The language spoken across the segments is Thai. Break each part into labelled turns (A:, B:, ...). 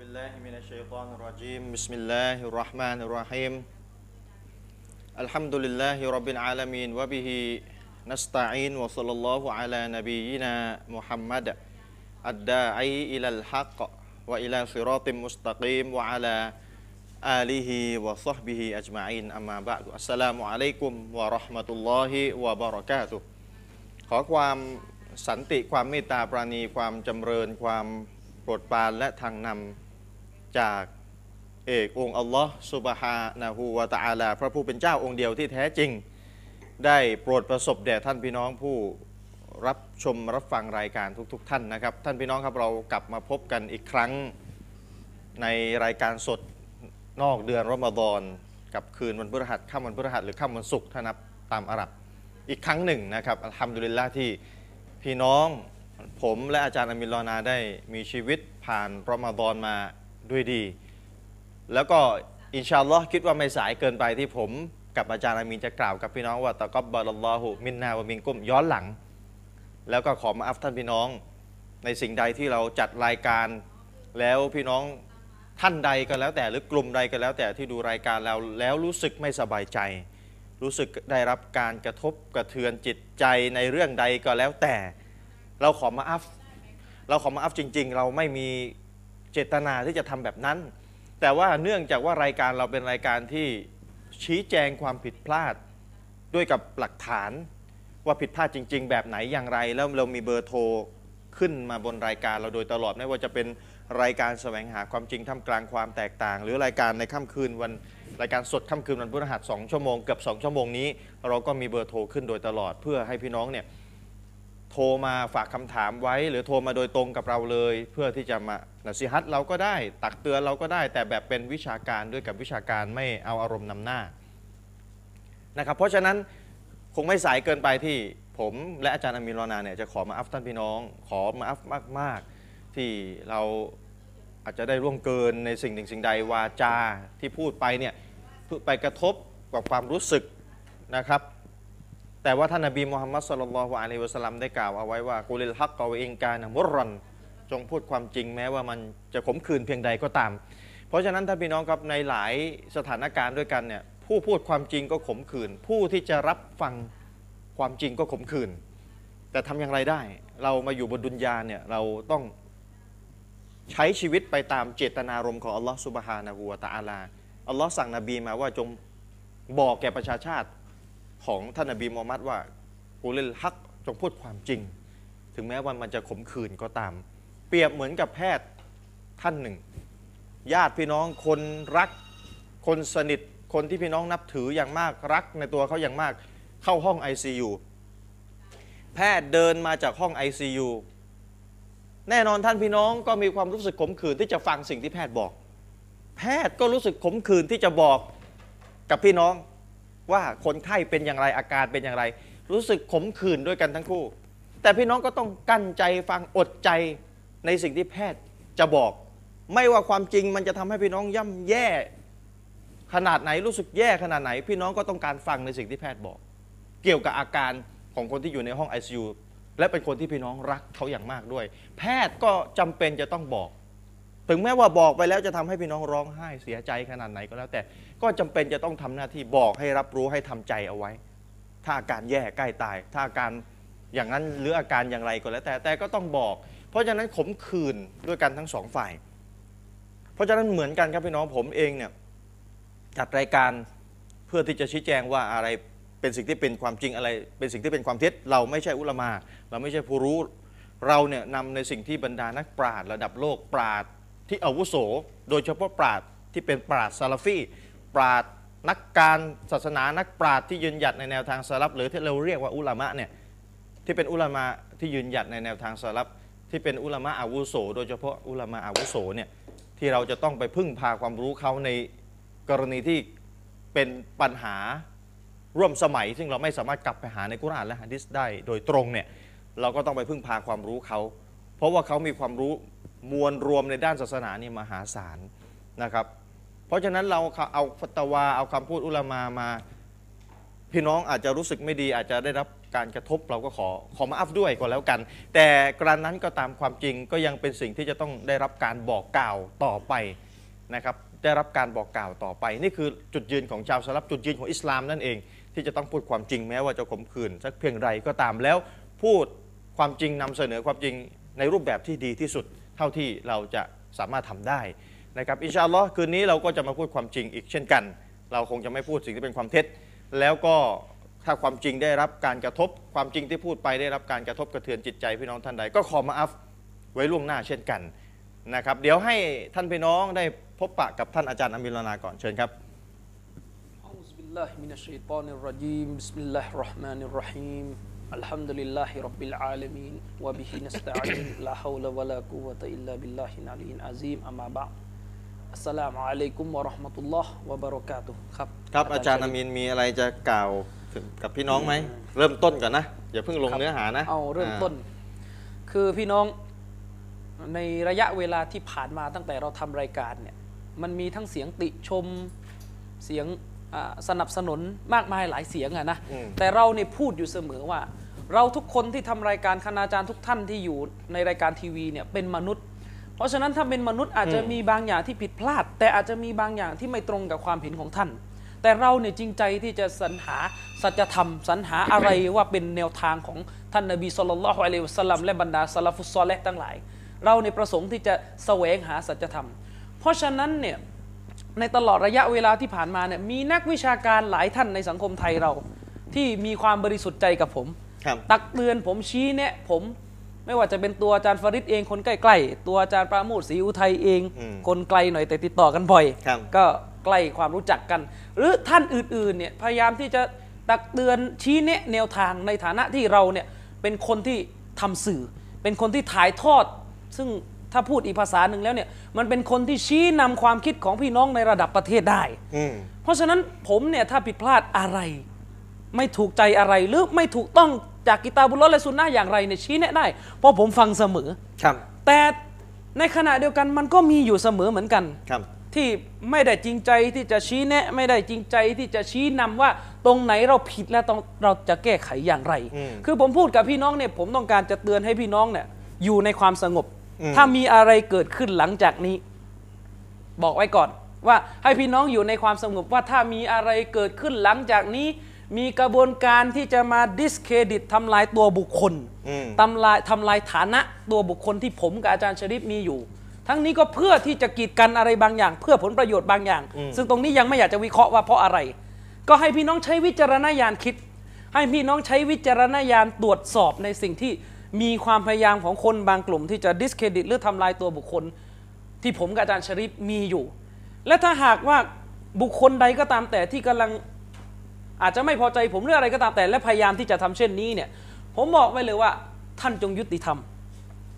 A: بالله من الشيطان الرجيم بسم الله الرحمن الرحيم الحمد لله رب العالمين وبه نستعين وصلى الله على نبينا محمد الداعي إلى الحق وإلى صراط مستقيم وعلى آله وصحبه أجمعين أما بعد السلام عليكم ورحمة الله وبركاته ขอความสันติความเมตตาปราณีความจำเริญความโปรดปรานและทางนำจากเอกองค์อัลลอฮ์สุบฮานะฮูวะตะอาลา พระผู้เป็นเจ้าองค์เดียวที่แท้จริง ได้โปรดประสบแด่ท่านพี่น้องผู้รับชมรับฟังรายการทุกๆทท่านนะครับ ท่านพี่น้องครับเรากลับมาพบกันอีกครั้งในรายการสดนอกเดือนรอมฎอนกับคืนวันพฤหัสค่ำวันพฤหัสหรือค่ำวันศุกร์ถ้านับตามอาหรับ อีกครั้งหนึ่งนะครับอัลฮัมดุลิลละที่พี่น้องผมและอาจารย์อามินลอนาได้มีชีวิตผ่านรอมฎอนมาด้วยดี แล้วก็อินชาอัลลอฮ์คิดว่าไม่สายเกินไปที่ผมกับอาจารย์อามีนจะกล่าวกับพี่น้องว่าตะกับบาลลอฮุมินนาวะมินกุมย้อนหลัง แล้วก็ขอมาอัฟท่านพี่น้อง ในสิ่งใดที่เราจัดรายการแล้วพี่น้องท่านใดก็แล้วแต่หรือกลุ่มใดก็แล้วแต่ที่ดูรายการเราแล้วรู้สึกไม่สบายใจ รู้สึกได้รับการกระทบกระเทือนจิตใจในเรื่องใดก็แล้วแต่ เราขอมาอัพ เราขอมาอัพจริง ๆ เราไม่มีเจตนาที่จะทำแบบนั้น แต่ว่าเนื่องจากว่ารายการเราเป็นรายการที่ชี้แจงความผิดพลาด ด้วยกับหลักฐานว่าผิดพลาดจริง ๆ แบบไหนอย่างไร แล้วเรามีเบอร์โทรขึ้นมาบนรายการเราโดยตลอดไม่ว่าจะเป็นรายการแสวงหาความจริงท่ามกลางความแตกต่าง หรือรายการในค่ำคืนวันรายการสดค่ำคืนวันพฤหัสสองชั่วโมงเกือบสองชั่วโมงนี้ เราก็มีเบอร์โทรขึ้นโดยตลอด เพื่อให้พี่น้องเนี่ยโทรมาฝากคำถามไว้ หรือโทรมาโดยตรงกับเราเลย เพื่อที่จะมานะซิฮัตเราก็ได้ ตักเตือนเราก็ได้ แต่แบบเป็นวิชาการด้วยกับวิชาการไม่เอาอารมณ์นำหน้า นะครับเพราะฉะนั้นคงไม่สายเกินไปที่ผมและอาจารย์อามีนรอนาเนี่ยจะขอมาอัพท่านพี่น้อง ขอมาอัพมาก ๆ ที่เราอาจจะได้ร่วงเกินในสิ่งหนึ่งสิ่งใดวาจาที่พูดไปเนี่ยเพื่อไปกระทบกับความรู้สึกนะครับ แต่ว่าท่านนบีมูฮัมมัดสลลัลลอฮุอะลัยฮิวะสัลลัมได้กล่าวเอาไว้ว่ากุลิลฮักกอวะอิงกานะมุรรัน จงพูดความจริงแม้ว่ามันจะขมขื่นเพียงใดก็ตาม เพราะฉะนั้นท่านพี่น้องครับในหลายสถานการณ์ด้วยกันเนี่ยผู้พูดความจริงก็ขมขื่นผู้ที่จะรับฟังความจริงก็ขมขื่นแต่ทำอย่างไรได้ เรามาอยู่บนดุนยาเนี่ยเราต้องใช้ชีวิตไปตามเจตนารมณ์ของอัลลอฮ์สุบฮานะฮูวะตะอาลาอัลลอฮ์สั่งนบีมาว่าจงบอกแก่ประชาชาติของท่านนบีมูฮัมมัดว่ากูลิลฮักจงพูดความจริง ถึงแม้ว่ามันจะขมขื่นก็ตาม เปรียบเหมือนกับแพทย์ท่านหนึ่ง ญาติพี่น้องคนรักคนสนิทคนที่พี่น้องนับถืออย่างมากรักในตัวเขาอย่างมากเข้าห้อง ICU แพทย์เดินมาจากห้อง ICU แน่นอนท่านพี่น้องก็มีความรู้สึกขมขื่นที่จะฟังสิ่งที่แพทย์บอก แพทย์ก็รู้สึกขมขื่นที่จะบอกกับพี่น้องว่าคนไข้เป็นอย่างไรอาการเป็นอย่างไร รู้สึกขมขื่นด้วยกันทั้งคู่ แต่พี่น้องก็ต้องกั้นใจฟังอดใจในสิ่งที่แพทย์จะบอก ไม่ว่าความจริงมันจะทำให้พี่น้องย่ำแย่ ขนาดไหนรู้สึกแย่ขนาดไหน พี่น้องก็ต้องการฟังในสิ่งที่แพทย์บอก เกี่ยวกับอาการของคนที่อยู่ในห้อง ICU และเป็นคนที่พี่น้องรักเขาอย่างมากด้วย แพทย์ก็จำเป็นจะต้องบอก ถึงแม้ว่าบอกไปแล้วจะทำให้พี่น้องร้องไห้เสียใจขนาดไหนก็แล้ว แต่ก็จำเป็นจะต้องทำหน้าที่บอกให้รับรู้ให้ทำใจเอาไว้ ถ้าอาการแย่ใกล้ตาย ถ้าอาการอย่างนั้นหรืออาการอย่างไรก็แล้วแต่แต่ก็ต้องบอก เพราะฉะนั้นขมขื่นด้วยกันทั้งสองฝ่าย เพราะฉะนั้นเหมือนกันครับพี่น้องผมเองเนี่ยจัดรายการเพื่อที่จะชี้แจงว่าอะไรเป็นสิ่งที่เป็นความจริงอะไร เป็นสิ่งที่เป็นความเท็จเราไม่ใช่อุลามา เราไม่ใช่ผู้รู้ เราเนี่ยนำในสิ่งที่บรรดานักปราชญ์ระดับโลกปราชญ์ที่อาวุโส โดยเฉพาะปราชญ์ที่เป็นปราชญ์ซาลาฟีปราชญ์นักการศาสนานักปราชญ์ที่ยืนหยัดในแนวทางซาลับหรือที่เราเรียกว่าอุลามะเนี่ย ที่เป็นอุลามะที่ยืนหยัดในแนวทางสลับที่เป็นอุลามะอาวุโส โดยเฉพาะอุลามะอาวุโสเนี่ยที่เราจะต้องไปพึ่งพาความรู้เขาในกรณีที่เป็นปัญหาร่วมสมัย ซึ่งเราไม่สามารถกลับไปหาในกุรอานและฮะดิษได้โดยตรงเนี่ยเราก็ต้องไปพึ่งพาความรู้เขา เพราะว่าเขามีความรู้มวลรวมในด้านศาสนานี่มหาศาลนะครับ เพราะฉะนั้นเราเอาฟัตวาเอาคำพูดอุลามามา พ พี่น้องอาจจะรู้สึกไม่ดีอาจจะได้รับการกระทบเราก็ขอขอมาอัพด้วยก็แล้วกัน แต่กระนั้นก็ตามความจริงก็ยังเป็นสิ่งที่จะต้องได้รับการบอกกล่าวต่อไปนะครับได้รับการบอกกล่าวต่อไป นี่คือจุดยืนของชาวสลับจุดยืนของอิสลามนั่นเอง ที่จะต้องพูดความจริงแม้ว่าจะข่มขืนสักเพียงไรก็ตามแล้วพูดความจริงนำเสนอความจริงในรูปแบบที่ดีที่สุด เท่าที่เราจะสามารถทำได้นะครับอินชาอัลลอฮ์คืนนี้เราก็จะมาพูดความจริงอีกเช่นกัน เราคงจะไม่พูดสิ่งที่เป็นความเท็จ แล้วก็ถ้าความจริงได้รับการกระทบ ความจริงที่พูดไปได้รับการกระทบกระเทือนจิตใจพี่น้องท่านใดก็ขอมาอัฟไว้ล่วงหน้าเช่นกันนะครับเดี๋ยวให้ท่านพี่น้องได้พบปะกับท่านอาจารย์อามิลนาก่อนเชิญครับ
B: أعوذ بالله من الشيطان الرجيم بسم الله الرحمن الرحيم الحمد لله رب العالمين وبه نستعين لا حول ولا قوة إلا بالله العلي العظيم أما بعد السلام عليكم ورحمة الله وبركاته ครับ
A: ครับอาจารย์อามินมีอะไรจะกล่าวถึงกับพี่น้องไหมเริ่มต้นก่อนนะอย่าเพิ่งลงเนื้อหานะ
B: เอาเริ่มต้น คือพี่น้องในระยะเวลาที่ผ่านมาตั้งแต่เราทำรายการเนี่ยมันมีทั้งเสียงติชมเสียงอ่าสนับสนุนมากมายหลายเสียงอะนะ
A: อืม
B: แต่เราเนี่ยพูดอยู่เสมอว่า เราทุกคนที่ทำรายการคณาจารย์ทุกท่านที่อยู่ในรายการทีวีเนี่ยเป็นมนุษย์ เพราะฉะนั้นถ้าเป็นมนุษย์อาจจะ
A: อืม
B: มีบางอย่างที่ผิดพลาด แต่อาจจะมีบางอย่างที่ไม่ตรงกับความเห็นของท่าน แต่เราเนี่ยจริงใจที่จะสรรหาสัจธรรมสรรหาอะไรว่าเป็นแนวทางของท่านนบีสุลต่านละฮ์อะลัยฮิวะสัลลัมและบรรดาสลาฟุสซอลและทั้งหลาย เราในยประสงค์ที่จะแสวงหาสัจธรรม เพราะฉะนั้นเนี่ย ในตลอดระยะเวลาที่ผ่านมาเนี่ยมีนักวิชาการหลายท่านในสังคมไทยเรา ที่มีความบริสุทธิ์ใจกับผม
A: ครับ
B: ตักเตือนผมชี้แนะผม ไม่ว่าจะเป็นตัวอาจารย์ฟริดเองคนใกล้ๆ ตัวอาจารย์ปราโมทศรีอุทัยเอง คนไกลหน่อยแต่ติดต่อกันบ่อย
A: ครับ
B: ก็ใกล้ความรู้จักกัน หรือท่านอื่นๆเนี่ยพยายามที่จะตักเตือนชี้แนะแนวทางในฐานะที่เราเนี่ยเป็นคนที่ทำสื่อ เป็นคนที่ถ่ายทอด ซึ่งถ้าพูดอีกภาษาหนึ่งแล้วเนี่ยมันเป็นคนที่ชี้นำความคิดของพี่น้องในระดับประเทศได้
A: อืม
B: เพราะฉะนั้นผมเนี่ยถ้าผิดพลาดอะไร ไม่ถูกใจอะไรหรือไม่ถูกต้องจากกิตาบุลลอฮ์และซุนนะห์อย่างไรเนี่ยชี้แนะได้ เพราะผมฟังเสมอ
A: ครับ
B: แต่ในขณะเดียวกันมันก็มีอยู่เสมอเหมือนกัน
A: ครับ
B: ที่ไม่ได้จริงใจที่จะชี้แนะ ไม่ได้จริงใจที่จะชี้นำว่าตรงไหนเราผิดและต้องเราจะแก้ไขอย่างไร
A: อืม
B: คือผมพูดกับพี่น้องเนี่ยผมต้องการจะเตือนให้พี่น้องเนี่ยอยู่ในความสงบ
A: อืม
B: ถ้ามีอะไรเกิดขึ้นหลังจากนี้ บอกไว้ก่อน ว่าให้พี่น้องอยู่ในความสงบว่าถ้ามีอะไรเกิดขึ้นหลังจากนี้ มีกระบวนการที่จะมาดิสเครดิตทำลายตัวบุคคล
A: อืม
B: ทำลายทำลายฐานะตัวบุคคลที่ผมกับอาจารย์ชริฟมีอยู่ ทั้งนี้ก็เพื่อที่จะกีดกันอะไรบางอย่าง เพื่อผลประโยชน์บางอย่าง ซึ่งตรงนี้ยังไม่อยากจะวิเคราะห์ว่าเพราะอะไร ก็ให้พี่น้องใช้วิจารณญาณคิด ให้พี่น้องใช้วิจารณญาณตรวจสอบในสิ่งที่มีความพยายามของคนบางกลุ่ม ที่จะดิสเครดิตหรือทำลายตัวบุคคล ที่ผมกับอาจารย์ชริฟมีอยู่ และถ้าหากว่าบุคคลใดก็ตามแต่ที่กำลัง อาจจะไม่พอใจผมหรืออะไรก็ตามแต่และพยายามที่จะทำเช่นนี้เนี่ย ผมบอกไว้เลยว่า ท่านจงยุติธรรม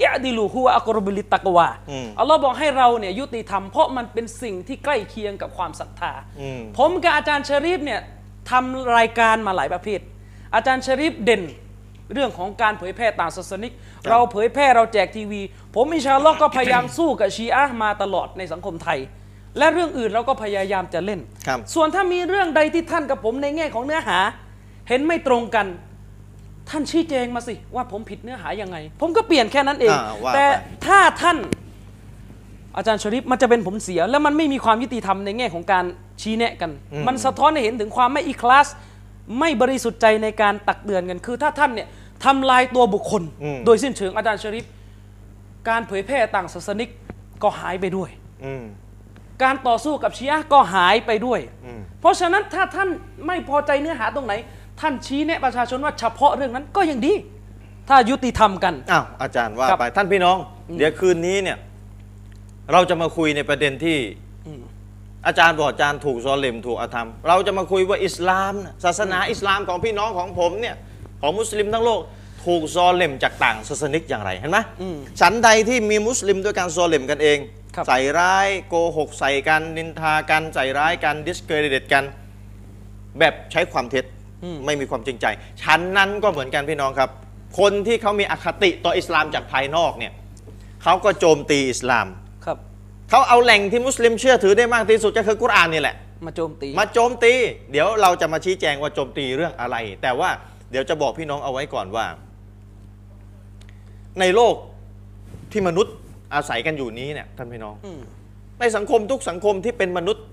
B: อิอดิลูฮุวะอักรบิลิตตักวา
A: อืม
B: อัลลอฮ์บอกให้เราเนี่ยยุติธรรมเพราะมันเป็นสิ่งที่ใกล้เคียงกับความศรัทธา
A: อืม
B: ผมกับอาจารย์ชริฟเนี่ยทำรายการมาหลายประเภท อาจารย์ชริฟเด่นเรื่องของการเผยแพร่ต่างศาสนิก เราเผยแพร่เราแจกทีวี ผมอินชาอัลลอฮ์ก็พยายามสู้กับชีอะห์มาตลอดในสังคมไทย และเรื่องอื่นเราก็พยายามจะเล่น
A: ครับ
B: ส่วนถ้ามีเรื่องใดที่ท่านกับผมในแง่ของเนื้อหา เห็นไม่ตรงกัน ท่านชี้แจงมาสิ ว่าผมผิดเนื้อหายังไง ผมก็เปลี่ยนแค่นั้นเอง
A: อ่าว่าไป
B: แต่ถ้าท่าน อาจารย์ชริปมันจะเป็นผมเสีย แล้วมันไม่มีความยุติธรรมในแง่ของการชี้แนะกัน มันสะท้อนให้เห็นถึงความไม่อีคลาส ไม่บริสุทธิ์ใจในการตักเตือนกัน คือถ้าท่านเนี่ยทำลายตัวบุคคล
A: อืม
B: โดยสิ้นเชิงอาจารย์ชริปการเผยแพร่ต่างศาสนิกก็หายไปด้วย
A: อืม
B: การต่อสู้กับชียะห์ก็หายไปด้วย
A: อืม
B: เพราะฉะนั้นถ้าท่านไม่พอใจเนื้อหาตรงไหน ท่านชี้แนะประชาชนว่าเฉพาะเรื่องนั้นก็ยังดี ถ้ายุติธรรมกัน
A: อ้าวอาจารย์ว่า
B: ครับ
A: ไปท่านพี่น้อง เดี๋ยวคืนนี้เนี่ย เราจะมาคุยในประเด็นที่อาจารย์บอกอาจารย์ถูกซอเลมถูกอธรรม เราจะมาคุยว่าอิสลามน่ะศาสนาอิสลามของพี่น้องของผมเนี่ย ของมุสลิมทั้งโลก ถูกซอเลมจากต่างศาสนิกอย่างไรเห็นไหมฉันใดที่มีมุสลิมด้วยการซอเลมกันเอง
B: ครับ
A: ใส่ร้ายโกหกใส่กันนินทากันใส่ร้ายกันดิสเครดิตกัน แบบใช้ความเท็จไม่มีความจริงใจ ชั้นนั้นก็เหมือนกันพี่น้องครับ คนที่เขามีอคติต่ออิสลามจากภายนอกเนี่ยเขาก็โจมตีอิสลาม
B: ครับ
A: เขาเอาแหล่งที่มุสลิมเชื่อถือได้มากที่สุดก็คือกุรอานนี่แหละ
B: มาโจมตี
A: มาโจมตี เดี๋ยวเราจะมาชี้แจงว่าโจมตีเรื่องอะไร แต่ว่าเดี๋ยวจะบอกพี่น้องเอาไว้ก่อนว่า ในโลกที่มนุษย์อาศัยกันอยู่นี้เนี่ยท่านพี่น้อง
B: อืม
A: ในสังคมทุกสังคมที่เป็นมนุษย์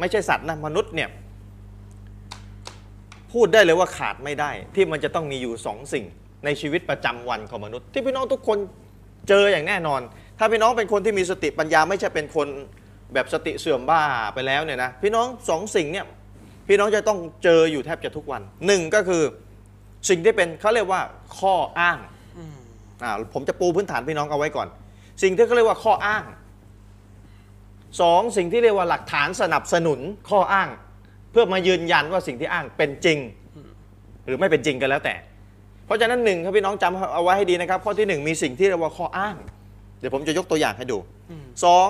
A: ไม่ใช่สัตว์นะมนุษย์เนี่ย พูดได้เลยว่าขาดไม่ได้ ที่มันจะต้องมีอยู่สองสิ่ง ในชีวิตประจำวันของมนุษย์ ที่พี่น้องทุกคนเจออย่างแน่นอน ถ้าพี่น้องเป็นคนที่มีสติปัญญาไม่ใช่เป็นคนแบบสติเสื่อมบ้าไปแล้วเนี่ยนะพี่น้องสองสิ่งเนี่ยพี่น้องจะต้องเจออยู่แทบจะทุกวันหนึ่งก็คือสิ่งที่เป็นเขาเรียกว่าข้ออ้าง
B: อืม
A: อ่าผมจะปูพื้นฐานพี่น้องเอาไว้ก่อน สิ่งที่เขาเรียกว่าข้ออ้าง สองสิ่งที่เรียกว่าหลักฐานสนับสนุนข้ออ้าง เพื่อมายืนยันว่าสิ่งที่อ้างเป็นจริง หรือไม่เป็นจริงกันแล้วแต่ เพราะฉะนั้นหนึ่งครับพี่น้องจำเอาไว้ให้ดีนะครับ ข้อที่หนึ่งมีสิ่งที่เรียกว่าข้ออ้าง เดี๋ยวผมจะยกตัวอย่างให้ดูสอง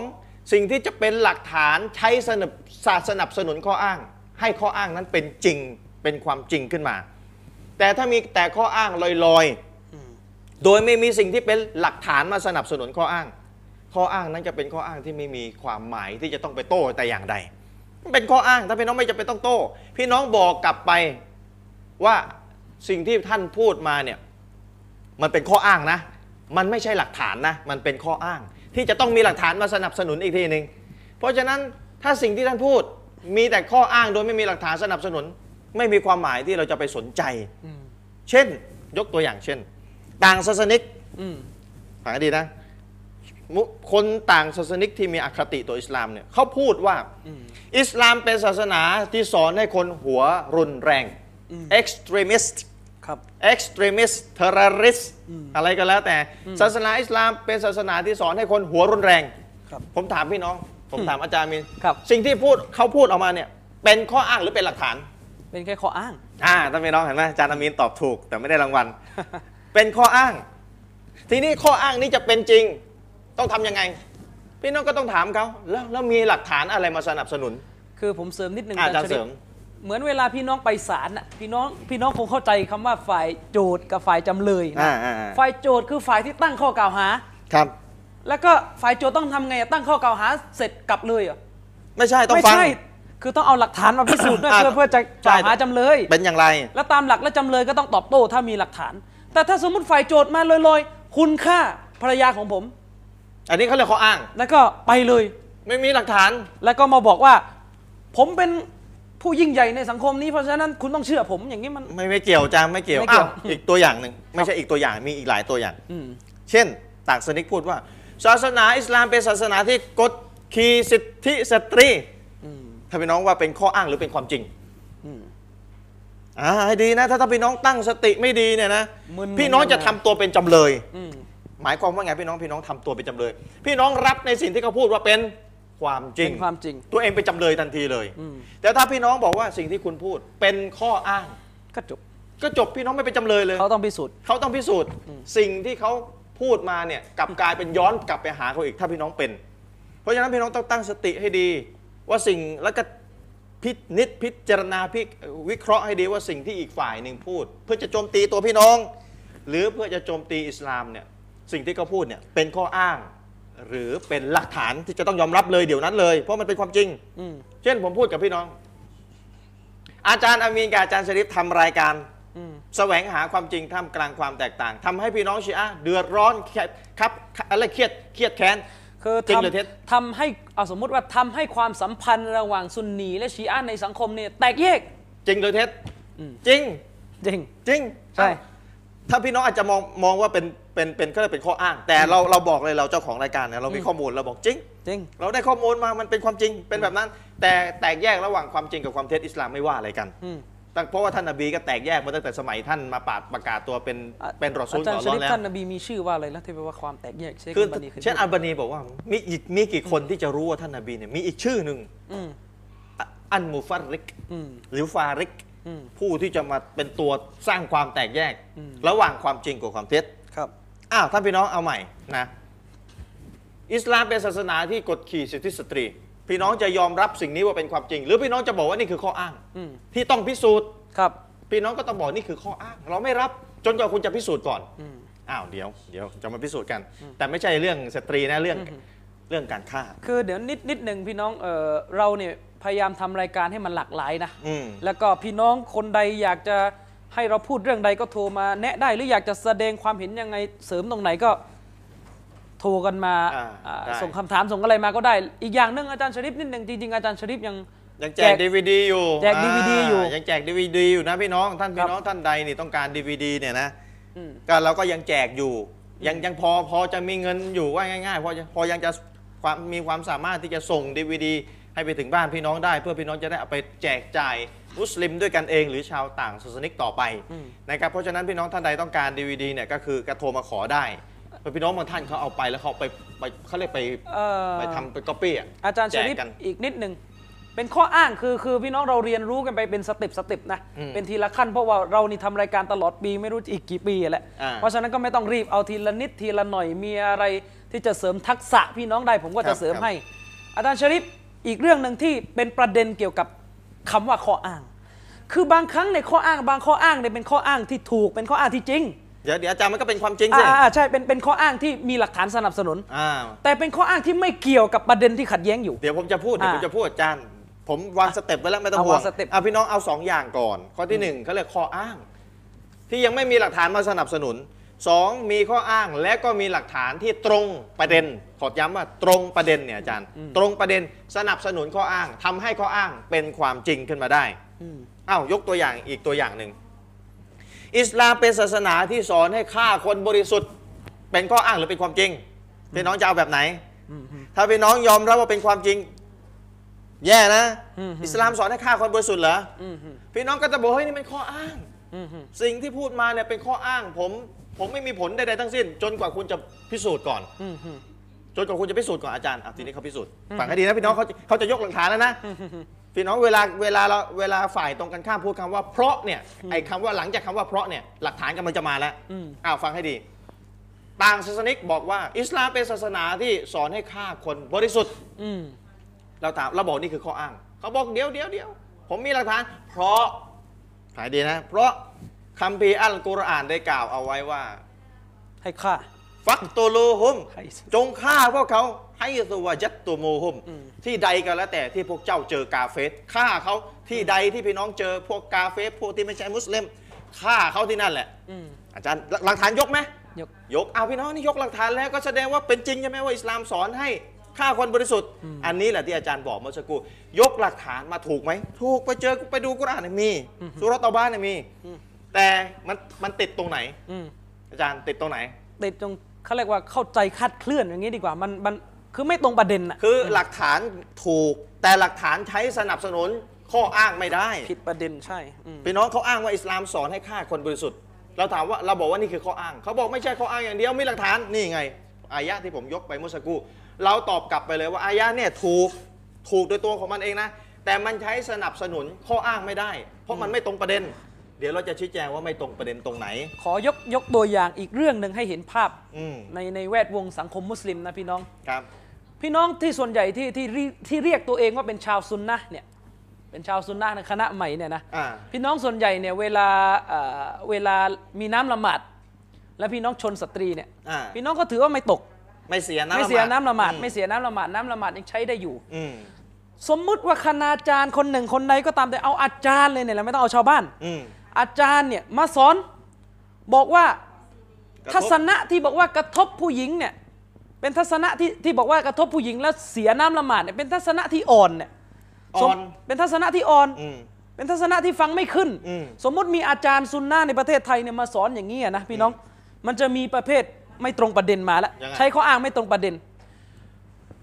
A: สิ่งที่จะเป็นหลักฐานใช้สนับสสนับสนุนข้ออ้าง ให้ข้ออ้างนั้นเป็นจริงเป็นความจริงขึ้นมา แต่ถ้ามีแต่ข้ออ้างลอยๆ โดยไม่มีสิ่งที่เป็นหลักฐานมาสนับสนุนข้ออ้าง ข้ออ้างนั้นจะเป็นข้ออ้างที่ไม่มีความหมายที่จะต้องไปโต้แต่อย่างใดมันเป็นข้ออ้างถ้าพี่น้องไม่จำเป็นต้องโต้ พี่น้องบอกกลับไปว่าสิ่งที่ท่านพูดมาเนี่ยมันเป็นข้ออ้างนะ มันไม่ใช่หลักฐานนะ มันเป็นข้ออ้าง ที่จะต้องมีหลักฐานมาสนับสนุนอีกทีหนึ่งเพราะฉะนั้นถ้าสิ่งที่ท่านพูดมีแต่ข้ออ้างโดยไม่มีหลักฐานสนับสนุน ไม่มีความหมายที่เราจะไปสนใจ
B: อืม
A: เช่น ยกตัวอย่างเช่น ต่างศาสนิก
B: อืม
A: ฟังให้ดีนะมุคนต่างศาสนิกที่มีอคติต่ออิสลามเนี่ยเขาพูดว่า
B: อืม
A: อิสลามเป็นศาสนาที่สอนให้คนหัวรุนแรง
B: อืม
A: extremist
B: ครับ
A: extremist terrorist อะไรก็แล้วแต่ ศาสนาอิสลามเป็นศาสนาที่สอนให้คนหัวรุนแรง
B: ครับ
A: ผมถามพี่น้อง ผมถามอาจารย์มิน
B: ครับ
A: สิ่งที่พูดเขาพูดออกมาเนี่ยเป็นข้ออ้างหรือเป็นหลักฐาน
B: เป็นแค่ข้ออ้าง
A: อ่าท่านพี่น้องเห็นไหมอาจารย์อามีนตอบถูก แต่ไม่ได้รางวั ล เป็นข้ออ้าง ทีนี้ข้ออ้างนี้จะเป็นจริง ต้องทำยังไง พี่น้องก็ต้องถามเขาแล้วแล้วมีหลักฐานอะไรมาสนับสนุน
B: คือผมเสริมนิดนึง
A: อาอาจารย์
B: ช
A: เส
B: ลิ
A: ริ
B: ด
A: ม
B: เหมือนเวลาพี่น้องไปศาลน่ะพี่น้องพี่น้องคงเข้าใจคำว่าฝ่ายโจทย์กับฝ่ายจำเลยนะ
A: อ่าอ่าอ่า
B: ฝ่ายโจทย์คือฝ่ายที่ตั้งข้อกล่าวหา
A: ครับ
B: แล้วก็ฝ่ายโจทย์ต้องทำไงอะตั้งข้อกล่าวหาเสร็จกลับเลยเหรอ
A: ไม่ใช่ต้อง
B: ไม่
A: ฟัง
B: ใช่ คือต้องเอาหลักฐานมาพิสูจน์ด้วยเพื่อ
A: อ่ะ
B: เพื่อจะกล่าว
A: ใช่
B: หาจำเลย
A: เป็นอย่างไร
B: แล้วตามหลักและจำเลยก็ต้องตอบโต้ถ้ามีหลักฐาน แต่ถ้าสมมติฝ่ายโจทย์มาลอยๆ คุณฆ่าภรรยาของผม
A: อันนี้เขาเรียกข้ออ้าง
B: แล้วก็ไปเลย
A: ไม่มีหลักฐาน
B: แล้วก็มาบอกว่า ผมเป็นผู้ยิ่งใหญ่ในสังคมนี้เพราะฉะนั้นคุณต้องเชื่อผมอย่างนี้มัน
A: ไม่ไม่เกี่ยวอาจารย์ไม่เกี่ยว
B: ไม่เกี่ยว
A: อ้าอีกตัวอย่างหนึ่งไม่ใช่อีกตัวอย่างมีอีกหลายตัวอย่าง
B: อืม
A: เช่นต่างศาสนิกพูดว่า ศาสนาอิสลามเป็นศาสนาที่กดขี่สิทธิสตรี
B: อืม
A: ถ้าพี่น้องว่าเป็นข้ออ้างหรือเป็นความจริง
B: อืม
A: อ่าให้ดีนะถ้าถ้าพี่น้องตั้งสติไม่ดีเนี่ยนะ
B: มึน
A: พี่น้องจะทำตัวเป็นจำเลย
B: อืม
A: หมายความว่าไงพี่น้องพี่น้องทำตัวเป็นจำเลย พี่น้องรับในสิ่งที่เขาพูดว่าเป็นความจริง
B: เป็นความจริง
A: ตัวเองเป็นจำเลยทันทีเลย
B: อืม
A: แต่ถ้าพี่น้องบอกว่าสิ่งที่คุณพูดเป็นข้ออ้าง
B: ก็จบ
A: ก็จบพี่น้องไม่เป็นจำเลยเลย
B: เขาต้องพิสูจน์
A: เขาต้องพิสูจน์สิ่งที่เขาพูดมาเนี่ยกลับกลายเป็นย้อนกลับไปหาเขาอีกถ้าพี่น้องเป็น เพราะฉะนั้นพี่น้องต้องตั้งสติให้ดี ว่าสิ่งแล้วก็พินิจพิจารณาพิวิเคราะห์ให้ดีว่าสิ่งที่อีกฝ่ายหนึ่งพูด เพื่อจะโจมตีตัวพี่น้อง หรือเพื่อจะโจมตีอิสลามเนี่ยสิ่งที่เขาพูดเนี่ยเป็นข้ออ้าง หรือเป็นหลักฐานที่จะต้องยอมรับเลยเดี๋ยวนั้นเลย เพราะมันเป็นความจริง
B: อืม
A: เช่นผมพูดกับพี่น้อง อาจารย์อามีนกับอาจารย์ชริฟทำรายการ
B: อืม
A: แสวงหาความจริงท่ามกลางความแตกต่างทำให้พี่น้องชีอะห์เดือดร้อนแคครับอะไรเครียดเครียดแค้น
B: คือ
A: จริงหรือเท็จ
B: ทำทำให้เอาสมมติว่าทำให้ความสัมพันธ์ระหว่างซุนนีและชีอะห์ในสังคมเนี่ยแตกแยก
A: จริงหรือเท็จ
B: อืม
A: จริง
B: จริง
A: จริง
B: ใช่
A: อ่ะถ้าพี่น้องอาจจะมองมองว่าเป็นเป็นเป็นก็เลยกเป็นข้ออ้าง แต่เราเราบอกเลยเราเจ้าของรายการเนี่ยเรามีข้อมูลเราบอกจริง
B: จริง
A: เราได้ข้อมูลมามันเป็นความจริงเป็นแบบนั้น แต่แตกแยกระหว่างความจริงกับความเท็จอิสลามไม่ว่าอะไรกัน
B: อืม
A: แต่เพราะว่าท่านนบีก็แตกแยกมาตั้งแต่สมัยท่านมาปาดประกาศตัวเป็น
B: อ่ะ
A: เป็นรอซูล
B: อาจาร
A: ขอ
B: ย์
A: ง
B: ช
A: ร้อน
B: ริฟ
A: แล้ว
B: ท่านนบีมีชื่อว่าอะไรนะที่แปลว่าความแตกแยกเชค
A: คือ
B: อัลบานีคือ
A: เช่นอัลบานีบอกว่ามีอีกมีกี่คนที่จะรู้ว่าท่านนบีเนี่ยมีอีกชื่อหนึ่ง
B: อืม
A: อ่ะอันมูฟัรริก
B: อืม
A: หรือฟาริก
B: อืม
A: ผู้ที่จะมาเป็นตัวสร้างความแตกแยก ระหว่างความจริงกับความเท็จ
B: ครับ
A: อ้าวท่านพี่น้องเอาใหม่นะ อิสลามเป็นศาสนาที่กดขี่สิทธิสตรี พี่น้องจะยอมรับสิ่งนี้ว่าเป็นความจริง หรือพี่น้องจะบอกว่านี่คือข้ออ้าง
B: อืม
A: ที่ต้องพิสูจน์
B: ครับ
A: พี่น้องก็ต้องบอกนี่คือข้ออ้าง เราไม่รับจนกว่าคุณจะพิสูจน์ก่อน
B: อืม
A: อ้าวเดี๋ยวเดี๋ยวจะมาพิสูจน์กัน แต่ไม่ใช่เรื่องสตรีนะเรื่อง เรื่องการฆ่า
B: คือเดี๋ยวนิดนิดหนึ่งพี่น้องเออเราเนี่ยพยายามทำรายการให้มันหลากหลายนะ
A: อืม
B: แล้วก็พี่น้องคนใดอยากจะให้เราพูดเรื่องใดก็โทรมาแนะได้หรืออยากจะแสดงความเห็นยังไงเสริมตรงไหนก็โทรกันมา
A: อ่า
B: อ่า
A: ได้
B: ส่งคำถามส่งอะไรมาก็ได้ อีกอย่างหนึ่งอาจารย์ชริปนิดหนึ่งจริงๆอาจารย์ชริปยัง
A: ยังแจ
B: แจ
A: ก
B: ก
A: ดีวดีอยู่
B: แจก DVD อยู่
A: ายังแจกดีวดีอยู่นะพี่น้อง ท่าน
B: ครั
A: พี่
B: บ
A: น้องท่านใดนี่ต้องการดีวดีเนี่ยนะ
B: อืม
A: ก็เราก็ยังแจกอยู่ ยังยังพอพอจะมีเงินอยู่ว่าง่ายๆพอจะพอยังจะความมีความสามารถที่จะส่งดีวดีให้ไปถึงบ้านพี่น้องได้ เพื่อพี่น้องจะได้เอาไปแจกจ่ายมุสลิมด้วยกันเอง หรือชาวต่างศาสนิกต่อไปนะครับเพราะฉะนั้นพี่น้องท่านใดต้องการดีวดีเนี่ยก็คือกระโทรมาขอได้เพราะพี่น้องบางท่านเขาเอาไปแล้วเขาไปไปเขาเรียกไป
B: เอ่อ
A: ไปทำไปก๊อปปี้อ่ะ
B: อาจารย์ชริป
A: แจกกัน
B: อีกนิดหนึ่งเป็นข้ออ้างคือคือพี่น้องเราเรียนรู้กันไปเป็นสเต็ปสเต็ปนะ
A: อืม
B: เป็นทีละขั้นเพราะว่าเรานี่ทำรายการตลอดปีไม่รู้จะอีกกี่ปีแหละ
A: อ่า
B: เพราะฉะนั้นก็ไม่ต้องรีบเอาทีละนิดทีละหน่อยมีอะไรที่จะเสริมทักษะพี่น้องได้ผมก็
A: ครั
B: จะ
A: บ
B: เสริมให้ อาจารย์ชริปอีกเรื่องหนึ่งที่เป็นประเด็นเกี่ยวกับคำว่าข้ออ้าง คือบางครั้งในยข้ออ้าง บางข้ออ้างเนี่ยเป็นข้ออ้างที่ถูกเป็นข้ออ้างที่จริง
A: เดี๋ยวเดี๋ยวอาจารย์มันก็เป็นความจริงสิ
B: อ่าอ่าใช่เป็นเป็นข้ออ้างที่มีหลักฐานสนับสนุน
A: อ่า
B: แต่เป็นข้ออ้างที่ไม่เกี่ยวกับประเด็นที่ขัดแย้งอยู่
A: เดี๋ยวผมจะพูดเดี๋ยว
B: อ่า
A: ผมจะพูดอาจารย์ ผมวางสเต็ปไว้แล้วไม่ต้อง
B: เอา
A: ห่ว
B: วาง งสเต็ป
A: อ่ะพี่น้องเอาสองอย่างก่อน ข้อที่หนึ่งเขาเรียกข้ออ้าง ที่ยังไม่มีหลักฐานมาสนับสนุนสองมีข้ออ้างและก็มีหลักฐานที่ตรงประเด็น ขอย้ำว่าตรงประเด็นเนี่ยอาจารย์ ตรงประเด็นสนับสนุนข้ออ้างทำให้ข้ออ้างเป็นความจริงขึ้นมาได้
B: อืม
A: อ้าวยกตัวอย่างอีกตัวอย่างหนึ่ง อิสลามเป็นศาสนาที่สอนให้ฆ่าคนบริสุทธิ์ เป็นข้ออ้างหรือเป็นความจริงพี่น้องจะเอาแบบไหน ถ้าพี่น้องยอมรับว่าเป็นความจริง แย่นะ
B: อืม
A: อิสลามสอนให้ฆ่าคนบริสุทธิ์เหรอ
B: อืมอืม
A: พี่น้องก็จะบอกเฮ้ยนี่เป็นข้ออ้าง
B: อืมอืม
A: สิ่งที่พูดมาเนี่ยเป็นข้ออ้าง ผม ผมไม่มีผลใดๆทั้งสิ้น จนกว่าคุณจะพิสูจน์ก่อน
B: อืมอืม
A: จนกว่าคุณจะพิสูจน์ก่อนอาจารย์อ่ะทีนี้เขาพิสูจน์ฟังให้ดีนะพี่น้องเขาเขาจะยกหลักฐานแล้วนะ พี่น้องเวลาเวลาเราเวลาฝ่ายตรงกันข้ามพูดคำว่าเพราะเนี่ยไอ้คำว่าหลังจากคำว่าเพราะเนี่ยหลักฐานกำลังจะมาแล้ว
B: อืม
A: อ้าวฟังให้ดี ต่างศาสนิกบอกว่า อิสลามเป็นศาสนาที่สอนให้ฆ่าคนบริสุทธิ์
B: อืม
A: เราถามเราบอกนี่คือข้ออ้าง เขาบอกเดี๋ยวเดี๋ยวเดี๋ยวผมมีหลักฐาน เพราะหายดีนะ เพราะคัมภีร์อัลกุรอานได้กล่าวเอาไว้ว่า
B: ให้ค่า
A: ฟักตูลูฮุม
B: ให้สุด
A: จงฆ่าพวกเขาให้สวายัตตูมูฮุม
B: อืม
A: ที่ใดก็แล้วแต่ที่พวกเจ้าเจอกาเฟสฆ่าเขาที่ใดที่พี่น้องเจอพวกกาเฟสพวกที่ไม่ใช่มุสลิมฆ่าเขาที่นั่นแหละ
B: อืม
A: อาจารย์หลักหลักฐานยกไหม
B: ยก
A: ยกเอาพี่น้องนี่ยกหลักฐานแล้วก็แสดงว่าเป็นจริงใช่ไหมว่าอิสลามสอนให้ฆ่าคนบริสุทธิ์ อันนี้แหละที่อาจารย์บอกเมื่อสักครู่ยกหลักฐานมาถูกไหมถูกไปเจอไปดูกุรอานเนยมีสุเราะห์เตอบ้านเนี่ยมี
B: อืม
A: แต่มันมันติดตรงไหน
B: อืม
A: อาจารย์ติดตรงไหน
B: ติดตรงเขาเรียกว่าเข้าใจคลาดเคลื่อนอย่างนี้ดีกว่ามันมันคือไม่ตรงประเด็นอะ
A: คือหลักฐานถูกแต่หลักฐานใช้สนับสนุนข้ออ้างไม่ได้
B: ผิดประเด็นใช่อืม
A: พี่น้องเขาอ้างว่าอิสลามสอนให้ฆ่าคนบริสุทธิ์ เราถามว่าเราบอกว่านี่คือข้ออ้าง เขาบอกไม่ใช่ข้ออ้างอย่างเดียวมีหลักฐานนี่ไง อายะที่ผมยกไปเมื่อสักครู่เราตอบกลับไปเลยว่าอายะเนี่ยถูกถูกโดยตัวของมันเองนะ แต่มันใช้สนับสนุนข้ออ้างไม่ได้ เพราะมันไม่ตรงประเด็น เดี๋ยวเราจะชี้แจงว่าไม่ตรงประเด็นตรงไหน
B: ขอยกยกตัวอย่างอีกเรื่องหนึ่งให้เห็นภาพ
A: อืม
B: ในในแวดวงสังคมมุสลิมนะพี่น้อง
A: ครับ
B: พี่น้องที่ส่วนใหญ่ที่ที่ที่ที่เรียกตัวเองว่าเป็นชาวซุนนะห์เนี่ยเป็นชาวซุนนะห์ในคณะใหม่เนี่ยนะ
A: อ่า
B: พี่น้องส่วนใหญ่เนี่ยเวลาเอ่อเวลามีน้ำละหมาด และพี่น้องชนสตรีเนี่ย
A: อ่า
B: พี่น้องก็ถือว่าไม่ตก
A: ไม่เสียน้ำ
B: ไม่เสีย
A: หด
B: น้ำละหมาดไม่เสียน้ำละหมาดน้ำละหมาดยังใช้ได้อยู่
A: อืม
B: สมมุติว่าคณาจารย์คนหนึ่งคนใดก็ตามแต่เอาอาจารย์เลยเนี่ยแหละไม่ต้องเอาชาวบ้าน
A: อืม
B: อาจารย์เนี่ยมาสอนบอกว่าก
A: ระท
B: ทั
A: บ
B: ศนะที่บอกว่ากระทบผู้หญิงเนี่ยเป็นทัศนะที่ที่บอกว่ากระทบผู้หญิงแล้วเสียน้ำละหมาดเนี่ยเป็นทัศนะที่อ่อนเนี่ย
A: อ่
B: สม
A: อน
B: เป็นทัศนะที่อ่อน
A: อืม
B: เป็นทัศนะที่ฟังไม่ขึ้น
A: อืม
B: สมมุติมีอาจารย์ซุนน่าในประเทศไทยเนี่ยมาสอนอย่างนี้อะนะพี่น้อง มันจะมีประเภทไม่ตรงประเด็นมาแล้ว
A: ยังไง
B: ใช้ข้ออ้างไม่ตรงประเด็น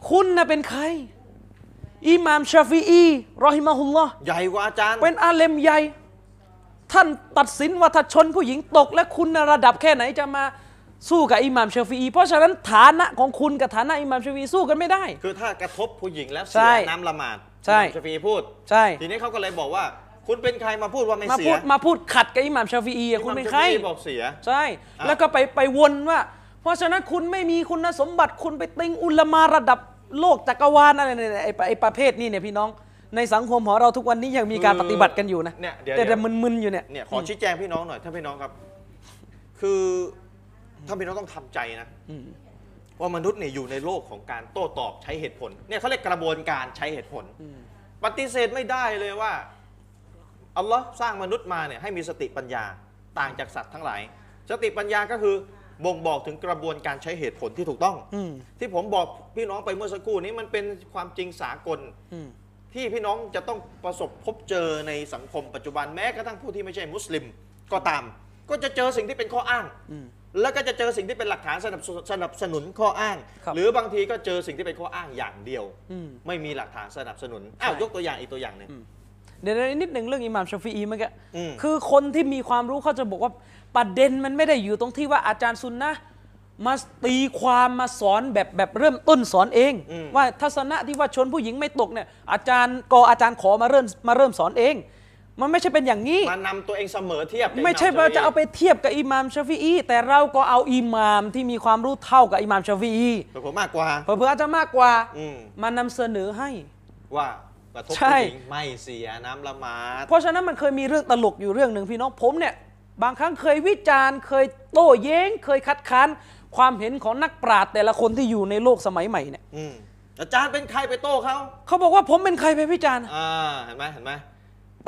B: คุณนะเป็นใคร อิหม่ามชาฟีอีรอฮิมาฮุลลอฮ์
A: ใหญ่กว่าอาจารย์
B: เป็นอาเลมใหญ่ ท่านตัดสินว่าถ้าชนผู้หญิงตก และคุณน่ะระดับแค่ไหนจะมาสู้กับอิหม่ามชาฟีอีเพราะฉะนั้นฐานะของคุณกับฐานะอิหม่ามชาฟีอีสู้กันไม่ได้
A: คือถ้ากระทบผู้หญิงแล้วเสี
B: ใช่
A: ยน้ำละหมาด
B: ใช่
A: อิหม่ามชาฟีพูด
B: ใช่
A: ทีนี้เขาก็เลยบอกว่า คุณเป็นใครมาพูดว่าไม่
B: มา
A: เสี
B: พู
A: ย
B: ดมาพูดขัดกับอิหม่ามชาฟีอีอะ
A: อิห
B: คุณ
A: ม่าม
B: เป็น
A: ชา
B: ใคร
A: ฟีบอกเสีย
B: ใช่
A: อ่ะ
B: แล้วก็ไปไปวนว่า เพราะฉะนั้นคุณไม่มีคุณสมบัติคุณไปติงอุลามาระดับโลกจักรวาลอะไรเนี่ยไอ้ไอ้ประเภทนี้เนี่ยพี่น้อง ในสังคมของเราทุกวันนี้ยังมีการปฏิบัติกันอยู่นะ
A: เนี่ยเดี๋ยว
B: แต่
A: เดี๋
B: แต่
A: ยว
B: มึนๆอยู่เนี่ย
A: เนี่ยขอชี้แจงพี่น้องหน่อยถ้าพี่น้องครับ คือถ้าพี่น้องต้องทำใจนะ
B: อืม
A: ค ว่ามนุษย์เนี่ยอยู่ในโลกของการโต้ตอบใช้เหตุผลเนี่ยเขาเรียกกระบวนการใช้เหตุผล ปฏิเสธไม่ได้เลยว่าอัลลอฮ์สร้างมนุษย์มาเนี่ยให้มีสติปัญญาต่างจากสัตว์ทั้งหลาย สติปัญญาก็คือบ่งบอกถึงกระบวนการใช้เหตุผลที่ถูกต้อง
B: อืม
A: ที่ผมบอกพี่น้องไปเมื่อสักครู่นี้มันเป็นความจริงสากล
B: อืม
A: ที่พี่น้องจะต้องประสบพบเจอในสังคมปัจจุบันแม้กระทั่งผู้ที่ไม่ใช่มุสลิมก็ตาม ก็จะเจอสิ่งที่เป็นข้ออ้าง
B: อืม
A: แล้วก็จะเจอสิ่งที่เป็นหลักฐานสนับสสนับสนุนข้ออ้าง
B: ครับ
A: หรือบางทีก็เจอสิ่งที่เป็นข้ออ้างอย่างเดียว
B: อืม
A: ไม่มีหลักฐานสนับสนุนอ้าว
B: ใช่
A: ยกตัวอย่างอีกตัวอย่างหนึ่ง
B: เดี๋ยวนิดหนึ่งเรื่องอิหม่ามชาฟีอีเมื่อกี้
A: อืม
B: คือคนที่มีความรู้เขาจะบอกว่าประเด็นมันไม่ได้อยู่ตรงที่ว่าอาจารย์ซุนนะห์มาตีความมาสอนแบบแบบเริ่มต้นสอนเอง
A: อืม
B: ว่าทัศนะที่ว่าชนผู้หญิงไม่ตกเนี่ยอาจารย์กออาจารย์ขอมาเริ่มมาเริ่มสอนเอง มันไม่ใช่เป็นอย่างนี้
A: านำตัวเองเสมอเทียบกับ
B: ไม่ใช่
A: ม
B: เราจะเอา
A: ช
B: ไปเทียบกับอิหม่ามชาฟีอีแต่เราก็เอาอิหม่ามที่มีความรู้เท่ากับอิหม่ามชาฟีอี
A: ีแต่ผมมากกว่า
B: เผื่อๆอาจจะมากกว่า
A: อืม
B: มานำเสนอให้
A: ว่ากระทบ
B: ใช่
A: ผู้หญิงไม่เสียน้ำละหมาด
B: เพราะฉะนั้นมันเคยมีเรื่องตลกอยู่เรื่องหนึ่งพี่น้องผมเนี่ย บางครั้งเคยวิจารณ์ เคยโต้แย้ง เคยคัดค้านความเห็นของนักปราชญ์แต่ละคนที่อยู่ในโลกสมัยใหม่เนี่ย
A: อืมอาจารย์เป็นใครไปโต้เขา
B: เขาบอกว่าผมเป็นใครไปวิจารณ์
A: อ่าเห็นไหมเห็นไหม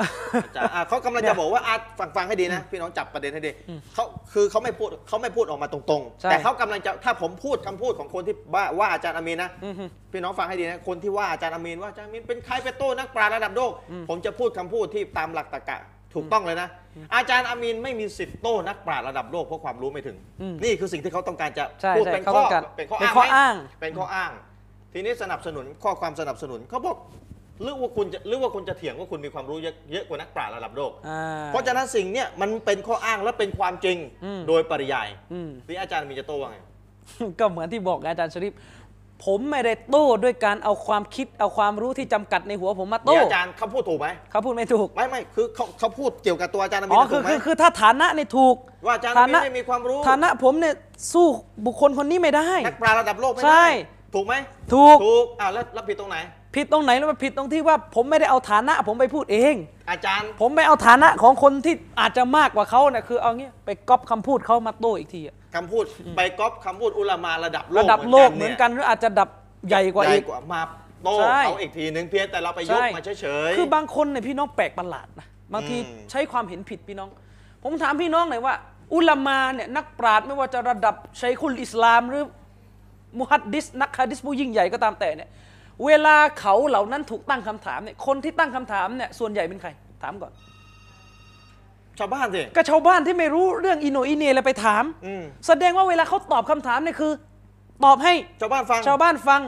A: อาจารย์อ่ะเขากำลังจะบอกว่าอ่ะฟังฟังให้ดีนะ พี่น้องจับประเด็นให้ดีเขาคือเขาไม่พูดเขาไม่พูดออกมาตรง
B: ใช่
A: ๆ แต่เขากำลังจะถ้าผมพูดคำพูดของคนที่ว่าว่าอาจารย์อามีนนะพี่น้องฟังให้ดีนะคนที่ว่าอาจารย์อามีนว่าอาจารย์อามีนเป็นใครไปโต้นักปราชญ์ระดับโลกผมจะพูดคำพูดที่ตามหลักตรรกะถูกต้องเลยนะ อาจารย์อามีนไม่มีสิทธิ์โต้นักปราชญ์ระดับโลกเพราะความรู้ไม่ถึง นี่คือสิ่งที่เขาต้องการจะ
B: ใช่
A: พูด
B: ใช่
A: เป็น
B: เขา
A: ข้
B: ต้
A: อ
B: องการ
A: เป็นข้อ
B: เป็น
A: อ้าง
B: ข้อ
A: ไหม
B: อ้าง
A: เป็นข้ออ้าง ทีนี้สนับสนุนข้อความสนับสนุนเขาบอกหรือว่าคุณจะหรือว่าคุณจะเถียงว่าคุณมีความรู้เยอะเยอะกว่านักปราชญ์ระดับโลก
B: อ่า
A: เพราะฉะนั้นสิ่งเนี้ยมันเป็นข้ออ้างและเป็นความจริง
B: อืม
A: โดยปริยาย
B: อืม
A: นี่อาจารย์มีจะโต้ว่าไง
B: ก็เหมือนที่บอกอาจารย์ชริปผมไม่ได้โต้ด้วยการเอาความคิดเอาความรู้ที่จำกัดในหัวผมมา
A: นี่
B: โต้
A: อาจารย์เขาพูดถูกไหม
B: เขาพูดไม่ถูก
A: ไม่ไม่คือเขาเขาพูดเกี่ยวกับตัวอาจารย์อามี
B: อ๋อ
A: นะ
B: คื
A: ถู
B: อก
A: ไหม
B: คือคือถ้าฐานะเนี่ยถูก
A: ว่าอาจารย์
B: ฐา
A: อามี
B: นะ
A: ไม่มีความรู้
B: ฐานะผมเนี่ยสู้บุคคลคนนี้ไม่ได้
A: นักปราชญ์ระดับโลกไม่
B: ใช่
A: ได้ถูกไหม
B: ถูก
A: ถูกอ้าวแล้วแล้วผิดตรงไหน
B: ผิดตรงไหนแล้วมันผิดตรงที่ว่าผมไม่ได้เอาฐานะ ผมไปพูดเอง
A: อาจารย์
B: ผมไปเอาฐานะของคนที่อาจจะมากกว่าเขาเนี่ยคือเอางี้ไปก๊อปคำพูดเขามาโต้อีกทีอะ
A: คำพูดไปก๊อปคำพูดอุลามาระดับโลก
B: ระดับโลกเหมื
A: ย
B: อนกันหรืออาจจะดับใหญ่กว่า
A: ใหญ่
B: อีก
A: กว่ามาโต้
B: ใช่
A: เขาอีกทีนึงเพียงแต่เราไปยก
B: ใช่
A: มาเฉย
B: คือบางคนเนี่ยพี่น้องแปลกประหลาดนะบางที
A: อืม
B: ใช้ความเห็นผิดพี่น้อง ผมถามพี่น้องหน่อยว่า อุลามาเนี่ยนักปราชญ์ไม่ว่าจะระดับชัยคุลอิสลามหรือมุฮัดดิสนักฮะดิษผู้ยิ่งใหญ่ก็ตามแต่เนี่ยเวลาเขาเหล่านั้นถูกตั้งคำถามเนี่ยคนที่ตั้งคำถามเนี่ยส่วนใหญ่เป็นใคร ถามก่อน
A: ๆชาวบ้านสิ
B: ก็ชาวบ้านที่ไม่รู้เรื่องอิโหนอิเหนแล้วไปถาม
A: อืม
B: แสดงว่าเวลาเขาตอบคำถามเนี่ยคือ ตอบให้
A: ชาวบ้านฟัง
B: ชาวบ้านฟัง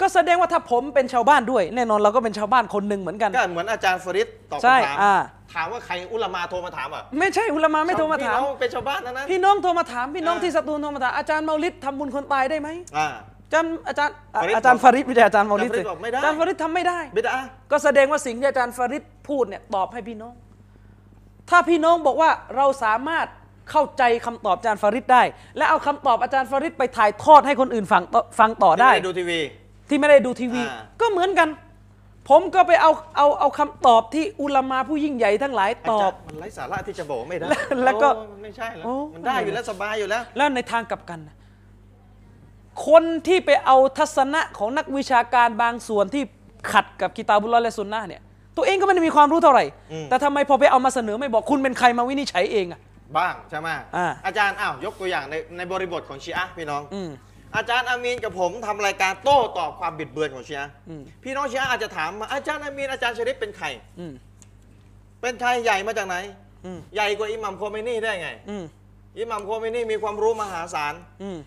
B: ก็แสดงว่าถ้าผมเป็นชาวบ้านด้วย แน่นอนเราก็เป็นชาวบ้านคนหนึ่งเหมือนกัน
A: ก็เหมือนอาจารย์ฟริดตอบ
B: ใช่
A: คำถาม
B: อ่า
A: ถามว่าใครอุลามาโทรมาถามอ่ะ
B: ไม่ใช่อุลามาไม่โทรมาถาม
A: พี่น้องเป็นชาวบ้านนะนะ
B: พี่น้องโทรมาถามพี่น้อง
A: อ่า
B: ที่สตูลโทรมาถามอาจารย์เมาลิดทำบุญคนตายได้ไหม
A: อ่า
B: อาจารย์อาจารย์อ่ะ
A: ฟาริด
B: อาจารย์ฟาริดไม่ใช่อาจารย์เมาลิดสิ
A: อาจารย์ฟาริดบอกไม่ได้
B: อาจารย์ฟาริดทำไม่ได้
A: บิดา
B: ก็แสดงว่าสิ่งที่อาจารย์ฟาริดพูดเนี่ยตอบให้พี่น้อง ถ้าพี่น้องบอกว่าเราสามารถเข้าใจคำตอบอาจารย์ฟาริดได้ และเอาคำตอบอาจารย์ฟาริดไปถ่ายทอดให้คนอื่นฟังต่อฟังต่อได้
A: ดูทีวี
B: ที่ไม่ได้ดูทีวี
A: อ่า
B: ก็เหมือนกัน ผมก็ไปเอาเอาเอาคำตอบที่อุลามาผู้ยิ่งใหญ่ทั้งหลายตอ
A: า
B: บ
A: จารย์มันไร้สาระที่จะบอกไม่ได้
B: แล้วแล้วก็
A: โอ้มันไม่ใช่แล้ว
B: โอ้
A: มันได้อยู่แล้วสบายอยู่แล้ว
B: แล้วในทางกลับกันนะคนที่ไปเอาทัศนะของนักวิชาการบางส่วนที่ขัดกับกิตาบุลลอฮ์และสุนนะห์เนี่ย ตัวเองก็ไม่ได้มีความรู้เท่าไหร่
A: อืม
B: แต่ทำไมพอไปเอามาเสนอไม่บอกคุณเป็นใครมาวินิจฉัยเองอะ
A: บ้างใช่ไหม
B: อ่า
A: อาจารย์อ้าวยกตัวอย่างในในบริบทของชีอะห์พี่น้อง
B: อืม
A: อาจารย์อามีนกับผมทำรายการโต้ตอบความบิดเบือนของชีอะห์
B: อืม
A: พี่น้องชีอะห์อาจจะถามมาอาจารย์อามีนอาจารย์ชริฟเป็นใคร
B: อืม
A: เป็นชายใหญ่มาจากไหน
B: อืม
A: ใหญ่กว่าอิหมัมโคเมนีได้ไง
B: อืม
A: อิหมัมโคเมนีมีความรู้มหาศาล
B: อืม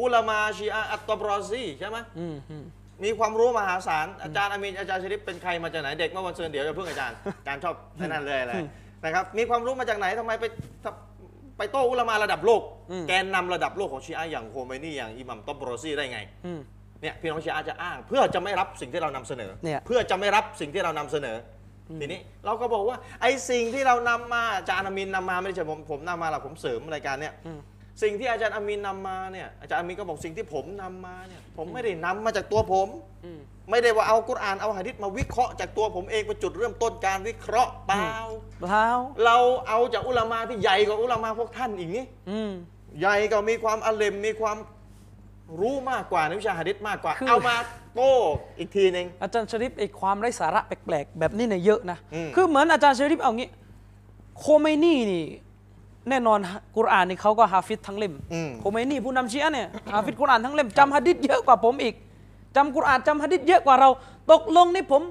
A: อุลามาชีอะห์อัตตบรอซีใช่ไหม
B: อืมอืม
A: มีความรู้มหาศาล อาจารย์อามีนอาจารย์ชริปเป็นใครมาจากไหน เด็กเมื่อวันเสาร์เดี๋ยวจะเพิ่งอาจารย์ อาจารย์ช อบไอ้นั่นเลยอะไรนะครับ มีความรู้มาจากไหนทำไมไปทำไปโต้อุลามาระดับโลก แกนนำระดับโลกของชีอะห์อย่างโคเมนีอย่างอิหมัมตบรอซีได้ไง
B: อืม
A: เนี่ยพี่น้องชีอาจะอ้าง เพื่อจะไม่รับสิ่งที่เรานำเสนอ
B: เนี่ย
A: เพื่อจะไม่รับสิ่งที่เรานำเสนออทีนี้เราก็บอกว่าไอ้สิ่งที่เรานำมาอาจารย์อามินนำมาไม่ใช่ผมผมนำมาหรอกผมเสริมรายการเนี่ย
B: อืม
A: สิ่งที่อาจารย์อามินนำมาเนี่ยอาจารย์อามินก็บอกสิ่งที่ผมนำมาเนี่ยผมไม่ได้นำมาจากตัวผม
B: อืม
A: ไม่ได้ว่าเอากุรอานเอาหะดิษมาวิเคราะห์จากตัวผมเองเป็นจุดเริ่มต้นการวิเคราะห์เปล่า
B: เท้า
A: เราเอาจากอุลามาที่ใหญ่กว่าอุลามาพวกท่านอีกนี่
B: อืม
A: ใหญ่ก็มีความอาเลมมีความ รู้มากกว่าในวิชาหะดิษมากกว่า
B: คือ
A: เอามาโต้อีกทีหนึ่ง
B: อาจารย์ชริปไอ้ความไร้สาระแปลกๆ แบบนี้เนี่ยเยอะนะ
A: อืม
B: คือเหมือนอาจารย์ชริปเอางี้ โคเมนี่นี่ แน่นอนกุรอานนี่เขาก็ฮาฟิดทั้งเล่ม
A: อืม
B: โคเมนี่ผู้นำชีอะห์เนี่ย ฮาฟิดกุรอานทั้งเล่มจำฮะดิษเยอะกว่าผมอีกจำกุรอานจำฮะดิษเยอะกว่าเรา ตกลงนี่ผม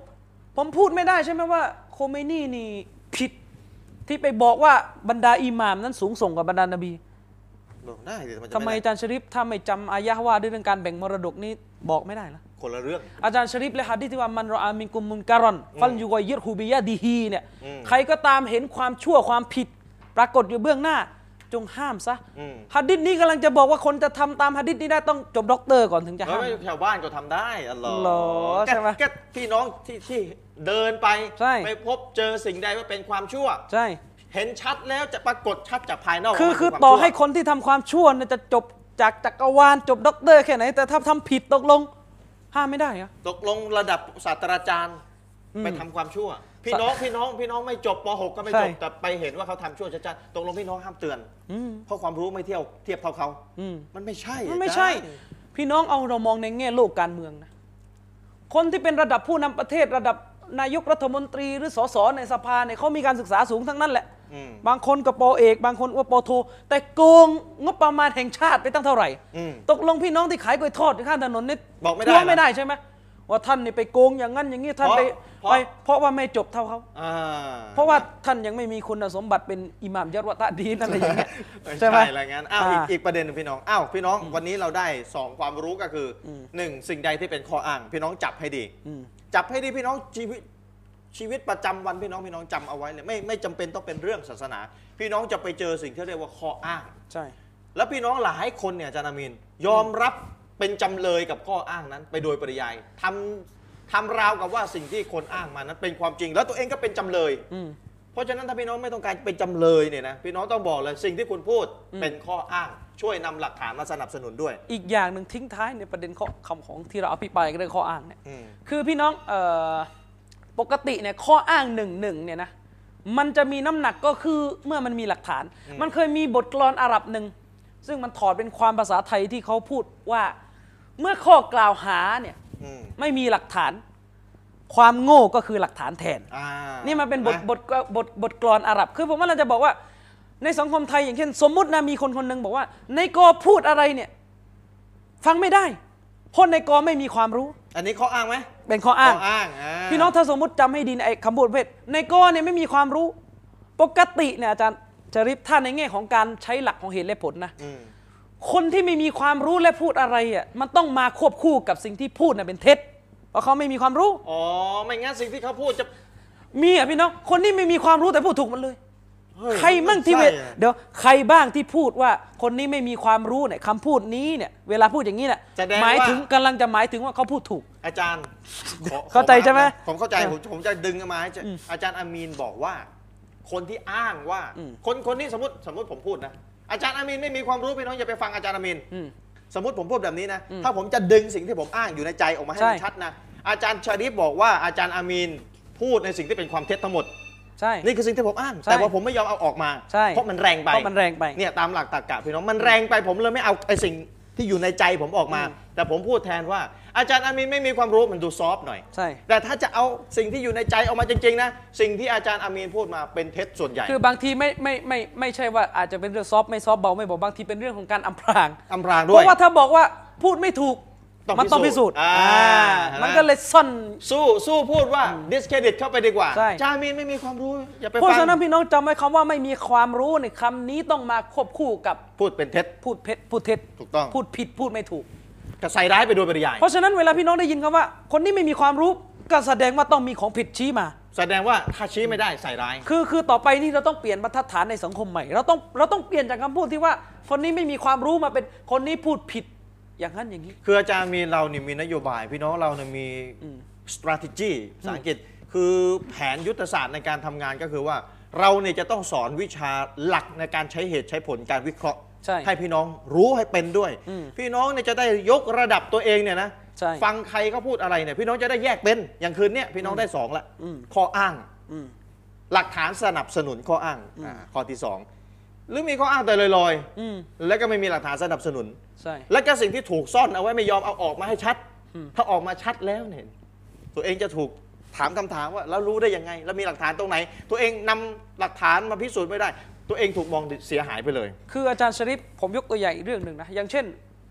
B: ผมพูดไม่ได้ใช่ไหมว่า โคเมนี่นี่ผิด ที่ไปบอกว่าบรรดาอิหม่ามนั้นสูงส่งกว่าบรรดานบี
A: บอกได้ดิ
B: ทำไมอา
A: จะด้
B: จารย์ชริปถ้าไม่จำอายะห์ว่าด้วยเรื่องการแบ่งมรดกนี่บอกไม่ได้ละ
A: คนละเรื่อง
B: อาจารย์ชริปเลยฮัดดิษที่ว่ามันรออามินกุมมุนการอนฟันยูกอยยิดฮูบิยะดีฮีเนี่ย
A: อืม
B: ใครก็ตามเห็นความชั่วความผิด ปรากฏอยู่เบื้องหน้า จงห้ามซะ
A: อืม
B: ฮัดดิษนี้กำลังจะบอกว่าคนจะทำตามฮัดดิษนี้ได้ต้องจบด็อกเตอร์ก่อนถึงจะ
A: แล้ว
B: ห้าม
A: ไม่แถวบ้านก็ทำได้อัลลอฮ์
B: หรอใช่ไหม
A: แค่พี่น้องที่ที่เดินไป
B: ใช่
A: ไปพบเจอสิ่งใดว่าเป็นความชั่ว
B: ใช่
A: เห็นชัดแล้วจะปรากฏชัดจากภายนอก
B: คือ
A: ว่ามัน
B: คือ
A: เป็นวาม
B: ต่อให้
A: ชั่ว
B: คนที่ทำความชั่วเนี่ยจะจบจากจักรวาลจบด็อกเตอร์แค่ไหน แต่ถ้าทำผิดตกลง ห้ามไม่ได้เหรอ
A: ตกลงระดับศาสตราจารย์
B: อืม
A: ไปทำความชั่ว พี่น้องพี่น้องพี่น้องไม่จบป .6 ก็ไม่
B: ใช่
A: จบแต่ไปเห็นว่าเขาทำชั่วชัดๆตกลงพี่น้องห้ามเตือน
B: อืม
A: เพราะความรู้ไม่เที่ยวเทียบเท่าเขา
B: อืม
A: มันไม่ใช่
B: มันไม่ใช่
A: อาจารย์
B: พี่น้องเอาเรามองในแง่โลกการเมืองนะคนที่เป็นระดับผู้นำประเทศระดับนายกรัฐมนตรีหรือสสในสภาเนี่ยเขามีการศึกษาสูงทั้งนั้นแหละ
A: อืม
B: บางคนก็ปอเอก บางคนก็ปอโท แต่โกงงบประมาณแห่งชาติไปตั้งเท่าไหร่
A: อืม
B: ตกลงพี่น้องที่ขายกล้วยทอดอยู่ข้างถนนนี่
A: บอกไม่ได้
B: ทวง
A: นะ
B: ไม่ได้ใช่ไหมว่าท่านนี่ไปโกงอย่างนั้นอย่างนี้ท่าน
A: เพราะ
B: ไป
A: เพราะ
B: ไปเพราะว่าไม่จบเท่าเขา
A: อ่า
B: เพราะว่าท่านยังไม่มีคุณสมบัติเป็นอิหม่ามยัดวะตะดีนอะไรอย่างเงี้ย
A: ไม่
B: ใช่
A: ใช่
B: ไหม
A: อะไรงั้น อ้าวอีก
B: อ่า
A: อีกประเด็นหนึ่งพี่น้อง อ้าว พี่น้อง วันนี้เราได้ 2 ความรู้ก็คืออหนึ่งสิ่งใดที่เป็นข้ออ้าง พี่น้องจับให้ดี
B: อืม
A: จับให้ดีพี่น้องชีวิตชีวิตประจำวันพี่น้องพี่น้องจำเอาไว้เลยไม่ไม่จำเป็นต้องเป็นเรื่องศาสนา พี่น้องจะไปเจอสิ่งที่เรียกว่าข้ออ้าง
B: ใช่
A: แล้วพี่น้องหลายคนเนี่ยอาจารย์อามินยอมรับเป็นจำเลยกับข้ออ้างนั้น ไปโดยปริยายทำทำราวกับว่าสิ่งที่คนอ้างมานั้นเป็นความจริง แล้วตัวเองก็เป็นจำเลย
B: อืม
A: เพราะฉะนั้นถ้าพี่น้องไม่ต้องการเป็นจำเลยเนี่ยนะพี่น้องต้องบอกเลยสิ่งที่คุณพูดเป็นข้ออ้าง ช่วยนำหลักฐานมาสนับสนุนด้วย
B: อีกอย่างหนึ่งทิ้งท้ายในประเด็นข้อคำของที่เราอภิปรายกันเรื่องข้ออ้างเนี่ย
A: อืม
B: คือพี่น้องเออปกติเนี่ยข้ออ้างหนึ่งหนึ่งเนี่ยนะมันจะมีน้ำหนักก็คือเมื่อมันมีหลักฐาน มันเคยมีบทกลอนอาหรับหนึ่งซึ่งมันถอดเป็นความภาษาไทยที่เขาพูดว่า เมื่อข้อกล่าวหาเนี่ย
A: อืม
B: ไม่มีหลักฐาน ความโง่ก็คือหลักฐานแทน
A: อ่า
B: นี่มันเป็นบท
A: ะ
B: บทบทบทกลอนอาหรับ คือผมว่าเราจะบอกว่า ในสังคมไทยอย่างเช่น สมมุตินะมีคนคนหนึ่งบอกว่า ในกอพูดอะไรเนี่ย ฟังไม่ได้เพราะในกอไม่มีความรู้
A: อันนี้ข้ออ้างไหม
B: เป็นข้ออ้าง
A: ข้ออ้างา
B: พี่น้องถ้าสมมติจำให้ดีนะไอ้คำพูดประเพศในกอเนี่ยไม่มีความรู้ ปกติเนี่ยอาจารย์จะริบท่านในแง่ของการใช้หลักของเหตุและผลนะ
A: อืม
B: คนที่ไม่มีความรู้และพูดอะไรอ่ะมันต้องมาควบคู่กับสิ่งที่พูดนะเป็นเท็จเพราะเขาไม่มีความรู้
A: อ๋อไม่งั้นสิ่งที่เขาพูดจะ
B: มีอ่ะพี่น้องคนที่ไม่มีความรู้แต่พูดถูกหมันเลย
A: เฮ้ย
B: ใครมั่งที่เว
A: ใช่อะ
B: เดี๋ยวใครบ้างที่พูดว่าคนนี้ไม่มีความรู้เนี่ยคำพูดนี้เนี่ยเวลาพูดอย่างนี้เนี่ย
A: แสดง
B: หมาย
A: ว่า
B: ถึงกำลังจะหมายถึงว่าเขาพูดถูก
A: อาจารย์ขอ
B: เข้าใจใช่ไหม
A: ขอผมเข้าใจ
B: เออ
A: ผมผมจะดึงเอามาให้อาจารย์อาจารย์อามีนบอกว่า คนที่อ้างว่า
B: อืม
A: คนคนนี้สมมติสมมติผมพูดนะอาจารย์อามีนไม่มีความรู้พี่น้องอย่าไปฟังอาจารย์อามีน
B: อืม
A: สมมติผมพูดแบบนี้นะ ถ้าผมจะดึงสิ่งที่ผมอ้างอยู่ในใจออกมาให้มั
B: ใช่
A: นชัดนะ อาจารย์ชาริฟบอกว่าอาจารย์อามีนพูดในสิ่งที่เป็นความเท็จทั้งหมด
B: ใช่
A: นี่คือสิ่งที่ผมอ้าง
B: ใช่
A: แต่ว่าผมไม่ยอมเอาออกมา
B: ใช่
A: เพราะมันแรงไป
B: เพราะมันแรงไป
A: เนี่ยตามหลักตรรกะพี่น้องมันแรงไปผมเลยไม่เอาไอ้สิ่งที่อยู่ในใจผมออกมา
B: อืม
A: แต่ผมพูดแทนว่า อาจารย์อามีนไม่มีความรู้มันดูซอฟต์หน่อย
B: ใช่
A: แต่ถ้าจะเอาสิ่งที่อยู่ในใจออกมาจริงๆนะสิ่งที่อาจารย์อามีนพูดมาเป็นเท็จส่วนใหญ่
B: คือบางทีไม่ไม่ไม่ไม่ใช่ว่าอาจจะเป็นเรื่องซอฟต์ไม่ซอฟต์เบาไม่บอกบางทีเป็นเรื่องของการอำพราง
A: อำพราง
B: เพ
A: ด้วย
B: ราะว่าถ้าบอกว่าพูดไม่ถูก
A: ต้อง
B: มัต้อง
A: พิ
B: พิ
A: สู
B: สู
A: จ
B: จ
A: น์
B: น์
A: อ่า
B: อ่า
A: เห็นไหม
B: มันก็เลยซ่อน
A: สู้สู้พูดว่า discredit เข้าไปดีกว่า
B: ใช่
A: อาจารย์อามีนไม่มีความรู้อย่าไป
B: เพราะ
A: ฟัง
B: ฉะนั้นพี่น้องจำไว้คำว่าไม่มีความรู้ในยคำนี้ต้องมาควบคู่กับ
A: พูดเป็นเท็จ
B: พูดเพ็ดพูดเท็จ
A: ถูกต้อง
B: พูดผิดพูดไม่ถูก
A: จะใส่ร้ายไปโดยปริยาย
B: เพราะฉะนั้นเวลาพี่น้องได้ยินคำว่า คนนี้ไม่มีความรู้ก็แสดงว่าต้องมีของผิดชี้มา
A: แสดงว่าถ้าชี้ไม่ได้ใส่ร้าย
B: คือคือต่อไปนี่เราต้องเปลี่ยนบรรทัดฐานในสังคมใหม่เราต้องเราต้องเปลี่ยนจากคำพูดที่ว่า คนนี้ไม่มีความรู้มาเป็นคนนี้พูดผิดอย่างนั้นอย่างนี้
A: คืออาจารย์มีเราเนี่ยมีนโยบาย พี่น้องเราเนี่ยมี strategy ภาษาอังกฤษ คือแผนยุทธศาสตร์ในการทำงานก็คือว่า เราเนี่ยจะต้องสอนวิชาหลักในการใช้เหตุใช้ผลการวิเคราะห์
B: ใช่
A: พี่น้องรู้ให้เป็นด้วย พี่น้องเนี่ยจะได้ยกระดับตัวเองเนี่ยนะ
B: ใช่
A: ฟังใครเขาพูดอะไรเนี่ยพี่น้องจะได้แยกเป็นอย่างคืนเนี่ยพี่น้องได้สองละข้ออ้าง หลักฐานสนับสนุนข้ออ้างอ่าข้อที่สอง หรือมีข้ออ้างแต่ลอย
B: อืม
A: ๆ และก็ไม่มีหลักฐานสนับสนุน
B: ใช่
A: และก็สิ่งที่ถูกซ่อนเอาไว้ไม่ยอมเอาออกมาให้ชัด ถ้าออกมาชัดแล้วเนี่ยตัวเองจะถูกถามคำถามว่าแล้วรู้ได้ยังไง แล้วมีหลักฐานตรงไหน ตัวเองนำหลักฐานมาพิสูจน์ไม่ได้ ตัวเองถูกมองเสียหายไปเลย
B: คืออาจารย์ชริปผมยกตัวอย่างอีกเรื่องหนึ่งนะ อย่างเช่น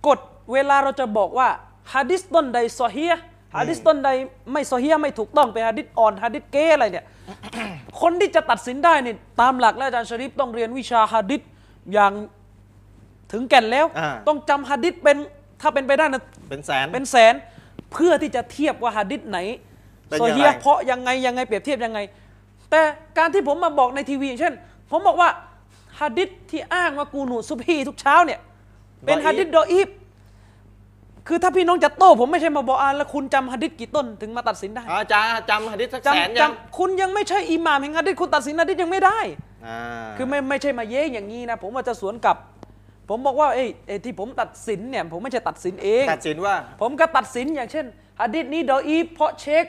B: กฎเวลาเราจะบอกว่าฮะดิษต้นใดซอเฮียฮะดิษต้นใดไม่ซอเฮียไม่ถูกต้องเป็นฮะดิษอ่อนฮะดิษเก้อะไรเนี่ย คนที่จะตัดสินได้เนี่ยตามหลักแล้วอาจารย์ชริปต้องเรียนวิชาฮะดิษอย่างถึงแก่นแล้ว
A: อ่า
B: ต้องจำฮะดิษเป็นถ้าเป็นไปได้นะ
A: เป็นแสน
B: เป็นแสนเพื่อที่จะเทียบว่าหะดิษไหน
A: เป็น
B: โซเฮีย
A: อย่างไร
B: เพราะยังไงยังไงเปรียบเทียบยังไง แต่การที่ผมมาบอกในทีวีอย่างเช่น ผมบอกว่าหะดิษที่อ้างว่ากูหนูซุบฮีทุกเช้าเนี่ย เป็นหะดิษดออีฟคือถ้าพี่น้องจะโต้ผมไม่ใช่มาบอกอ่านแล้วคุณจำหะดิษกี่ต้นถึงมาตัดสินได้
A: อาจารย์จำหะดิษสักแสน
B: จำ
A: ยัง
B: จำคุณยังไม่ใช่อิหม่ามแห่งหะดิษคุณตัดสินหะดิษยังไม่ได้
A: อ่า
B: คือไม่ไม่ใช่มาเย้งอย่างนี้นะผมว่าจะสวนกลับ ผมบอกว่าเอ้ยเอ้ยที่ผมตัดสินเนี่ยผมไม่ใช่ตัดสินเอง
A: ตัดสินว่า
B: ผมก็ตัดสินอย่างเช่นหะดิษนี้ดออีฟเพราะเช็ค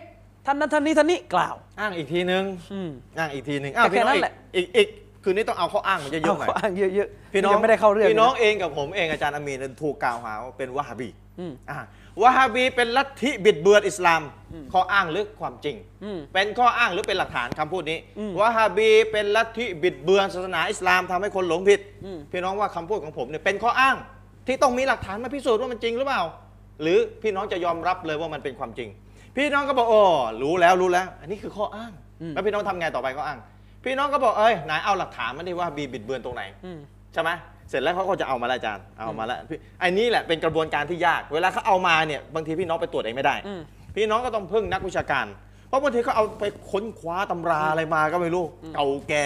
B: ท่านนั้นท่านนี้ท่านนี้กล่าว
A: อ้างอีกทีนึง
B: อืม
A: อ้างอีกทีนึงอ้าว
B: แต่
A: พี่
B: แค่
A: น้อง
B: นั้นแหละ
A: อีกอีกอีกคือนี่ต้องเอาข้ออ้างมันเย
B: เอา
A: อะๆหน่อย
B: ข้ออ้างเยอะๆ
A: พี่น้อง
B: ยังไม่ได้เข้าเรื่อง
A: พี่น้อง
B: เลย
A: เองกับผมเองอาจารย์อามีนถูกกล่าวหาว่าเป็นวะฮาบี
B: อืม
A: อ่าวะฮาบีเป็นลัทธิบิดเบือนอิสลาม ข้ออ้างหรือความจริง
B: อืม
A: เป็นข้ออ้างหรือเป็นหลักฐานคำพูดนี้
B: อืม
A: วะฮาบีเป็นลัทธิบิดเบือนศาสนาอิสลามทำให้คนหลงผิด
B: อืม
A: พี่น้องว่าคำพูดของผมเนี่ยเป็นข้ออ้างที่ต้องมีหลักฐานมาพิสูจน์ว่ามันจริงหรือเปล่า หรือพี่น้องจะยอมรับเลยว่ามันเป็นความจริง พี่น้องก็บอกโอ้รู้แล้วรู้แล้ว อันนี้คือข้ออ้าง
B: อืม
A: แล้วพี่น้องทำไงต่อไปข้ออ้าง พี่น้องก็บอกเอ้ยไหนเอาหลักฐานมาดิว่าบีบิดเบือนตรงไหน
B: อืม
A: ใช่ไหมเสร็จแล้วเขาก็จะเอามาและอาจารย์เอามาและพี่อันนี้แหละเป็นกระบวนการที่ยาก เวลาเขาเอามาเนี่ยบางทีพี่น้องไปตรวจเองไม่ได้
B: อืม
A: พี่น้องก็ต้องพึ่งนักวิชาการ เพราะบางทีเขาเอาไปค้นคว้าตำราอะไรมาก็ไม่รู้เก่าแก่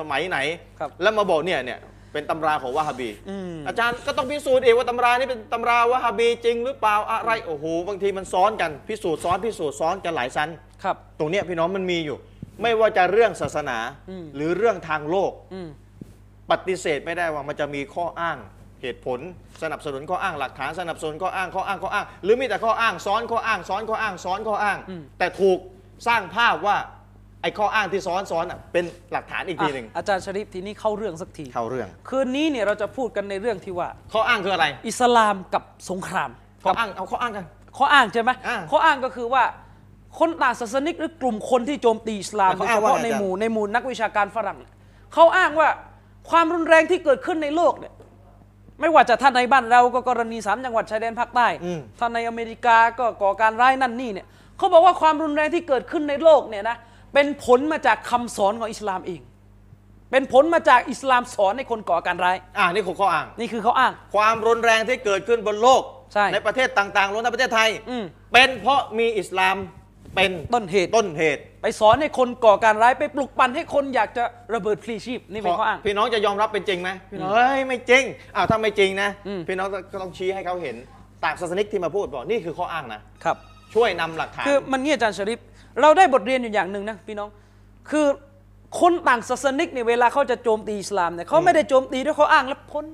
A: สมัยไหน
B: ครับ
A: แล้วมาบอกเนี่ยเนี่ยเป็นตำราของวะฮาบี
B: อืม
A: อาจารย์ก็ต้องพิสูจน์เองว่าตำรานี่เป็นตำราวะฮาบีจริงหรือเปล่าอะไรโอ้โหบางทีมันซ้อนกันพิสูจน์ซ้อนพิสูจน์ซ้อนกันหลายชั้น
B: ครับ
A: ตรงเนี้ยพี่น้องมันมีอยู่ ไม่ว่าจะเรื่องศาสนา
B: อืม
A: หรือเรื่องทางโลก
B: อืม
A: ปฏิเสธไม่ได้ว่ามันจะมีข้ออ้างเหตุผล สนับสนุนข้ออ้างหลักฐานสนับสนุนข้ออ้างข้ออ้างข้ออ้าง หรือมีแต่ข้ออ้างซ้อนข้ออ้างซ้อนข้ออ้างซ้อนข้ออ้าง
B: อืม
A: แต่ถูกสร้างภาพว่าไอ้ข้ออ้างที่ซ้อนซ้อนอ่ะเป็นหลักฐานอีกทีหนึ่ง
B: อ่ะอาจารย์ชริปทีนี้เข้าเรื่องสักที
A: เข้าเรื่อง
B: คืนนี้เนี่ยเราจะพูดกันในเรื่องที่ว่า
A: ข้ออ้างคืออะไร
B: อิสลามกับสงคราม
A: ข้ออ้างเอาข้ออ้างกัน
B: ข้ออ้างใช่ไหม
A: อ่า
B: ข้ออ้างก็คือว่าคนต่างศาสนิกหรือกลุ่มคนที่โจมตีอิสลาม
A: อ่ะ
B: โด
A: เขาอ้า
B: ยเฉ
A: งว่า
B: พาะ
A: อะไร
B: ใน
A: อาจารย์
B: หมู่ในหมู่นักวิชาการฝรั่งเนี่ยเขาอ้างว่าความรุนแรงที่เกิดขึ้นในโลกเนี่ยไม่ว่าจะท่านในบ้านเราก็กรณีสามจังหวัดชายแดนภาคใต้ท่านในอเมริกาก็ก่อการร้ายนั่นนี่เนี่ยเขาบอกว่าความรุนแรงที่เกิดขึ้นในโลกเนี่ยนะเป็นผลมาจากคำสอนของอิสลามเอง เป็นผลมาจากอิสลามสอนให้คนก่อการร้าย
A: อ่านี่คือข้ออ้าง
B: นี่คือเขาอ้าง
A: ความรุนแรงที่เกิดขึ้นบนโลก
B: ใช่
A: ประเทศต่างๆรวมทั้งประเทศไทย
B: อืม
A: เป็นเพราะมีอิสลามเป็น
B: ต้นเหตุ
A: ต้นเหตุ
B: ไปสอนให้คนก่อการร้ายไปปลุกปั่นให้คนอยากจะระเบิดพลีชีพนี่เป็นข้ออ้าง
A: พี่น้องจะยอมรับเป็นจริงไหมพี่น้องเฮ้ยไม่จริงอ้าวถ้าไม่จริงนะ
B: อืม
A: พี่น้องก็ต้องชี้ให้เขาเห็นต่างศาสนิกที่มาพูดบอกนี่คือข้ออ้างนะครับ ช่วยนำหลักฐาน
B: คือมันเนี่ยอาจารย์ชริปเราได้บทเรียนอยู่อย่างหนึ่งนะพี่น้อง คือคนต่างศาสนิกเนี่ยเวลาเขาจะโจมตีอิสลามเนี่ยเขาไม่ได้โจมตีด้วยข้ออ้างและพ้น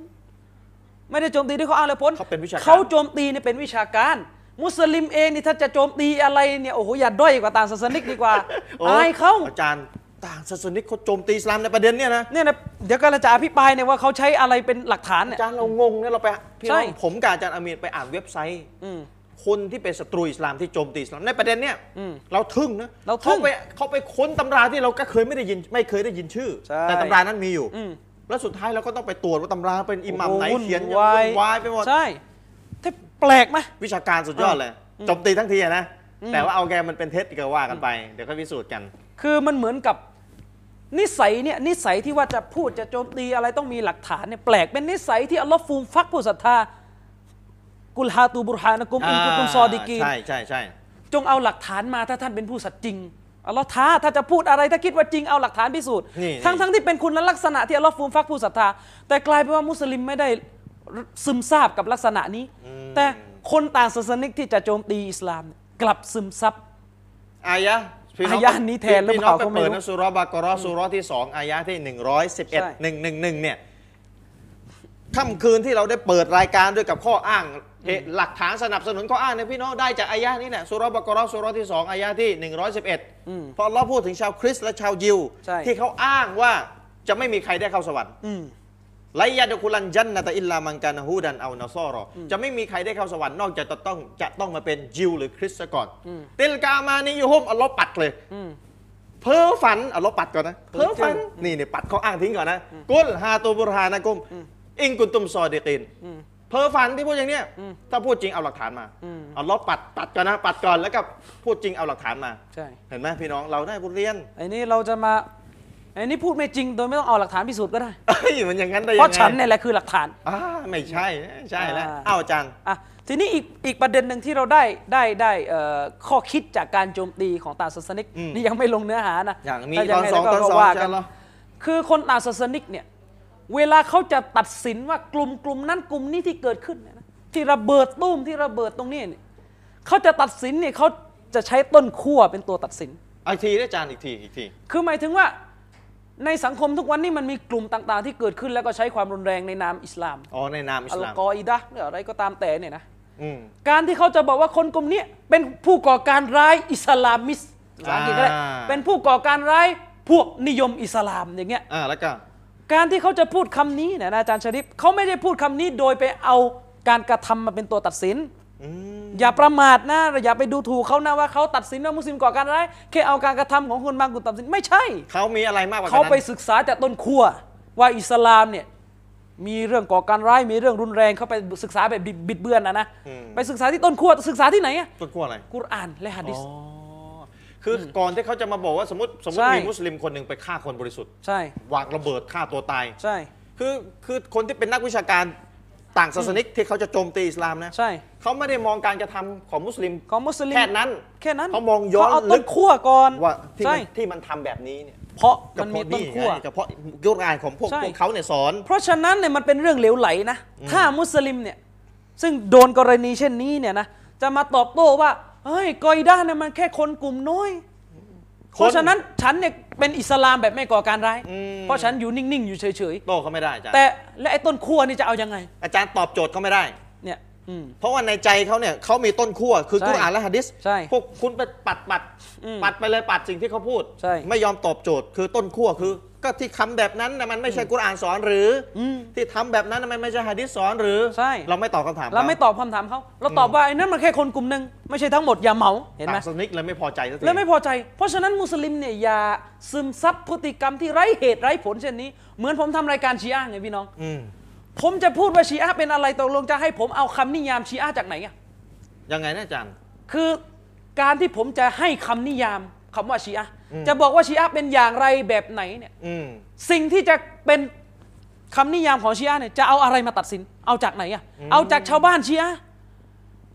B: ไม่ได้โจมตีด้วยข้ออ้างและพ้น
A: เขาเป็นวิชาการ
B: เขาโจมตีเนี่ยเป็นวิชาการ มุสลิมเองนี่ถ้าจะโจมตีอะไรเนี่ยโอ้โหอย่าด้อยกว่าต่างศาสนิกดีกว่า
A: โอ้
B: อายเขา
A: อาจารย์ต่างศาสนิกเขาโจมตีอิสลามในประเด็นเนี่ยนะ
B: เนี่ยนะเดี๋ยวกำลังจะอภิปรายเนี่ยว่าเขาใช้อะไรเป็นหลักฐานเนี่ย
A: อาจารย์เรางงเนี่ยเราไปพี่น้อง
B: ใช่
A: ผมกับอาจารย์อามีนไปอ่านเว็บไซต์
B: อืม
A: คนที่เป็นศัตรูอิสลามที่โจมตีอิสลามในประเด็นเนี่ย
B: อืม
A: เราทึ่งนะ
B: เราทึ่ง
A: ไปเขาไปค้นตำราที่เราก็เคยไม่ได้ยินไม่เคยได้ยินชื่อ
B: ใช่
A: แต่ตำรานั้นมีอยู่
B: อืม
A: แล้วสุดท้ายเราก็ต้องไปตรวจว่าตำราเป็นอิหมัมไหน
B: โอ้โ
A: เขียนยัง
B: วา
A: วุ่
B: ย
A: นวายไปหมด
B: ใช่แต่แปลกไหม
A: วิชาการสุดยอดเลยโจมตีทั้งทีอะนะแต่ว่าเอาแกมันเป็นเท็จก็ว่ากันไป เดี๋ยวค่อยพิสูจน์กัน
B: คือมันเหมือนกับนิสัยเนี่ยนิสัยที่ว่าจะพูดจะโจมตีอะไรต้องมีหลักฐานเนี่ยแปลกเป็นนิสัยที่อัลลอฮ์ฟูมฟักผู้ศรัทธากุลฮาตูบุรฮานะกุมอินกุตุมซอดีกีน
A: ใช่ใช่ใช่
B: จงเอาหลักฐานมาถ้าท่านเป็นผู้สัตย์จริงอัลลอฮ์ท้าถ้าจะพูดอะไรถ้าคิดว่าจริงเอาหลักฐานพิสูจน์ทั้งทั้งที่เป็นคุณลักษณะที่อัลลอฮ์ฟูมฟักผู้ศรัทธาแต่กลายเป็นว่ามุสลิมไม่ได้ซึมซาบกับลักษณะนี้ แต่คนต่างศาสนิกที่จะโจมตีอิสลามเนี่ยกลับซึมซับ
A: อายะพี่
B: อายะนี้แทนหรือ
A: พี่
B: เป
A: น้อ
B: ล่าง
A: ก็
B: ก็ไม่
A: เปิ
B: รู้
A: ดนะสุเราะห์บากะเราะห์สุเราะห์ที่สองอายะที่หนึ่งร้อยสิบเอ็ด
B: ใช่
A: หนึ่งหนึ่งหนึ่งเนี่ยค่ำคืนที่เราได้เปิดรายการด้วยกับข้ออ้างเหตุหลักฐานสนับสนุนข้ออ้างเนี่ยพี่น้องได้จากอายะนี้แหละสุเราะห์บากะเราะห์สุเราะห์ที่สองอายะที่หนึ่งร้อยสิบเอ็ดพอเราพูดถึงชาวคริสต์และชาวยิว
B: ใช่
A: ที่เขาอ้างว่าจะไม่มีใครได้เข้าสวรรค์
B: อืม
A: ไลยาดคุลันจันนะตะอิลลามังกานะฮูดันเอานาซอรออจะไม่มีใครได้เข้าสวรรค์นอกจากจะต้องจะต้องมาเป็นยิวหรือคริสต์ซะก่อน ติลกามานิยูฮุมอัลลอฮ์ปัดเลย
B: อืม
A: เพ้อฝันเอาลบปัดก่อนนะ
B: เพ้
A: เพ้
B: อ
A: อ
B: ฝั
A: ฝั
B: น
A: นนี่เนี่ยปัดเขาอ้างทิ้งก่อนนะ กุลฮาตูบุรฮานะกุม อิงกุนตุมซอดีกิน
B: อืม
A: เพ้อฝันที่พูดอย่างเนี้ย
B: อืม
A: ถ้าพูดจริงเอาหลักฐานมา
B: อืม
A: เอาลบปัดปัดก่อนนะปัดก่อนแล้วก็พูดจริงเอาหลักฐานมา
B: ใช่
A: เห็นไหมพี่น้องเราได้บทเรียน
B: ไอ้นี่เราจะมาไอ้นี่พูดไม่จริงโดยไม่ต้องเอาหลักฐานพิสูจน์ก็ได้
A: เอ้ยมันอย่างนั้นได้ยัง
B: เพ
A: ไง
B: ราะฉันเนี่ยแหละคือหลักฐาน
A: อ่าไม่ใช่ไม่ใช่แล้ว
B: อ่า
A: อ้าวอาจัง
B: อ่ะทีนี้อีกอีกประเด็นหนึ่งที่เราได้ได้ได้เอ่อข้อคิดจากการโจมตีของต่างศาสนิก
A: อืม
B: นี่ยังไม่ลงเนื้อหานะ
A: อย่างมี
B: แ
A: ตอน
B: ไ
A: สองต
B: แล้
A: อ
B: วน ก็
A: สอง
B: ว่ากั
A: ใช่เหรอ
B: คือคนต่างศาสนิกเนี่ยเวลาเขาจะตัดสินว่ากลุ่มกลุ่มนั้นกลุ่มนี้ที่เกิดขึ้นเนี่ยนะที่ระเบิดตุ้มที่ระเบิดตรงนี้เนี่ยเขาจะตัดสินเนี่ยเขาจะใช้ต้นขั้วเป็นตัวตัดสิน
A: เอาอีกทีได้อาจารย์อีกทีอีกที
B: คือหมายถึงว่าในสังคมทุกวันนี้มันมีกลุ่มต่าง ๆ ที่เกิดขึ้นแล้วก็ใช้ความรุนแรงในนามอิสลาม
A: อ๋อในนามอิ
B: อั
A: ส
B: ล
A: ลาม
B: กออิดะห์หรืออะไรก็ตามแต่เนี่ยนะ
A: อืม
B: การที่เขาจะบอกว่าคนกลุ่มเนี้ยเป็นผู้ก่อการร้ายอิสลามิสต์ภาษาอังกฤษก็ได้
A: อ่า
B: เป็นผู้ก่อการร้ายพวกนิยมอิสลามอย่างเงี้ย
A: อ่าแล้วก็
B: การที่เขาจะพูดคำนี้เนยนะอาจารย์ชริปเขาไม่ได้พูดคำนี้โดยไปเอาการกระทำมาเป็นตัวตัดสิน
A: อืม
B: อย่าประมาทนะอย่าไปดูถูกเขานะว่าเขาตัดสินว่ามุสลิมก่อการร้ายแค่เอาการกระทำของคนบางกลุ่มตัดสินไม่ใช่
A: เขามีอะไรมากกว่า
B: เขา
A: นั้น
B: ไปศึกษาจากต้นขั้วว่าอิสลามเนี่ยมีเรื่องก่อการร้ายมีเรื่องรุนแรงเขาไปศึกษาแบบบิดเบือนนะนะไปศึกษาที่ต้นขั้วศึกษาที่ไหนอะ
A: ต้นขั้วอะไร
B: กุรอานและหะดิษ
A: อ๋อคืออก่อนที่เขาจะมาบอกว่าสมมติสมมติ
B: ใช่
A: มีมุสลิมคนหนึ่งไปฆ่าคนบริสุทธิ์
B: ใช่
A: วางระเบิดฆ่าตัวตาย
B: ใช่
A: คือคือคนที่เป็นนักวิชาการต่างศาสนิกที่เขาจะโจมตีอิสลามนะ
B: ใช่
A: เขาไม่ได้มองการกระทำของมุสลิม
B: ของมุสลิม
A: แค่นั้น
B: แค่นั้น
A: เขามองย้อน
B: เขาเอา
A: ลึ
B: ต้น
A: ก
B: ขั้วก่อน
A: ว่าที่
B: ใช่
A: มันที่มันทำแบบนี้เนี่ย
B: เพราะ
A: ก็
B: มัน
A: เพ
B: มี
A: ราะ
B: ต้น
A: นี่
B: ขั้ว
A: ไงก็เพราะยกรายของพวก
B: ใช่
A: พวกเขาเนี่ยสอน
B: เพราะฉะนั้นเนี่ยมันเป็นเรื่องเหลวไหลนะถ้ามุสลิมเนี่ยซึ่งโดนกรณีเช่นนี้เนี่ยนะจะมาตอบโต้ว่าเฮ้ยกอยด้าเนี่ยมันแค่คนกลุ่มน้อย
A: คน
B: เพราะฉะนั้นฉันเนี่ยเป็นอิสลามแบบไม่ก่อการร้าย
A: อืม
B: เพราะฉันอยู่นิ่งๆอยู่เฉย
A: โต้เขาไม่ได้อาจาร
B: ๆ
A: ย์
B: แต่และไอ้ต้นขั้วนี่จะเอายังไง
A: อาจารย์ตอบโจทย์เขาไม่ได้
B: เนี่ยอืม
A: เพราะว่าในใจเขาเนี่ยเขามีต้นขั้วคือ
B: ใช่
A: กุรอานและฮะดิษ
B: ใช่
A: พวกคุณไปปัดปัด
B: อืม
A: ปัดไปเลยปัดสิ่งที่เขาพูด
B: ใช่
A: ไม่ยอมตอบโจทย์คือต้นขั้วคือ ก็ที่คำแบบนั้นนะมันไม่ใช่กุรอานสอนหรืออที่ทำแบบนั้นนะมันไม่ใช่ฮะดิษสอนหรือ
B: ใช่
A: เราไม่ตอบคำถาม
B: เราไม่ตอบคำถามเขาเราตอบว่าไอ้นั่นมันแค่คนกลุ่มหนึ่งไม่ใช่ทั้งหมดอย่าเหมาเห็นไหม
A: ต่างสนิกเลยไม่พอใจสักที
B: แล้วไม่พอใจ เพราะฉะนั้นมุสลิมเนี่ยอย่าซึมซับพฤติกรรมที่ไร้เหตุไร้ผลเช่นนี้ เหมือนผมทำรายการชีอะห์ไงพี่น้อง
A: อืม
B: ผมจะพูดว่าชีอะห์เป็นอะไรตกลงจะให้ผมเอาคำนิยามชีอะห์จากไหนอ่ะ
A: ยังไงนะอาจารย์
B: คือการที่ผมจะให้คำนิยามคำว่าชีอะห์จะบอกว่าชีอะห์เป็นอย่างไรแบบไหนเนี่ย
A: อืม
B: สิ่งที่จะเป็นคำนิยามของชีอะห์เนี่ยจะเอาอะไรมาตัดสิน เอาจากไหนอะเอาจากชาวบ้านชีอะห์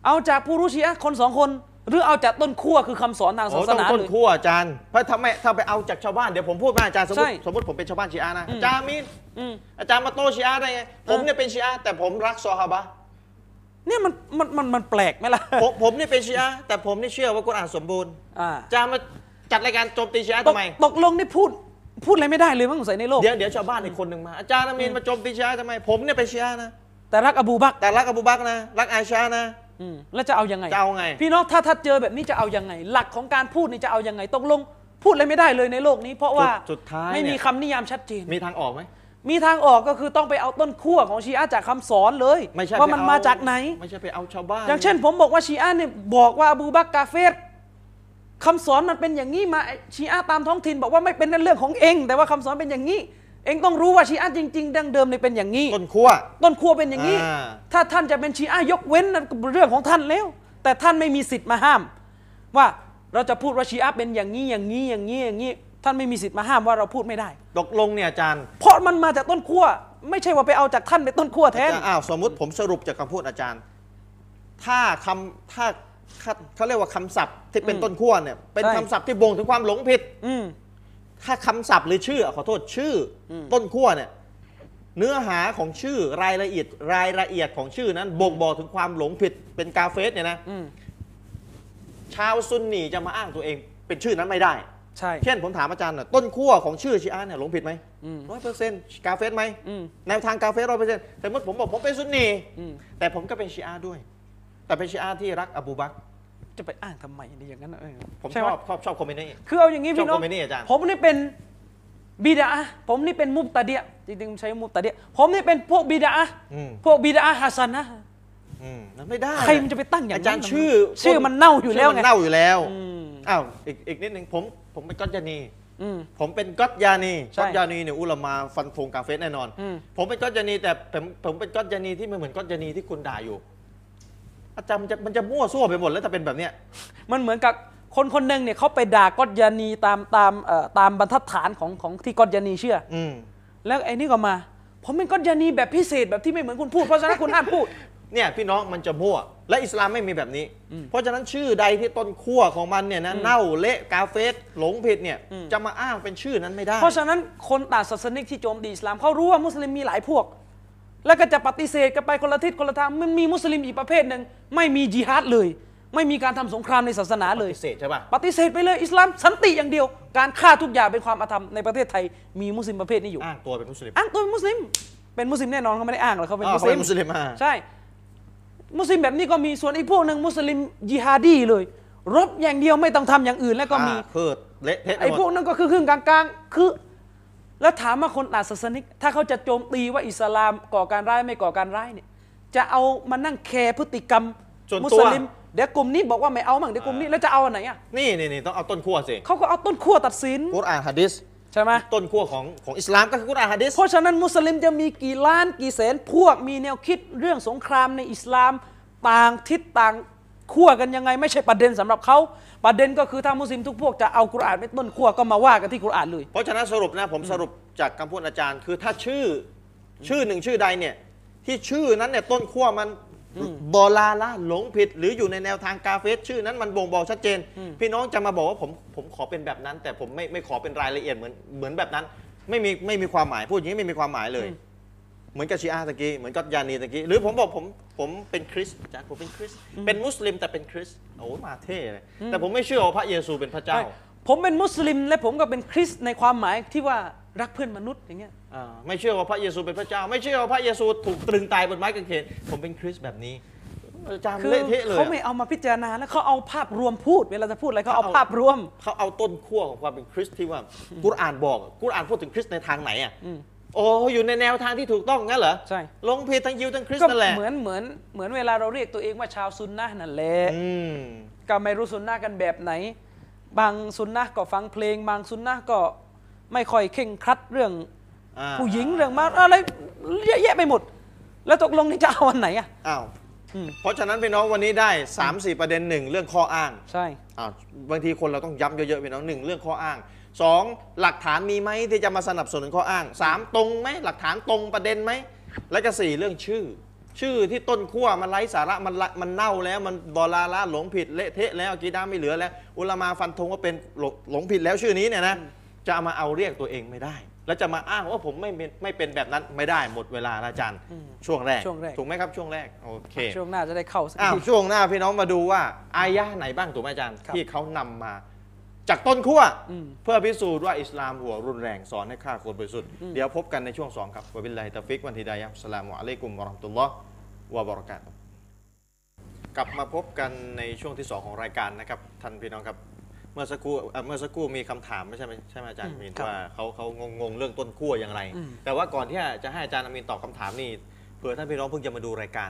B: เอาจากผู้รู้ชีอะห์คนสองคน หรือเอาจากต้นขั้วคือคำสอนทางศา
A: โอ้
B: ส
A: ต้อง
B: นา
A: ต้น
B: เลย
A: ขั้วอาจารย์เพราะถ้าไม่ถ้าไปเอาจากชาวบ้านเดี๋ยวผมพูดมาอาจารย์สมม
B: ใช่
A: ติสมมติผมเป็นชาวบ้านชีอานะอาจารย์มิน
B: อืม
A: อาจารย์มาโต้ชีอาได้ไงผมเนี่ยเป็นชีอาแต่ผมรักซอฮาบะห์
B: เนี่ยมันมันมันมันแปลกไหมล่ะ
A: ผมผมนี่เป็นชีอะห์แต่ผมนี่เชื่อว่ากุรอานสมบูรณ์
B: อ่า
A: จะมาจัดรายการโจมตีชีอะห์
B: ต
A: ทำ
B: ก
A: ไม
B: ตกลงนี่พูดพูดอะไรไม่ได้เลยมั้งสงสัยในโลก
A: เดี๋ยวเดี๋ยวชาวบ้านอีกคนหนึ่งมา อาจารย์อามีนมาโจมตีชีอะห์ทำไม ผมเนี่ยเป็นชีอะห์นะ
B: แต่รักอบูบักร
A: แต่รักอบูบักรนะ รักอาอิชานะ
B: อืมแล้วจะเอายังไง
A: จะเอาไง
B: พี่น้องถ้าถ้าเจอแบบนี้จะเอายังไง หลักของการพูดนี่จะเอายังไงตกลง พูดอะไรไม่ได้เลยในโลกนี้ เพราะว่า
A: สุดสุดท้าย
B: ไม่
A: เนี่ย
B: มีคำนิยามชัดเจน
A: มีทางออกไหม
B: มีทางออกก็คือต้องไปเอาต้นขั้วของชีอะห์จากคำสอนเลย
A: ไม่ใช่
B: ว่า
A: ไป
B: มัน
A: เอ
B: มาจากไหน
A: ไม่ใช่ไปเอาชาวบ้าน
B: อย่างเช่น ผมบอกว่าชีอะห์เนี่ยบอกว่าอบูบักรกาเฟรคำสอนมันเป็นอย่างนี้มาชีอะห์ตามท้องถิ่นบอกว่าไม่เป็นเรื่องของเอง แต่ว่าคำสอนเป็นอย่างนี้ เองต้องรู้ว่าชีอะห์จริงๆดั้งเดิมเนี่ยเป็นอย่างนี้
A: ต้นขั้ว
B: ต้นครัวเป็นอย่างนี้
A: อ่า
B: ถ้าท่านจะเป็นชีอะห์ยกเว้นนั่นก็เรื่องของท่านแล้ว แต่ท่านไม่มีสิทธิ์มาห้าม ว่าเราจะพูดว่าชีอะห์เป็นอย่างนี้อย่างนี้อย่างนี้อย่างนี้ ท่านไม่มีสิทธิ์มาห้ามว่าเราพูดไม่ได้
A: ตกลงเนี่ยอาจารย์
B: เพราะมันมาจากต้นขั้วไม่ใช่ว่าไปเอาจากท่านเป็นต้นขั้วแทน
A: จะอ้าวสมมติผมสรุปจากคำพูดอาจารย์ ถ้าคำถ้าถ้าเขาเรียกว่าคำศัพท์ที่เป็นต้นขั้วเนี่ย เป็น
B: ใช่
A: คำศัพท์ที่บ่งถึงความหลงผิด
B: อืม
A: ถ้าคำศัพท์หรือชื่ออ่ะขอโทษชื่ออต้นขั้วเนี่ยเนื้อหาของชื่อรายละเอียดรายละเอียดของชื่อนั้นบ่งบอกถึงความหลงผิดเป็นกาเฟสเนี่ยนะ
B: อืม
A: ชาวซุนนีจะมาอ้างตัวเองเป็นชื่อนั้นไม่ได้
B: ใช่
A: เช่นผมถามอาจารย์หน่อยต้นขั้วของชื่อชีอะห์เนี่ยหลงผิดไหมร้อยเปอร์เซ็นต์กาเฟสไหม
B: อืม
A: แนวทางกาเฟสร้อยเปอร์เซ็นต์แต่เมื่อผมบอกผมเป็นซุนนี
B: อืม
A: แต่ผมก็เป็นชีอะห์ด้วย แต่เป็นชีอะห์ที่รักอบูบักร
B: จะไปอ้างทำไมนี่อย่างนั้นน่ะเออ
A: ผม
B: ใช่
A: ช
B: ไหม
A: อบชอบชอบคอมเมนต์นี้
B: คือเอาอย่างนี้
A: ชอบ
B: พี่น้อ
A: ค
B: ง
A: อมเมนต์นี่อาจารย์
B: ผมนี่เป็น บิดาอะห์ผมนี่เป็นมุบตะเดียจริงๆผมใช้มุบตะเดียผมนี่เป็นพวกบิดาอะห์
A: อืม
B: พวกบิดาอะห์ฮัสซันนะห์
A: อืมนั่นไม่ได้
B: ใครมันจะไปตั้งอย่าง
A: อา
B: นั้น
A: จารย์
B: นะ
A: ชื่อ
B: ชื่อมันเน่าอยู่แล้ว
A: ชื่
B: ไง
A: มันเน่าอยู่แล้ว
B: อืม
A: อ้าวอีกอีกนิดหนึ่งผมผมเป็นกัตยานี
B: อืม
A: ผมเป็นกัตยานี
B: ใช่
A: กัตยานีเนี่ยอุลามาฟันธงกาเฟสแน่นอน
B: อืม
A: ผมเป็นกัตยานีแต่ผมผมเป็นกัตยานีที่ไม่เหมือนกัตยานีที่คุณด่าอยู่ อาจารย์มันจะมันจะมั่วซั่วไปหมดแล้วถ้าเป็นแบบเนี้ย
B: มันเหมือนกับคนคนหนึ่งเนี่ยเขาไปด่ากอดยานีตามตามเอ่อตามบรรทัดฐานของของที่กอดยานีเชื่อ
A: อืม
B: แล้วไอ้นี่ก็มา ผมเป็นกอดยานีแบบพิเศษแบบที่ไม่เหมือนคุณพูดเพราะฉะนั้นคุณห้ามพูด
A: เนี่ยพี่น้องมันจะมั่ว และอิสลามไม่มีแบบนี้ เพราะฉะนั้นชื่อใดที่ต้นขั้วของมันเนี่ยนะเน่าเละกาเฟสหลงผิดเนี่ย จะมาอ้างเป็นชื่อนั้นไม่ได้
B: เพราะฉะนั้นคนต่างศาสนิกที่โจมตีอิสลามเขารู้ว่ามุสลิมมีหลายพวก แล้วก็จะปฏิเสธกันไปคนละทิศคนละทางมันมีมุสลิมอีกประเภทหนึ่งไม่มีจิฮาดเลย ไม่มีการทำสงครามในศาสนา
A: ป
B: เลย
A: ฏิเสธใช่ป่ะ
B: ปฏิเสธไปเลยอิสลามสันติอย่างเดียว การฆ่าทุกอย่างเป็นความอาธรรมในประเทศไทยมีมุสลิมประเภทนี้อยู่
A: อ้างตัวเป็นมุสลิม
B: อ้างตัวเป็นมุสลิม เป็นมุสลิมแน่นอนเขาไม่ได้อ้างหรอกเขาเป็น
A: อ๋อ
B: มุส
A: เขา
B: ลิ
A: เป็
B: ม
A: นมุสลิมอ่ะ
B: ใช่ มุสลิมแบบนี้ก็มีส่วนอีกพวกหนึ่งมุสลิมยิฮาดีเลย รบอย่างเดียวไม่ต้องทำอย่างอื่นแล้วก็มี
A: อ่าเพิดเละเทะปหมด
B: ไอ้พวกนั้นก็คือครึ่งกลางๆ คือ แล้วถามว่าคนต่างศาสนิก ถ้าเขาจะโจมตีว่าอิสลามก่อการร้ายไม่ก่อการร้ายเนี่ย จะเอามานั่งแคร์พฤติกรรม
A: ส่วนตัว
B: มุสลิม เดี๋ยวกลุ่มนี้บอกว่าไม่เอามั่งเดี๋ยวกลุ่มนี้แล้วจะเอาอันไหนอ่ะ
A: นี่นี่นี่ต้องเอาต้นขั้วสิ
B: เขาก็เอาต้นขั้วตัดสิน
A: กุรอานฮะดิษ
B: ใช่ไหม
A: ต้นขั้วของของอิสลามก็คือกุรอานฮะดิษ
B: เพราะฉะนั้นมุสลิมจะมีกี่ล้านกี่แสนพวกมีแนวคิดเรื่องสงครามในอิสลามต่างทิศต่างขั้วกันยังไง ไม่ใช่ประเด็นสำหรับเขาประเด็นก็คือถ้ามุสลิมทุกพวกจะเอากุรอานเป็นต้นขั้วก็มาว่ากันที่กุรอานเลย
A: เพราะฉะนั้นสรุปนะผมสรุปจากคำพูดอาจารย์ คือถ้าชื่อชื่อหนึ่งชื่อใดเนี่ย ที่ชื่อนั้นเนี่ยต้นขั้วมันบอลาละหลงผิด หรืออยู่ในแนวทางกาเฟสชื่อนั้นมันบ่งบอกชัดเจน พี่น้องจะมาบอกว่าผมผมขอเป็นแบบนั้น แต่ผมไม่ไม่ขอเป็นรายละเอียดเหมือนเหมือนแบบนั้น ไม่มีไม่มีความหมายพูดอย่างนี้ไม่มีความหมายเลย เหมือนกับชีอาตะกี้เหมือนกับยานีตะกี้หรือผมบอกผมผมเป็นคริสต์อาจารย์ผมเป็นคริสต์เป็นมุสลิมแต่เป็นคริสต์โอ้มาเท่เลยแต่ผมไม่เชื่อว่าพระเยซูเป็นพระเจ้า
B: ใช่ผมเป็นมุสลิมและผมก็เป็นคริสต์ในความหมายที่ว่ารักเพื่อนมนุษย์อย่างเงี้ย
A: อ่าไม่เชื่อว่าพระเยซูเป็นพระเจ้า ไม่เชื่อว่าพระเยซูถูกตรึงตายบนไม้กางเขนผมเป็นคริสต์แบบนี้อาจารย์
B: คือ
A: เละเทะเลย
B: เขาไม่
A: อะ
B: เอามาพิจารณาแล้วเขาเอาภาพรวมพูด เวลาจะพูดอะไรเขาเอา
A: เขาเอา
B: ภาพรวม
A: เขาเอาต้นขั้วของความเป็นคริสต์ที่ว่ากุรอานบอกกุรอานพูดถึงคริสต์ในทางไหนอ่ะโอ้อยู่ในแนวทางที่ถูกต้องงั้นเหรอ
B: ใช่
A: ลงเพจทั้งยิวทั้งคริส
B: ก็
A: ต์นั่นแหละ
B: เหมือนเหมือนเหมือนเวลาเราเรียกตัวเองว่าชาวซุนนะห์นั่นแหละ
A: อืม
B: ก็ไม่รู้ซุนนะห์กันแบบไหน บางซุนนะห์ก็ฟังเพลง บางซุนนะห์ก็ไม่ค่อยเข่งครัดเรื่อง
A: อ่า
B: ผู้หญิงเรื่องมาอะไรเยอะแยะไปหมด แล้วตกลงนี่จะเอาวันไหนอ่ะ
A: อ้าว
B: อืม
A: เพราะฉะนั้นพี่น้องวันนี้ได้ 3 4 ประเด็นหนึ่งเรื่องข้ออ้าง
B: ใช่
A: อ้าวบางทีคนเราต้องย้ำเยอะๆพี่น้องหนึ่งเรื่องข้ออ้างสองหลักฐานมีไหมที่จะมาสนับสนุนข้ออ้างสามตรงไหมหลักฐานตรงประเด็นไหมและก็สี่เรื่องชื่อ ชื่อที่ต้นขั้วมันไร้สาระมันละมันเน่าแล้วมันดอลลาละหลงผิดเละเทะแล้วอากีด้าไม่เหลือแล้ว อุลามาฟันธงว่าเป็นหลงหลงผิดแล้วชื่อนี้เนี่ยนะจะเอามาเอาเรียกตัวเองไม่ได้ แล้วจะมาอ้างว่าผมไม่เป็นไม่เป็นแบบนั้นไม่ได้หมดเวลาแล้วอาจารย์ช่วงแรก
B: ช่วงแรก
A: ถูกไหมครับช่วงแรกโอเค
B: ช่วงหน้าจะได้เข้าสัก
A: อ้าว
B: ที
A: ช่วงหน้าพี่น้องมาดูว่า อายะห์ไหนบ้างถูกไหมอาจารย์
B: ครับ
A: ที่เขานำมา จากต้นขั้ว
B: อืม
A: เพื่อพิสูจน์ว่าอิสลามหัวรุนแรงสอนให้ฆ่าคนบริสุทธิ์เดี๋ยวพบกันในช่วงสองครับวะบิลลาฮิตาฟิกวันทิดายัมสลามุอะลัยกุมวะเราะห์มะตุลลอฮ์วะบะเราะกาตุฮ์กลับมาพบกันในช่วงที่สองของรายการนะครับท่านพี่น้องครับเมื่อสักครู่เอ่อเมื่อสักครู่มีคำถามไม่ใช่ไหมใช่ไหมอาจารย์อามีน
B: ครับ
A: ว่าเขาเขางงๆเรื่องต้นขั้วอย่างไร แต่ว่าก่อนที่จะให้อาจารย์อามีนตอบคำถามนี่เผื่อท่านพี่น้องเพิ่งจะมาดูรายการ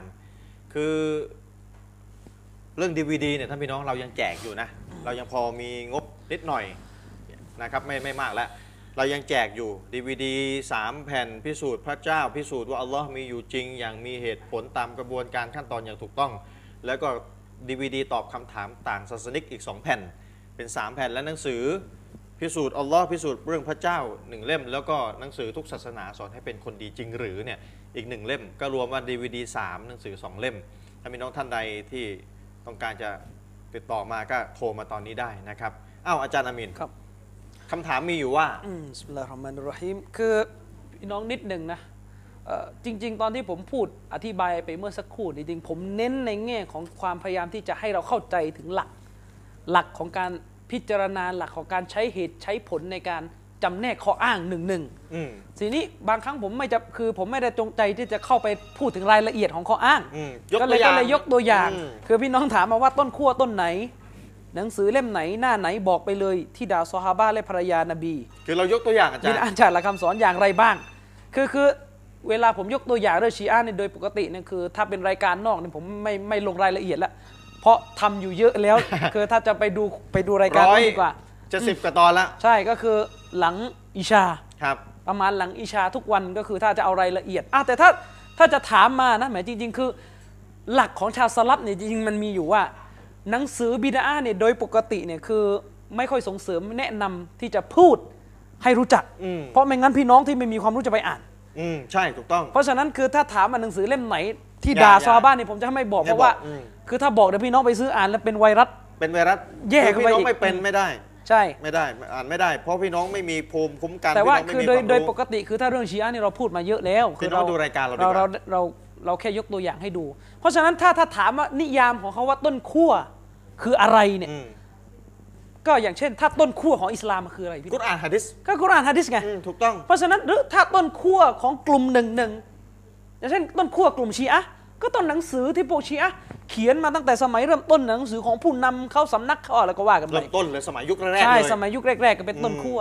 A: คือเรื่อง DVD เนี่ยท่านพี่น้องเรายังแจกอยู่นะ เรายังพอมีงบนิดหน่อยนะครับไม่ไม่มากแล้ว เรายังแจกอยู่ DVD 3 แผ่นพิสูจน์พระเจ้า พิสูจน์ว่าอัลลอฮ์มีอยู่จริง อย่างมีเหตุผลตามกระบวนการขั้นตอนอย่างถูกต้อง แล้วก็ DVD ตอบคำถามต่างศาสนิกอีก 2 แผ่น เป็น 3 แผ่นและหนังสือ พิสูจน์อัลลอฮ์พิสูจน์เรื่องพระเจ้าหนึ่งเล่ม แล้วก็หนังสือทุกศาสนาสอนให้เป็นคนดีจริงหรือเนี่ยอีกหนึ่งเล่ม ก็รวมว่า DVD 3 หนังสือ 2 เล่ม ถ้ามีน้องท่านใดที่ต้องการจะติดต่อมาก็โทรมาตอนนี้ได้นะครับอ้าวอาจารย์อามิน
B: ครับ
A: คำถามมีอยู่ว่า
B: อืมบิสมิลลาฮิรเราะห์มานิรเราะฮีมคือพี่น้องนิดหนึ่งนะเอ่อจริง ๆ ตอนที่ผมพูดอธิบายไปเมื่อสักครู่นี่จริงๆผมเน้นในแง่ของความพยายามที่จะให้เราเข้าใจถึงหลัก หลักของการพิจารณาหลักของการใช้เหตุใช้ผลในการจำแนกข้ออ้างหนึ่งหนึ่ง
A: อืม
B: ทีนี้บางครั้งผมไม่จะคือผมไม่ได้จงใจที่จะเข้าไปพูดถึงรายละเอียดของข้ออ้าง
A: อืมยก
B: ก็
A: ตั
B: เล
A: วยอย่า
B: ก็
A: ง
B: เลยยกตัวอย่าง
A: อืม
B: คือพี่น้องถามมาว่าต้นขั้วต้นไหน หนังสือเล่มไหนหน้าไหนบอกไปเลยที่ด่าซอฮาบะและภรรยานบี
A: คือเรายกตัวอย่างอาจา
B: บิ
A: ร
B: ด
A: ย์
B: อาจารย์ละคำสอนอย่างไรบ้าง คือคือเวลาผมยกตัวอย่างเรื่องชีอะห์เนี่ยโดยปกติเนี่ยคือ ถ้าเป็นรายการนอกเนี่ยผมไม่ไม่ลงรายละเอียดละเพราะทำอยู่เยอะแล้ว คือถ้าจะไปดูไปดูรายการ
A: ร้อย
B: นนดีกว่า
A: จะสิบกว่าตอนละ
B: ใช่ก็คือหลังอิชา
A: ครับ
B: ประมาณหลังอิชาทุกวันก็คือถ้าจะเอารายละเอียดอ่ะแต่ถ้าถ้าจะถามมานะแหมายจริง ๆ คือ หลักของชาวสลับเนี่ยจริงๆมันมีอยู่ว่า หนังสือบิดาเนี่ยโดยปกติเนี่ยคือไม่ค่อยส่งเสริมแนะนำที่จะพูดให้รู้จัก
A: อืม
B: เพราะไม่งั้นพี่น้องที่ไม่มีความรู้จะไปอ่าน
A: อืมใช่ถูกต้อง
B: เพราะฉะนั้นคือถ้าถามมาหนังสือเล่มไหน ที่
A: อย่า
B: ด่า
A: อย่า
B: ซอฮาบ้านเนี่ยผมจะไม่บอก
A: อ
B: เพ
A: ย่า
B: ราะว่า
A: บอกอืม
B: คือถ้าบอกเดี๋ยวพี่น้องไปซื้ออ่านแล้วเป็นไวรัส
A: เป็นไวรัส
B: แย่เข้า
A: พี่
B: ไป
A: น้อง
B: อีก
A: ไม่เป็นไม่ได้
B: ใช่
A: ไม่ได้อ่านไม่ได้ เพราะพี่น้องไม่มีภูมิคุ้มกัน
B: แต่ว่า
A: พี่น้งไม่
B: คือ
A: มี
B: โดย
A: มรู้
B: โดยปกติคือถ้าเรื่องชีอะห์นี่เราพูดมาเยอะแล้ว
A: พี่น้องดูรายการเราดีก
B: เรา
A: ว่า
B: เราเราเราแค่ยกตัวอย่างให้ดู เพราะฉะนั้นถ้าถ้าถามว่านิยามของเขาว่าต้นขั้วคืออะไรเนี่ย
A: อืม
B: ก็อย่างเช่น ถ้าต้นขั้วของอิสลามมันคืออะไรพี่
A: กุรอานฮะดิษ
B: ก็กุรอานฮะดิษไง
A: อืมถูกต้อง
B: เพราะฉะนั้นหรือถ้าต้นขั้วของกลุ่มหนึ่งหนึ่งอย่างเช่น ต้นขั้วกลุ่มชีอะห์ก็ต้นหนังสือที่พวกชีอะห์เขียนมาตั้งแต่สมัยเริ่มต้นหนังสือของผู้นำเขาสำนักเขาอะไรก็ว่ากันไป
A: เริ่มต้นเลยสมัยยุคแรกๆเลย
B: ใช่สมัยยุคแรก ๆ ก็เป็นต้นขั้ว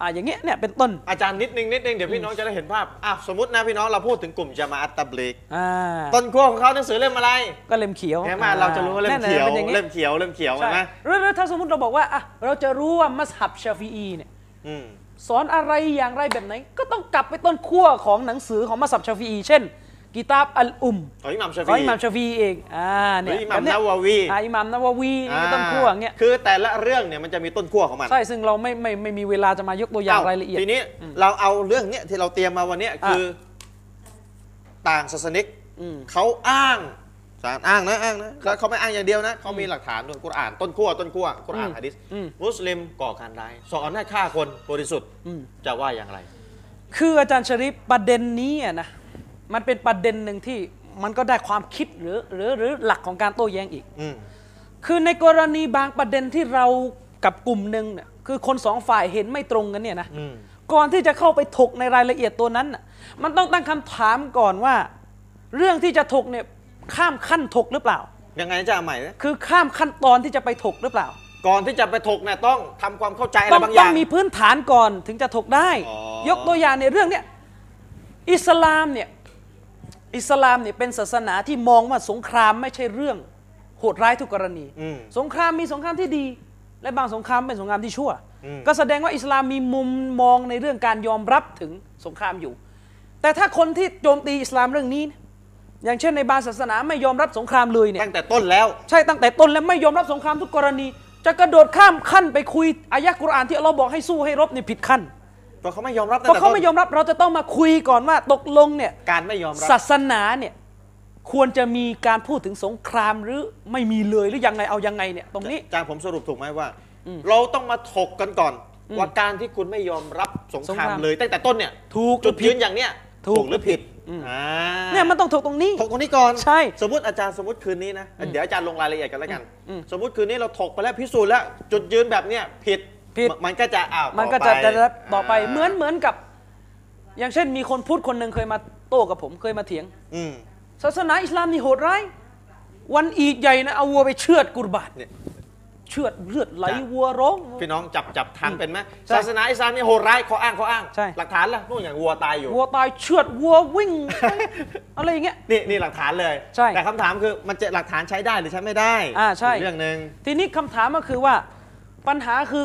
B: อ่าอย่างเงี้ยเนี่ยเป็นต้น
A: อาจารย์นิดนึงนิดนึงเดี๋ยวพี่น้องจะได้เห็นภาพอ่ะสมมตินะพี่น้องเราพูดถึงกลุ่มยามาอัตตบลิก
B: อ่า
A: ต้นขั้วของเขาหนังสือเล่มอะไร
B: ก็เล่มเขียว
A: เห็นไหมเราจะรู้ว่าเล่มเขียว
B: แน่ๆป็นอย่างนี้
A: เล่มเขียวเล่มเขียวเห็
B: ใช่
A: นไหม
B: หรือหรือถ้าสมมติเราบอกว่าอ่ะเราจะรู้ว่ามัสฮับชาฟีอีเนี่ย
A: อืม
B: สอนอะไรอย่างไรแบบไหน ก็ต้องกลับไปต้นขั้วของหนังสือของมัสฮับชาฟีอีเช่น กิตาบอัลอุม
A: ของอิหมัมชา
B: ขอ
A: ฟี
B: งอิหม่ามชาฟีอีเองอ่า
A: ห
B: เนี่
A: รื
B: ย
A: ออิหมัม
B: แบบเย
A: นาวาวี
B: อ่าอิหม่ามนาวาวีนี่ก็ต้นขั้วอย่างเงี้ย
A: คือแต่ละเรื่องเนี่ยมันจะมีต้นขั้วของมัน
B: ใช่ซึ่งเราไม่ไม่ไม่มีเวลาจะมายกตัวอย่างรายละเอียด
A: ทีนี้เราเอาเรื่องเนี้ยที่เราเตรียมมาวันเนี้ยคืออต่างศาสนิก
B: อืม
A: เขาอ้างสารอ้างนะอ้างนะแล้วเขาไม่อ้างอย่างเดียวนะเขามีหลักฐานด้วยกุรอานต้นขั้วต้นขั้วกุรอานฮะดิษมุสลิมก่อการร้ายสอนให้ฆ่าคนบริสุทธิ์จะว่าอย่างไร
B: คืออาจารย์ชริปประเด็นนี้อะนะมันเป็นประเด็นหนึ่งที่มันก็ได้ความคิดหรือหรือหรือหลักของการโต้แย้งอีก
A: อืม
B: คือในกรณีบางประเด็นที่เรากับกลุ่มหนึ่งเนี่ยคือคนสองฝ่ายเห็นไม่ตรงกันเนี่ยนะ
A: อืม
B: ก่อนที่จะเข้าไปถกในรายละเอียดตัวนั้นน่ะมันต้องตั้งคำถามก่อนว่า เรื่องที่จะถกเนี่ยข้ามขั้นถกหรือเปล่า
A: ยังไงจะเอาใหม่นะ
B: คือข้ามขั้นตอนที่จะไปถกหรือเปล่า
A: ก่อนที่จะไปถกเนี่ยต้องทำความเข้าใจอะไร
B: ต้อง
A: บางอ
B: ต้อย่าง งมีพื้นฐานก่อนถึงจะถกได้
A: อ๋อ
B: ยกตัวอย่างในเรื่องเนี้ยอิสลามเนี่ยอิสลามเนี่ยเป็นศาสนาที่มองว่าสงครามไม่ใช่เรื่องโหดร้ายทุกกรณี
A: อืม
B: สงครามมีสงครามที่ดี และบางสงครามเป็นสงครามที่ชั่ว
A: อืม
B: ก็แสดงว่าอิสลามมีมุมมองในเรื่องการยอมรับถึงสงครามอยู่ แต่ถ้าคนที่โจมตีอิสลามเรื่องนี้เนี่ยอย่างเช่นในบางศาสนาไม่ยอมรับสงครามเลยเนี่ย
A: ตั้งแต่ต้นแล้ว
B: ใช่ตั้งแต่ต้นและไม่ยอมรับสงครามทุกกรณี จะกระโดดข้ามขั้นไปคุยอายะห์กุรอานที่เราบอกให้สู้ให้รบเนี่ยผิดขั้น
A: เพราะเขาไม่ยอมรับตั้
B: เพ
A: ง
B: ราะ
A: แต่
B: เขา
A: ต้น
B: ไม่ยอมรับเราจะต้องมาคุยก่อนว่าตกลงเนี่ย
A: การไม่ยอมรับ
B: ศาสนาเนี่ยควรจะมีการพูดถึงสงครามหรือไม่มีเลยหรือยังไงเอายังไงเนี่ยตรงนี้
A: อาจารย์ผมสรุปถูกไหมว่า เราต้องมาถกกันก่อน ว่าการที่คุณไม่ยอมรับสงคราม
B: สงคราม
A: เลย ตั้งแต่ต้นเนี่ย
B: ถูกห
A: จุ
B: รื
A: ด
B: อผิ
A: ยื
B: ด
A: นอย่างเนี้ย
B: ถูก
A: หรือผิดอ่า
B: เนี่ยมันต้องถกตรงนี้
A: ถกตรงนี้ก่อน
B: ใช่
A: สมมติอาจารย์สมมติคืนนี้นะเดี๋ยวอาจารย์ลงรายละเอียดกันแล้วกัน สมมติคืนนี้เราถกไปแล้วพิสูจน์แล้วจุดยืนแบบเนี้ยผิด
B: ผิด
A: มันมันก็จะอ้าว
B: มันก็จะจะ
A: ต่
B: ได้
A: อ
B: รับต่อไป
A: า
B: เหมือนเหมือนกับ อย่างเช่นมีคนพูดคนหนึ่งเคยมาโต้กับผมเคยมาเถียง
A: อืม
B: ศาสนาอิสลามนี่โหดร้ายวันอีดใหญ่นะเอาวัวไปเชือดกุรบาท
A: เนี่ย
B: เชือดเลือดไหลวัวร้อง
A: พี่น้องจับจับทางเป็นไหม
B: ใช่
A: ศาสนาอิสลามนี่โหดร้ายข้ออ้างข้ออ้าง
B: ใช่
A: หลักฐานล่ะนู่นอย่างวัวตายอยู่
B: วัวตายเชือดวัว วิ่ง อะไรอย่างเงี้ย
A: นี่นี่หลักฐานเลย
B: ใช่
A: แต่คำถามคือมันจะหลักฐานใช้ได้หรือใช้ไม่ได้
B: อ่าใช่
A: กเรื่องหนึ่ง
B: ทีนี้คำถามก็คือว่าปัญหาคือ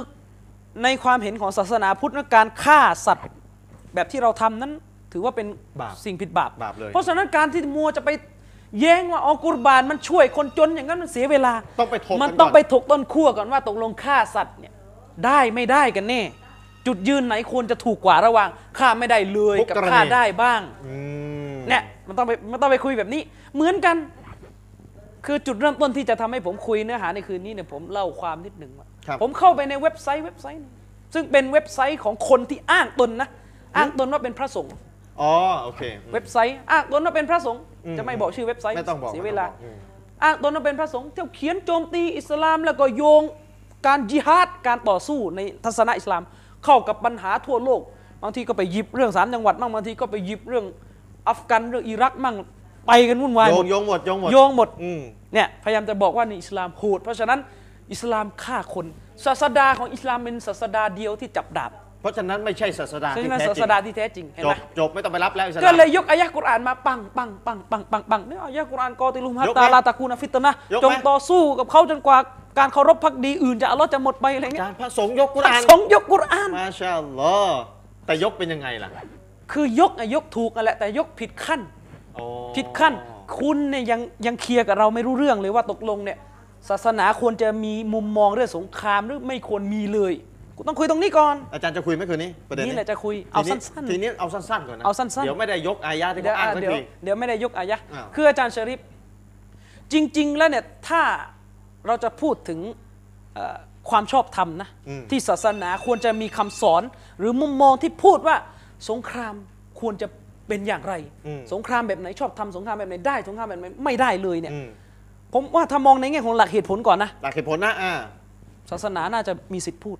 B: ในความเห็นของศาสนาพุทธนะการฆ่าสัตว์ แบบที่เราทำนั้น ถือว่าเป็น
A: บาป
B: สิ่งผิดบาป
A: บาปเลย
B: เพราะฉะนั้นการที่มัวจะไปแย้งว่าอ๋อกุรบานมันช่วยคนจนอย่างนั้นมันเสียเวลา
A: ต้องไปถกกั
B: มัน นต้อง
A: ก่
B: ไปถกต้นขั้วก่อนว่าตกลงฆ่าสัตว์เนี่ยได้ไม่ได้กันแน่ จุดยืนไหนควรจะถูกกว่าระหว่างฆ่าไม่ได้เลย
A: ทุก
B: กับ
A: กรณี
B: ฆ่าได้บ้าง
A: อืม
B: เนี่ยมันต้องไปมันต้องไปคุยแบบนี้ เหมือนกัน คือจุดเริ่มต้นที่จะทำให้ผมคุยเนื้อหาในคืนนี้เนี่ยผมเล่าความนิดหนึ่งว่า
A: ครับ
B: ผมเข้าไปในเว็บไซต์เว็บไซต์หนึ่งซึ่งเป็นเว็บไซต์ของคนที่อ้างตนนะอ้างตนว่าเป็นพระสงฆ์
A: อ๋อโอเค
B: เว็บไซต์อ้างตนว่าเป็นพระสงฆ์
A: อืม
B: จะไม่บอกชื่อเว็บไซต์
A: ไม่ต้องบอก
B: เสียเวลา
A: ไม่ต้องบอกอืม
B: อ้างตนว่าเป็นพระสงฆ์เที่ยวเขียนโจมตีอิสลาม แล้วก็โยงการจิฮาดการต่อสู้ในทัศนะอิสลาม เข้ากับปัญหาทั่วโลก บางทีก็ไปหยิบเรื่องสามจังหวัดบ้างบางทีก็ไปหยิบเรื่องอัฟกันเรื่องอิรักมั่งไปกันวุ่นวาย
A: โย
B: หม
A: ง
B: ด
A: โยงหมดโยงหมด
B: โยงหมด
A: อืม
B: เนี่ยพยายามจะบอกว่านี่อิสลามโหดเพราะฉะนั้น อิสลามฆ่าคนศาสดาของอิสลามเป็นศาสดาเดียวที่จับดาบ
A: เพราะฉะนั้นไม่ใช่ศาสดา
B: ฉะ
A: ที่
B: นั้น
A: แท้
B: ศา
A: จริ
B: ส
A: ง
B: ดาที่แท้จริงเห็น
A: จ
B: ไหม
A: บจบไม่ต้องไปรับแล้วอิสลาม
B: ก็เลยยกอายะห์กุรอานมาปังปังปังปังปังปังเนี่ยอายะห์กุรอานกอติลุมฮัต
A: ยกไห
B: ตาม ลาตะกูนฟิตนะห์
A: ยกไหม
B: จงต่อสู้กับเขาจนกว่าการเคารพพักดีอื่นจะอัลเลอฮ์จะหมดไปอะไร
A: อา
B: เงี้
A: จาย รย์พระสงฆ์ยกกุร
B: พระ
A: อาน
B: สงฆ์ยกกุรอาน
A: มาชาอัลลอฮ์แต่ยกเป็นยังไงล่ะ
B: คือยกอะยกถูกอะแหละแต่ยกผิดขั้น
A: อ๋อ
B: ผิดขั้น คุณเนี่ยยังยังเคลียร์กับเราไม่รู้เรื่องเลยว่าตกลงเนี่ย ศาสนาควรจะมีมุมมองเรื่องสงครามหรือไม่ควรมีเลยกูต้องคุยตรงนี้ก่อน
A: อาจารย์จะคุยไหมคืนนี้ประเด็น
B: นี่
A: นี้
B: แหละจะคุยเอา
A: ที
B: สั้น
A: ทีนี้เอาสั้นๆก่อนนะ
B: เอาสั้นๆ
A: เดี๋ยวไม่ได้ยกอายาที่
B: เดี๋ย
A: เขา
B: ว
A: อ้าง
B: อ่ะ
A: สัก
B: เดี๋ยว
A: ที
B: เดี๋ยวไม่ได้ยกอายะห์
A: อ้าว
B: คืออาจารย์ชะริฟจริง ๆ แล้วเนี่ยถ้าเราจะพูดถึงเอ่อความชอบธรรมนะ ที่ศาสนาควรจะมีคำสอน หรือมุมมองที่พูดว่าสงครามควรจะเป็นอย่างไร สงครามแบบไหนชอบทำสงครามแบบไหนได้สงครามแบบไหนไม่ได้เลยเนี่ย
A: อืม
B: ผมว่าถ้ามองในแง่ของหลักเหตุผลก่อนนะ
A: หลักเหตุผลนะอ่า
B: ศาสนาน่าจะมีสิทธิ์พูด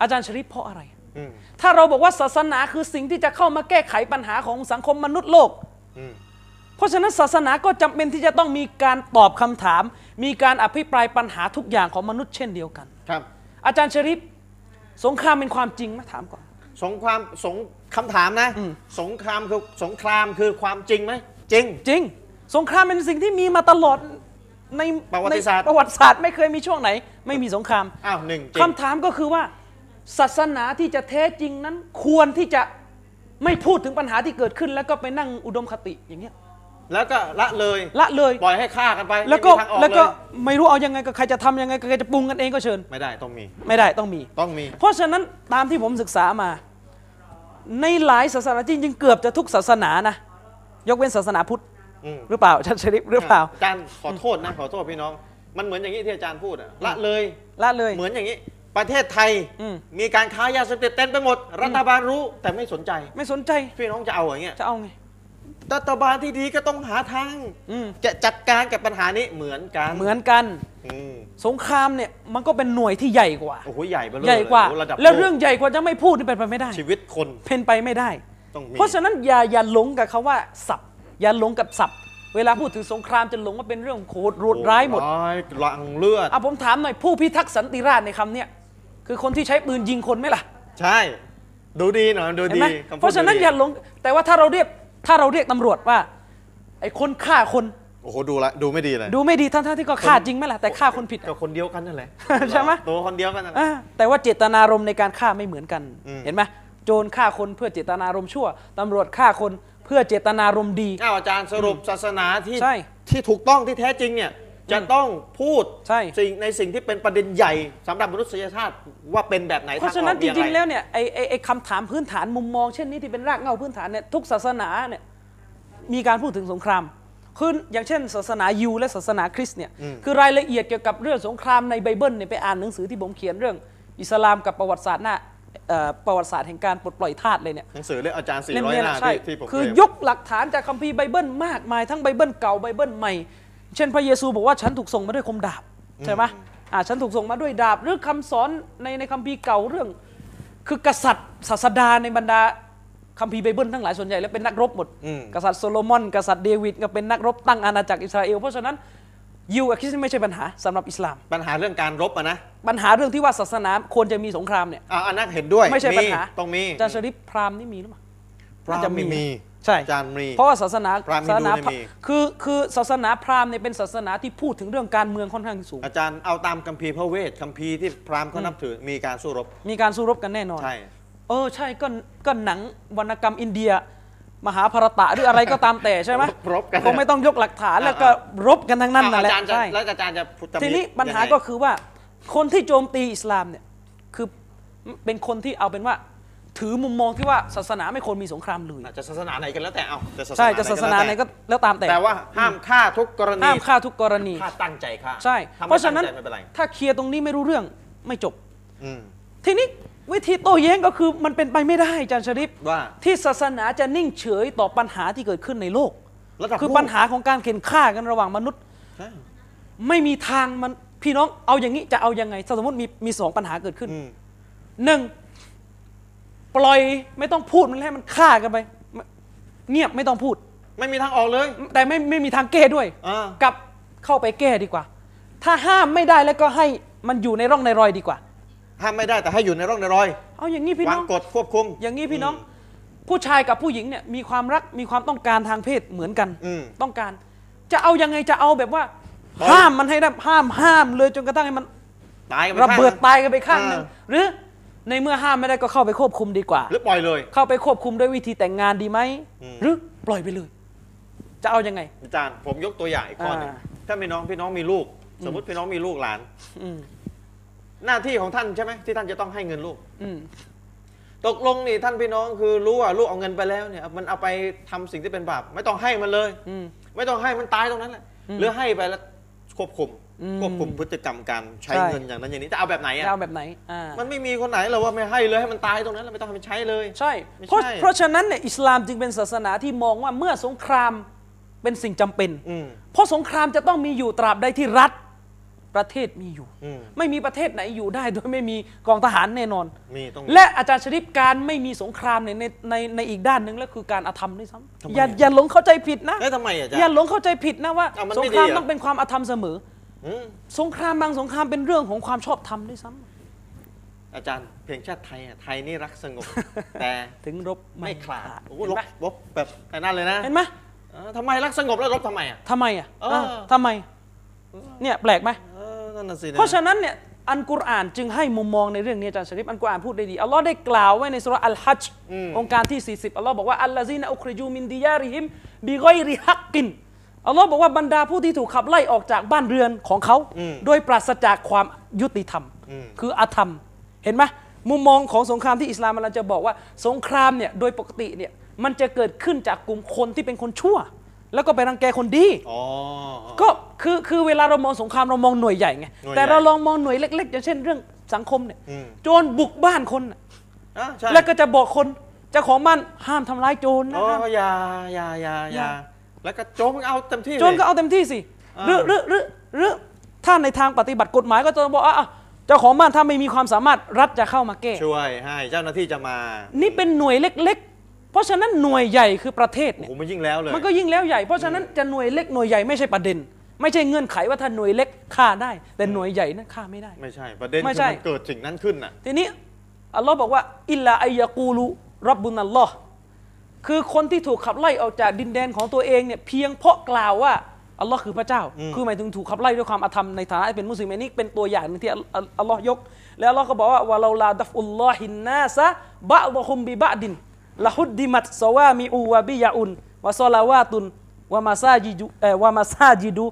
B: อาจารย์ชริปเพราะอะไร
A: อืม
B: ถ้าเราบอกว่าศาสนาคือสิ่งที่จะเข้ามาแก้ไขปัญหาของสังคมมนุษย์โลก
A: อืม
B: เพราะฉะนั้นศาสนาก็จำเป็นที่จะต้องมีการตอบคำถาม มีการอภิปรายปัญหาทุกอย่างของมนุษย์เช่นเดียวกัน
A: ครับ
B: อาจารย์ชริปสงครามเป็นความจริงไหมถามก่อน
A: สงครามสงคำถามนะสงครามคือสงครามคือความจริงไหมจริง
B: จริง สงครามเป็นสิ่งที่มีมาตลอดใน
A: ประวัติศาสตร์
B: ในประวัติศาสตร์ไม่เคยมีช่วงไหน ไม่มีสงคราม
A: อ้าวหนึ่งจริ
B: คำ
A: ง
B: ถามก็คือว่า ศาสนาที่จะแท้จริงนั้น ควรที่จะไม่พูดถึงปัญหาที่เกิดขึ้น แล้วก็ไปนั่งอุดมคติอย่างเงี้ย
A: แล้วก็ละเลย
B: ละเลย
A: ปล่อยให้ฆ่ากันไป
B: แล้วก็
A: ไม่มีทางออ
B: แล้ว
A: เล
B: ก็
A: ย
B: ไม่รู้เอายังไงกับใครจะทำยังไงกับใครจะปรุงกันเองก็เชิญ
A: ไม่ได้ต้องมี
B: ไม่ได้ต้องมี
A: ต้องมี
B: เพราะฉะนั้นตามที่ผมศึกษามา ในหลายศาสนาจริงๆเกือบจะทุกศาสนานะยกเว้นศาสนาพุทธ
A: อืม
B: หรือเปล่าอาจ ารย์ชริปหรือเปล่า
A: อาจารย์ขอโทษนะขอโทษพี่น้อง มันเหมือนอย่างนี้ที่อาจารย์พูดอะละเลย
B: ละเลย
A: เหมือนอย่างนี้ ประเทศไทย
B: อืม
A: มีการค้ายาเสพติดเต็มไปหมด รัฐบาลรู้แต่ไม่สนใจ
B: ไม่สนใจ
A: พี่น้องจะเอาอย่างเงี้ย
B: จะเอาไง
A: รัฐบาลที่ดีก็ต้องหาทาง
B: อืม
A: จะจัดการกับปัญหานี้เหมือนกัน
B: เหมือนกัน
A: อืม
B: สงครามเนี่ยมันก็เป็นหน่วยที่ใหญ่กว่า
A: โอ้โหใหญ่ไปเลย
B: ใหญ่กว่า
A: โอ้โระดับ
B: แล้ว
A: โก
B: เรื่องใหญ่กว่าจะไม่พูดนี่เป็นไปไม่ได้
A: ชีวิตคน
B: เป็นไปไม่ได้
A: ต้องมี
B: เพราะฉะนั้นอย่าอย่าหลงกับคาว่าศัพท์อย่าหลงกับศัพท์ เวลาพูดถึงสงครามจะหลงว่าเป็นเรื่องโหดรุนร้ายหมด
A: ร้ายหลังเลือด
B: อ่ะผมถามหน่อยผู้พิทักษ์สันติราษฎร์ในคำเนี่ยคือคนที่ใช้ปืนยิงคนไหมล่ะ
A: ใช่ ดูดีหน่อยดู
B: เห็น
A: ดี
B: ไหม
A: คำพูด
B: เพราะฉะนั้น
A: ดูดี
B: อย่าหลงแต่ว่าถ้าเราเรียกถ้าเราเรียกตำรวจว่าไอ้คนฆ่าคน
A: โอ้โหดูละดูไม่ดีเลย
B: ดูไม่ดีทั้งๆที่ก็ฆ่าจริงไหมล่ะแต่ฆ่าคนผิด
A: กับคนเดียวกันนั่นแหละ
B: ใช่ไหม
A: ตัวคนเดียวกันนั่นแหละ
B: อ่าแต่ว่าเจตนารมณ์ในการฆ่าไม่เหมือนกัน
A: อืม
B: เห็นไหมโจรฆ่าคนเพื่อเจตนารมณ์ชั่วตำรวจฆ่าคนเพื่อเจตนารมณ์ดี
A: อ้าวอาจารย์สรุปศาสนาที่
B: ใช่
A: ที่ถูกต้องที่แท้จริงเนี่ยจะต้องพูด
B: ใช่
A: สิ่งในสิ่งที่เป็นประเด็นใหญ่สำหรับมนุษยชาติว่าเป็นแบบไหน
B: เพราะ
A: ท
B: ฉะ
A: งอ
B: นั้
A: อน ก
B: จ
A: อย่า
B: ริงๆแล้วเนี่ยไอไอไอคำถามพื้นฐานมุมมองเช่นนี้ที่เป็นรากเหง้าพื้นฐานเนี่ยทุกศาสนาเนี่ยมีการพูดถึงสงครามคืออย่างเช่น ศาสนายิวและศาสนาคริสต์เนี่ยคือรายละเอียดเกี่ยวกับเรื่องสงครามในไบเบิลเนี่ยไปอ่านหนังสือที่ผมเขียนเรื่อง อิสลามกับประวัติศาสตร์หน้าเอ่อประวัติศาสตร์แห่งการปลดปล่อยทาสเลยเนี่ย
A: หนังสือเล่มอาจารย์
B: เล่ม
A: 400
B: เนี้
A: หน้า
B: ใช่
A: ที่ที่ผม
B: คือ
A: เล่ม
B: ยกหลักฐานจากคัมภีร์ไบเบิลมากมายทั้งไบเบิลเก่าไบเบิลใหม่ เช่นพระเยซูบอกว่าฉันถูกส่งมาด้วยคมดาบใช่ไหมอ่าฉันถูกส่งมาด้วยดาบ หรือคำสอนในในคัมภีร์เก่าเรื่อง คือกษัตริย์ศาสดาในบรรดาคัมภีร์ไบเบิลทั้งหลายส่วนใหญ่แล้วเป็นนักรบหมด กษัตริย์โซโลมอน กษัตริย์เดวิดก็เป็นนักรบตั้งอาณาจักรอิสราเอลเพราะฉะนั้นยิวกับคริสต์ไม่ใช่ปัญหาสำหรับอิสลาม
A: ปัญหาเรื่องการรบอะนะ
B: ปัญหาเรื่องที่ว่าศาสนาควรจะมีสงครามเนี่ย
A: อ่ะอันนั้นเห็นด้วย
B: ไม่ใช่ปัญหา
A: ต้องมี
B: อาจารย์ชริปพราหมณ์นี่มีหรือเปล่า
A: พราหมณ์
B: น่าจะมี
A: ไม่มี
B: ใช่
A: อาจารย์มี
B: เพราะว่าศาสนา
A: พราหมณ์ฮิ
B: ศา
A: น
B: ส
A: ดู
B: นา
A: เนี่ย
B: พระ
A: มี
B: คือคือศาสนาพราหมณ์เนี่ยเป็นศาสนาที่พูดถึงเรื่องการเมืองค่อนข้างสูง
A: อาจารย์เอาตามคัมภีร์พระเวทคัมภีร์ที่พราหมณ์เขานับถือมีการสู้รบ
B: มีการสู้รบกันแน่นอน
A: ใช่
B: เออใช่ก็ก็หนังวรรณกรรมอินเดีย มหาภารตะหรืออะไรก็ตามแต่ใช่ไหม
A: รบกัน
B: คงไม่ต้องยกหลักฐานแล้วก็รบกันทั้งนั้นนั่นแหละ
A: อาจารย์จะ
B: ใช่
A: แล้วอาจารย์จะจะมี
B: ทีนี้ปัญหา
A: ยังไง
B: ก็คือว่าคนที่โจมตีอิสลามเนี่ยคือเป็นคนที่เอาเป็นว่า ถือมุมมองที่ว่าศาสนาไม่ควรมีสงครามเลย
A: อาจจะศาสนาไหนกันแล้วแต่เอาจะศาสนา
B: ใช่จะศาสนาไหนก็แล้วตามแต่
A: แต่ว่าห้ามฆ่าทุกกรณี
B: ห้ามฆ่าทุกกรณี
A: ถ้าตั้งใจฆ่า
B: ใช่
A: ถ้ไม่
B: เพราะฉะนั้น
A: ตั้งใจไม่เป็นไร
B: ถ้าเคลียร์ตรงนี้ไม่รู้เรื่องไม่จบ
A: อืม
B: ทีนี้วิธีโต้แย้งก็คือมันเป็นไปไม่ได้อาจารย์ชริป
A: ว่า
B: ที่ศาสนาจะนิ่งเฉยต่อปัญหาที่เกิดขึ้นในโลก
A: ระดับ
B: คือ
A: โลก
B: ปัญหาของการเข็นฆ่ากันระหว่างมนุษย์
A: ใช่
B: ไม่มีทางมันพี่น้องเอาอย่างนี้จะเอายังไง สมมติมีมีสองปัญหาเกิดขึ้น
A: อืม
B: หนึ่งปล่อยไม่ต้องพูดมันให้มันฆ่ากันไป เงียบไม่ต้องพูด
A: ไม่มีทางออกเลย
B: แต่ไม่ไม่มีทางแก้ด้วย
A: อ่า
B: กับเข้าไปแก้ดีกว่า ถ้าห้ามไม่ได้แล้วก็ให้ มันอยู่ในร่องในรอยดีกว่า
A: ห้ามไม่ได้แต่ให้อยู่ในร่องในรอย
B: เอาอย่างนี้พี่
A: วา
B: น้
A: ง
B: อง
A: กฎควบคุม
B: อย่างนี้พี่น้อง ผู้ชายกับผู้หญิงเนี่ยมีความรักมีความต้องการทางเพศเหมือนกัน
A: อืม
B: ต้องการ จะเอายังไงจะเอาแบบว่า
A: ต่อย
B: ห้ามมันให้ได้ห้ามห้ามเลยจนกระทั่งให้มัน
A: ตายกันไประ
B: เบิด
A: ข้าง
B: ตายกันไปข้างหนึ่ง
A: อ่
B: หรือในเมื่อห้ามไม่ได้ก็เข้าไปควบคุมดีกว่า
A: หรือปล่อยเลย
B: เข้าไปควบคุมด้วยวิธีแต่งงานดีไหม
A: อืม
B: หรือปล่อยไปเลย จะเอายังไง
A: อาจารย์ผมยกตัวอย่างอีกข้อหนึง
B: อ่า
A: ถ้าพี่น้องพี่น้องมีลูก สมมติพี่น้องมีลูกหลาน
B: อืม
A: หน้าที่ของท่านใช่ไหมที่ท่านจะต้องให้เงินลูก
B: อืม
A: ตกลงนี่ท่านพี่น้องคือรู้ว่าลูกเอาเงินไปแล้วเนี่ยมันเอาไปทำสิ่งที่เป็นบาปไม่ต้องให้มันเลย
B: อืม
A: ไม่ต้องให้มันตายตรงนั้นแหละหรือให้ไปแล้วควบคุม
B: อืม
A: ควบคุมพฤติกรรมการใช้
B: ใช่
A: เงินอย่างนั้นอย่างนี้จะเอาแบบไหน
B: จะ
A: อ่ะ
B: เอาแบบไหนอ่าม
A: มันไม่มีคนไหนหรอกว่าไม่ให้เลยให้มันตายตรงนั้นแล้วไม่ต้องให้มันใช้เลย
B: ใช่
A: ไม่ใช่
B: เพราะเพราะฉะนั้นเนี่ยอิสลามจึงเป็นศาสนาที่มองว่าเมื่อสงครามเป็นสิ่งจำเป็น
A: อืม
B: เพราะสงครามจะต้องมีอยู่ตราบใดที่รัฐประเทศมีอยู่
A: อืม
B: ไม่มีประเทศไหนอยู่ได้โดยไม่มีกองทหารแน่นอน
A: มีต้อง
B: และอาจารย์ชริปการไม่มีสงครามเนี่ยในในในอีกด้านหนึ่งแล้วคือการอาธรรมด้วยซ้
A: ทำไม
B: ำอย่า
A: อ่ะ
B: อย่าหลงเข้าใจผิดนะ
A: แล้วทำไมอ่ะอาจ๊ะ
B: อย่าหลงเข้าใจผิดนะว่า
A: อ้าวมัน
B: สง
A: ไม่
B: คราม
A: ดีเหรอ
B: ต้องเป็นความอาธรรมเสมอ สงครามบางสงครามเป็นเรื่องของความชอบธรรมด้วยซ้
A: อาจารย์เพลงชาติไทยอ่ะไทยนี่รักสง บ แต่
B: ำถึงรบ
A: ไม่ขลาด
B: เ
A: โอ้โห
B: ห็
A: ล
B: นไหม
A: บลบแบบแต่นั่นเลยนะ
B: เห็นไหม
A: เออทำไมรักสงบแล้วลบทำไมอ่ะ
B: ทำไมอ่ะ
A: เออ
B: เออทำไมเนี่ยแปลกไหม
A: เออนั่นน่ะสิ
B: เพราะฉะนั้นเนี่ยอันกุรอานจึงให้มุมมองในเรื่องนี้อาจารย์ชริปอันกุรอานพูดได้ดีอัลลอฮ์ได้กล่าวไว้ในสุราะห์อัลฮัจญ์องค์การที่ 40อัลลอฮ์บอกว่าอัลลาซีนอุคริจูมินดิยาริฮิมบิกอยริฮักกินอัลลอฮ์บอกว่าบรรดาผู้ที่ถูกขับไล่ออกจากบ้านเรือนของเขา โดยปราศจากความยุติธรรม คืออาธรรม เห็นไหมมุมมองของสงครามที่อิสลามมันจะบอกว่าสงครามเนี่ยโดยปกติเนี่ยมันจะเกิดขึ้นจากกลุ่มคนที่เป็นคนชั่ว แล้วก็ไปรังแกคนดี
A: อ๋อ
B: ก็คือคือเวลาเรามองสงครามเรามองหน่วยใหญ่ไง
A: หน่วยใหญ่
B: แต่เราลองมองหน่วยเล็กๆอย่างเช่นเรื่องสังคมเนี่ย
A: อืม
B: โจรบุกบ้านคนน่ะ
A: อ่ะใช่
B: แล้วก็จะบอกคนเจ้าของบ้านห้ามทำร้ายโจรนะ
A: อ๋อ
B: ห้าม
A: อยาอยาอยาอยา
B: ย่า
A: แล้วก็โจมเอาเต็มที่
B: โจรก็
A: ลย
B: เอาเต็มที่สิ
A: อ่า
B: หรือหรือหรือหรือถ้าในทางปฏิบัติกฎหมายก็จะบอกว่าอ่ะเจ้าของบ้านถ้าไม่มีความสามารถรัฐจะเข้ามาแก้
A: ช่วยให้เจ้าหน้าที่จะมา
B: นี่เป็นหน่วยเล็ก ๆ เพราะฉะนั้นหน่วยใหญ่คือประเทศ
A: โอ้
B: เนี่ย
A: โหมันยิ่งแล้วเลย
B: มันก็ยิ่งแล้วใหญ่ เพราะฉะนั้นจะหน่วยเล็กหน่วยใหญ่ไม่ใช่ประเด็น ไม่ใช่เงื่อนไขว่าถ้าหน่วยเล็กฆ่าได้ แต่หน่วยใหญ่นั้นฆ่าไม่ได้
A: ไม่ใช่ประเด็น
B: ไม่
A: คือ
B: ใช่
A: มันเกิดสิ่งนั้นขึ้นน่ะ
B: ทีนี้อัลลอฮ์บอกว่าอิลลาอัยยะกูลุรับบุนัลลอฮ์คือคนที่ถูกขับไล่ออกจากดินแดนของตัวเองเนี่ยเพียงเพราะกล่าวว่าอัลลอฮ์คือพระเจ้า คือหมายถึงถูกขับไล่ด้วยความอาธรรมในฐานะที่เป็นมุสลิมอันนี้เป็นตัวอย่างหนึงที่อัลอัลอัลลอฮ์ยก แล้วอัลลอฮ์ก็บอกว่าวะลาลาดัฟอุลลอฮินนาซะบะดะฮุมบิบะดินละฮุดดิมัตซาวามิอูวะบิยาอุนวะซอลาวาตุนวะมาซาจิดุเอ่อวะมาซาจิดุ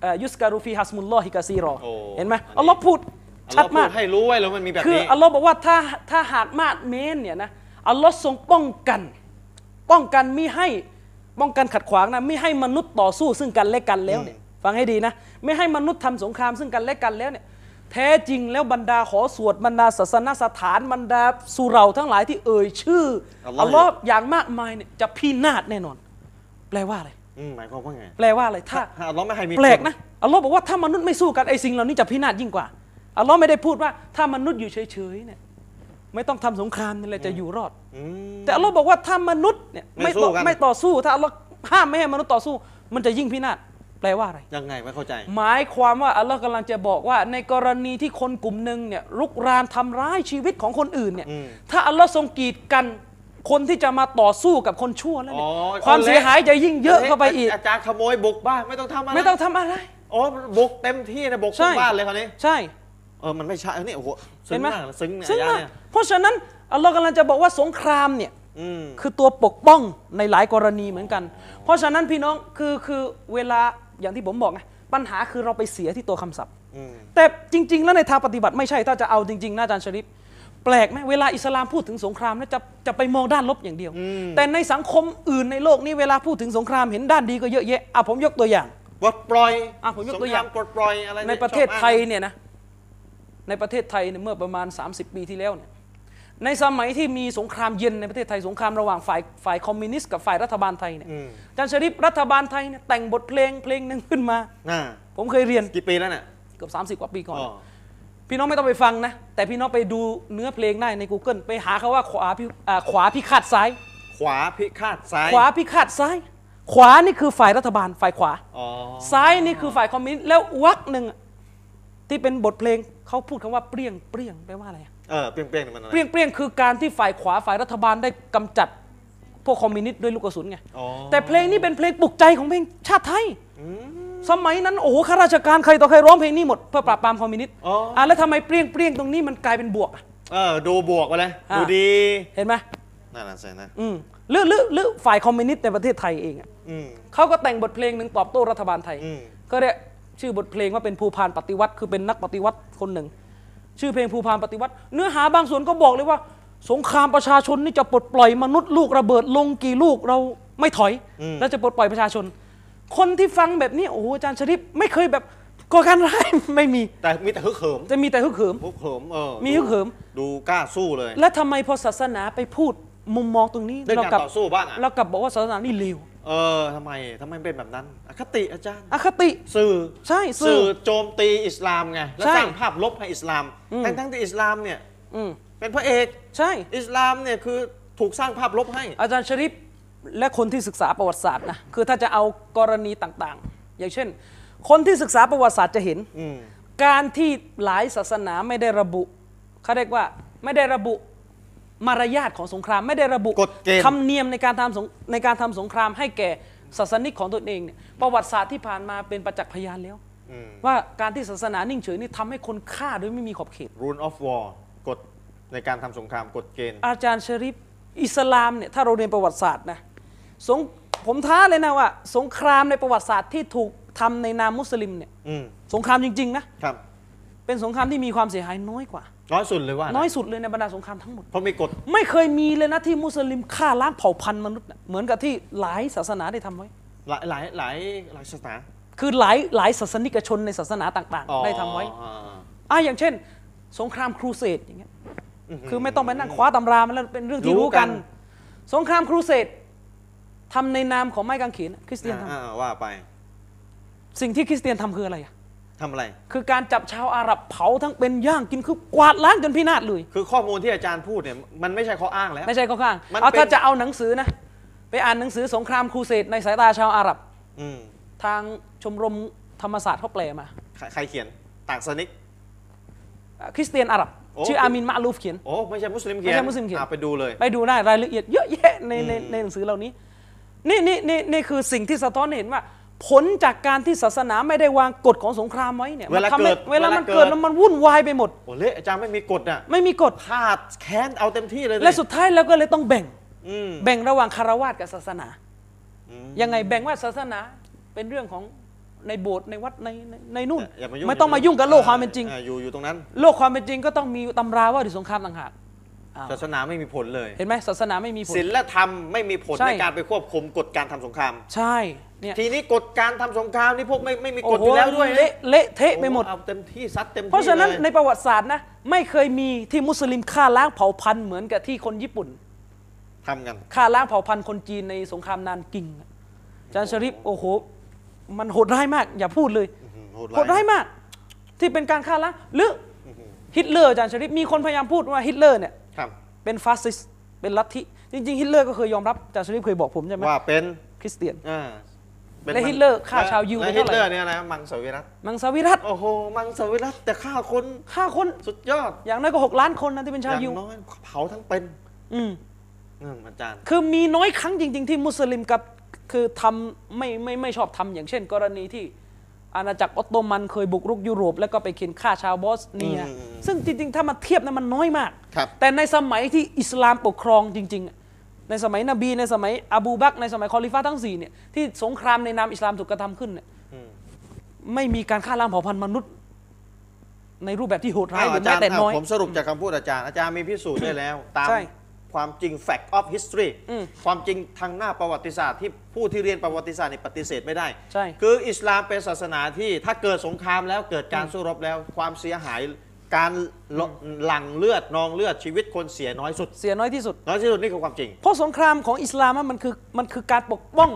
B: เอ่อยุสการุฟีฮัสมุลลอฮิกะซีรอ
A: โอ้
B: เห็นไหมอัลลอฮ์พูดชัด
A: เรพู
B: มาก
A: ให้รู้ไว้แล้วมันมีแบบ
B: คือ
A: นี้
B: อัลลอฮ์บอกว่าถ้าถ้าหากมาดเมนเนี่ยนะอัลลอฮ์ทรงป้องกัน ป้องกันไม่ให้ป้องกันขัดขวางนะไม่ให้มนุษย์ต่อสู้ซึ่งกันและกันแล้วเนี่ยฟังให้ดีนะ ไม่ให้มนุษย์ทำสงครามซึ่งกันและกันแล้วเนี่ยแท้จริงแล้วบรรดาหอสวดบรรดาศาสนสถานบรรดาสุเหราทั้งหลายที่เอ่ยชื่อ
A: อัลลอฮ์
B: อัลลอฮ์อย่างมากมายเนี่ยจะพินาศแน่นอน แปลว่าอะไร
A: มหมายความว่าไง
B: แปลว่าอะไรถ้า
A: ถ้าเราไม่ให้มี
B: แปลก
A: ค
B: นะอัลลอฮ์บอกว่าถ้ามนุษย์ไม่สู้กันไอ้สิ่งเหล่านี้จะพินาศยิ่งกว่าอัลลอฮ์ไม่ได้พูดว่าถ้ามนุษย์อยู่เฉยๆเนี่ยไม่ต้องทำสงครามนี่แหละจะอยู่รอด
A: อืม
B: แต่อัลลอฮ์บอกว่าถ้ามนุษย์เนี่ย
A: ไม่สู้
B: ต่อ
A: กัน
B: ไม่ต่อสู้ ถ้าอัลลอฮ์ห้ามไม่ให้มนุษย์ต่อสู้ มันจะยิ่งพินาศแปลว่าอะไร
A: ยังไงไม่เข้าใจ
B: หมายความว่าอัลลอฮ์กำลังจะบอกว่า ในกรณีที่คนกลุ่มหนึ่งเนี่ยลุกรานทำร้ายชีวิตของคนอื่นเนี่ย
A: อืม
B: ถ้าอัลลอฮ์ทรงกีดกันคนที่จะมาต่อสู้กับคนชั่วแล้วเนี่ย
A: อ๋อ
B: ความเสียหายจะยิ่งเยอะเข้าไปอีก
A: อาจารย์ขโมยบุกบ้านไม่ต้องทำอะไร
B: ไม่ต้องทำอะไร
A: โอ้บุกเต็มที่นะบุก
B: ใช่
A: ทุกบ้านเลยคราวนี้
B: ใช่
A: เออมันไม่ใช่เนี่ยโอ้โหซึ้
B: เห็
A: ง
B: นไหม
A: มากนะซึ้งเนี่ย
B: ซึ้
A: อาม
B: งาก
A: เนี่ย
B: เพราะฉะนั้นอัลลอฮ์กำลังจะบอกว่าสงครามเนี่ย
A: อืม
B: คือตัวปกป้องในหลายกรณีเหมือนกัน เพราะฉะนั้นพี่น้องคือคือเวลาอย่างที่ผมบอกไงปัญหาคือเราไปเสียที่ตัวคำศัพท์
A: อืม
B: แต่จริง ๆ แล้วในทางปฏิบัติไม่ใช่ถ้าจะเอาจริง ๆนะอาจารย์ชริปแปลกไหมเวลาอิสลามพูดถึงสงครามแล้วจะจะไปมองด้านลบอย่างเดียว แต่ในสังคมอื่นในโลกนี้เวลาพูดถึงสงครามเห็นด้านดีก็เยอะแยะอ่ะผมยกตัวอย่าง
A: ปลดปล่อย
B: อ่ะผมยกตัวอย่าง
A: สครมปลดปล่อยอะไร
B: ใน
A: เนี่ย
B: ประเทศ
A: ชอบอ้าง
B: ไทยเนี่ยนะในประเทศไทยเนี่ยเมื่อประมาณ 30 ปีที่แล้วเนี่ยในสมัยที่มีสงครามเย็นในประเทศไทยสงครามระหว่างฝ่ายฝ่ายคอมมิวนิสต์กับฝ่ายรัฐบาลไทยเนี่ย
A: อืม
B: อาจารย์ชริปรัฐบาลไทยเนี่ยแต่งบทเพลงเพลงหนึ่งขึ้นมา
A: น่ะ
B: ผมเคยเรียน
A: กี่ปีแล้วเนี่ย
B: เกือบ30 กว่าปีก่อน
A: อ๋อ
B: พี่น้องไม่ต้องไปฟังนะ แต่พี่น้องไปดูเนื้อเพลงได้ใน Google ไปหาคาว่าขวาพิอ่าขวาพิฆาตซ้าย
A: ขวาพิฆาตซ้าย
B: ขวาพิฆาตซ้าย ขวานี่คือฝ่ายรัฐบาลฝ่ายขวา
A: อ๋อ
B: ซ้ายนี่คือฝ่ายคอมมิวนิสต์แล้ววักหนึ่งอะที่เป็นบทเพลง เขาพูดคำว่าเปรี้ยงเปรี้ยงแปลว่าอะไรอะ
A: เออเปรี้ยงๆนี่มันอะไร
B: เปรี้ยงเปรี้ยงคือการที่ฝ่ายขวาฝ่ายรัฐบาลได้กำจัดพวกคอมมิวนิสต์ด้วยลูกกระสุนไง
A: อ๋อ
B: แต่เพลงนี้เป็นเพลงปลุกใจของเพลงชาติไทย สมัยนั้นโอ้โหข้าราชการใครต่อใครร้องเพลงนี้หมดเพื่อปราบปรามคอมมิวนิสต์
A: อ๋อ
B: อ่ะแล้วทำไมเปรี้ยงเปรี้ยงตรงนี้มันกลายเป็นบวกอ่ะ
A: เออดูบวกไปเลย
B: อ่ะ
A: ดูดี
B: เห็นไหม
A: น่าสนใจนะ
B: อืมหรือหรือหรือฝ่ายคอมมิวนิสต์ในประเทศไทยเองอ่ะ
A: อืม
B: เขาก็แต่งบทเพลงหนึ่งตอบโต้รัฐบาลไทย
A: อืม
B: ก็เรียกชื่อบทเพลงว่าเป็นภูพานปฏิวัติคือเป็นนักปฏิวัติคนหนึ่ง ชื่อเพลงภูพานปฏิวัติ เนื้อหาบางส่วนก็บอกเลยว่า สงครามประชาชนนี่จะปลดปล่อยมนุษย์ลูกระเบิดลงกี่ลูกเราไม่ถอย แล้วจะปลดปล่อยประชาชน คนที่ฟังแบบนี้โอ้โหอาจารย์ชริปไม่เคยแบบก่อการร้าย ไม่มี
A: แต่มีแต่ฮึกเหิม
B: จะมีแต่ฮึกเหิม
A: ฮึกเหิมเออ
B: มีฮึกเหิม
A: ดูกล้าสู้เลย
B: และทำไมพอศาสนาไปพูดมุมมองตรงนี้
A: เล่น
B: เรา
A: การ
B: กลับ
A: ต่อสู้บ้างอ่ะ
B: เรากลับบอกว่าศาสนานี่เลว
A: เออทำไมทำไมเป็นแบบนั้นอคติอาจารย์
B: อคติ
A: สื่อ
B: ใช่
A: สื่
B: สื่
A: อ
B: อ
A: โจมตีอิสลามไง แล้ว
B: ใช่
A: สร้างภาพลบให้อิสลาม ทั้งทั้งๆที่อิสลามเนี่ย
B: อืม
A: เป็นพระเอก
B: ใช่
A: อิสลามเนี่ยคือถูกสร้างภาพลบให้
B: อาจารย์ชริปและคนที่ศึกษาประวัติศาสตร์นะคือถ้าจะเอากรณีต่างๆ อย่างเช่น คนที่ศึกษาประวัติศาสตร์จะเห็น
A: อืม
B: การที่หลายศาสนาไม่ได้ระบุเขาเรียกว่าไม่ได้ระบุมารยาทของสงคราม ไม่ได้ระบุ
A: กฎเกณฑ์
B: ธรรมเนียมในการทำสงในการทำสงครามให้แก่ศาสนิกของตนเองเนี่ยประวัติศาสตร์ที่ผ่านมาเป็นประจักษ์พยานแล้ว
A: อืม
B: ว่าการที่ศาสนานิ่งเฉยนี่ทำให้คนฆ่าโดยไม่มีขอบเขต
A: rule of war กฎในการทำสงครามกฎเกณฑ์
B: อาจารย์ชริปอิสลามเนี่ยถ้าเราเรียนประวัติศาสตร์นะสงผมท้าเลยนะว่า สงครามในประวัติศาสตร์ที่ถูกทำในนามมุสลิมเนี่ย
A: อืม
B: สงครามจริงๆนะครับ เป็นสงครามที่มีความเสียหายน้อยกว่า
A: น้อยสุดเลยว่านะ
B: น้อยสุดเลยในบรรดาสงครามทั้งหมด
A: เพราะมีกฎ
B: ไม่เคยมีเลยนะที่มุสลิมฆ่าล้างเผ่าพันธุ์มนุษย์น่ะเหมือนกับที่หลายศาสนาได้ทำไว้
A: หลายหลายหลายหลายศาสนา
B: คือหลายหลายศาสนิกชนในศาสนาต่าง
A: อ๋อ
B: ๆ ได้ทำไว้
A: อ่า
B: อ่ะอย่างเช่น สงครามครูเสดอย่างเงี้ยคือไม่ต้องไปนั่งคว้าตำรามันแล้วเป็นเรื่องที่รู้กัน สงครามครูเสดทำในนามของไม้กางเขนคริสเตียนท
A: อ่าว่าไป
B: ำสิ่งที่คริสเตียนทำคืออะไรอ่ะ
A: ทำอะไร
B: คือการจับชาวอาหรับเผาทั้งเป็นย่างกินคือกวาดล้างจนพินาศเลย
A: คือข้อมูลที่อาจารย์พูดเนี่ยมันไม่ใช่ข้ออ้างแล้ว
B: ไม่ใช่ข้อข้าง
A: มัน
B: เอา
A: เป็น
B: ถ้าจะเอาหนังสือนะ ไปอ่านหนังสือสงครามครูเสดในสายตาชาวอาหรับ
A: อืม
B: ทางชมรมธรรมศาสตร์เขาแปลมา
A: ใครใครเขียนต่างศาสนิก
B: อ่ะคริสเตียนอาหรับ
A: โอ้
B: ชื่ออามินมาลูฟเขียน
A: โอ้ไม่ใช่มุสลิมเขียน
B: ไม่ใช่มุสลิมเขียน
A: อ่ะไปดูเลย
B: ไปดูได้รายละเอียดเยอะแยะในในในหนังสือเหล่านี้ นี่นี่นี่นี่คือสิ่งที่สะท้อนให้เห็นว่า ผลจากการที่ศาสนาไม่ได้วางกฎของสงครามไว้เนี่ย
A: เวลา
B: มันทำให้
A: เกิด
B: เว
A: เว
B: ลา
A: ลา
B: มัน
A: เกิ
B: เกิด
A: ด
B: แล้วมันวุ่นวายไปหมด
A: โอ้เละอาจารย์ไม่มีกฎอ่ะ
B: ไม่มีกฎ
A: พลาดแค้นเอาเต็มที่เลย
B: และสุดท้ายเราก็เลยต้องแบ่ง
A: อืม
B: แบ่งระหว่างคารวาสกับศาสนา
A: อืม
B: ยังไงแบ่งว่าศาสนาเป็นเรื่องของในโบสถ์ในวัดในในในนู่น
A: อย่ามายุ่ง
B: ไม่ต้องมายุ่งกับโลกความเป็นจริง
A: อ่าอยู่อยู่ตรงนั้น
B: โลกความเป็นจริงก็ต้องมีตำราว่าถึงสงครามต่างหากอ้าว
A: ศาสนาไม่มีผลเลย
B: เห็นไหมศาสนาไม่มีผล
A: ศีลธรรมไม่มีผล
B: ใช่
A: ในการไปควบคุมกฎการทำสงคราม
B: ใช่เนี่ย
A: ทีนี้กฎการทำสงครามนี่พวกไม่ไม่มีก
B: โอ้
A: ฎ
B: โห
A: อยู่แล้วด้วยนะ
B: เละเละเทะไปหมด
A: โอ้โเอาเต็มที่ซัดเต็มที่
B: เพราะฉะนั้น
A: ลย
B: ในประวัติศาสตร์นะไม่เคยมีที่มุสลิมฆ่าล้างเผ่าพันธุ์เหมือนกับที่คนญี่ปุ่น
A: ทำกัน
B: ฆ่าล้างเผ่าพันธุ์คนจีนในสงครามนานกิงอะอาจารย์ชริปโอ้โหมันโหดร้ายมาก อย่าพูดเลย
A: อื้อหือ
B: โหดร้ายมาก ที่เป็นการฆ่าล้างหรืออฮิตเลอร์อาจารย์ชริปมีคนพยายามพูดว่าฮิตเลอร์เนี่ย
A: ครับ
B: เป็นฟาสซิสต์เป็นลัทธิจริงๆฮิตเลอร์ก็เคยยอมรับอาจารย์ชริปเคยบอกผมใช่ไหม
A: ว่าเป็น
B: คริสเตียน
A: อ่าป็น
B: และ
A: มัง
B: ฮิตเลอร์ฆ่าชาวยิว
A: และ
B: ไป
A: ฮิ
B: เท่า
A: ต
B: ไห
A: เล
B: ร่
A: อร์เนี่ยนะมังสวิรัต
B: มังสวิรัต
A: โอ้โห มังสวิรัตแต่ฆ่าคน
B: ฆ่าคน
A: สุดยอด
B: อย่างน้อยก็หกล้านคนนะที่เป็น
A: อ
B: ชาว
A: ย่าง
B: ยิว
A: น้อยเผาทั้งเป็น
B: อืม
A: อืมอาจารย์
B: คือมีน้อยครั้งจริง ๆ ที่มุสลิมกับคือทำไม่ไม่ไม่ชอบทำอย่างเช่น กรณีที่อาณาจักรออตโตมันเคยบุกรุกยุโรป แล้วก็ไปเขียนฆ่าชาวบอสเนีย
A: อืม
B: ซึ่งจริง ๆ ถ้ามาเทียบนะมันน้อยมาก
A: ครับ
B: แต่ในสมัยที่อิสลามปกครองจริง ๆอะในสมัยนบีในสมัยอบูบักรในสมัยคอลิฟ้าทั้งสี่เนี่ยที่สงครามในนามอิสลามถูกกระทำขึ้นเนี่ยไม่มีการฆ่าล้างเผ่าพันธุ์มนุษย์ ในรูปแบบที่โหดร้าย
A: อ้าว
B: หรือ
A: อาจาร
B: แม้
A: ย์
B: แต่น้อย
A: ผมสรุปจากคำพูดอาจารย์ อาจารย์มีพิสูจน์ได้แล้ว ตาม
B: ใช่
A: ความจริง fact of history ความจริงทางหน้าประวัติศาสตร์ที่ผู้ที่เรียนประวัติศาสตร์นี่ปฏิเสธไม่ได้
B: ใช่
A: คืออิสลามเป็นศาสนาที่ถ้าเกิดสงครามแล้วเกิดการสู้รบแล้ว ความเสียหายการลหลั่งเลือดนองเลือดชีวิตคนเสียน้อยสุด
B: เสียน้อยที่สุด
A: น้อยที่สุดนี่คือความจริง
B: เพราะสงครามของอิสลามอะมันคือมันคือการปกป้อง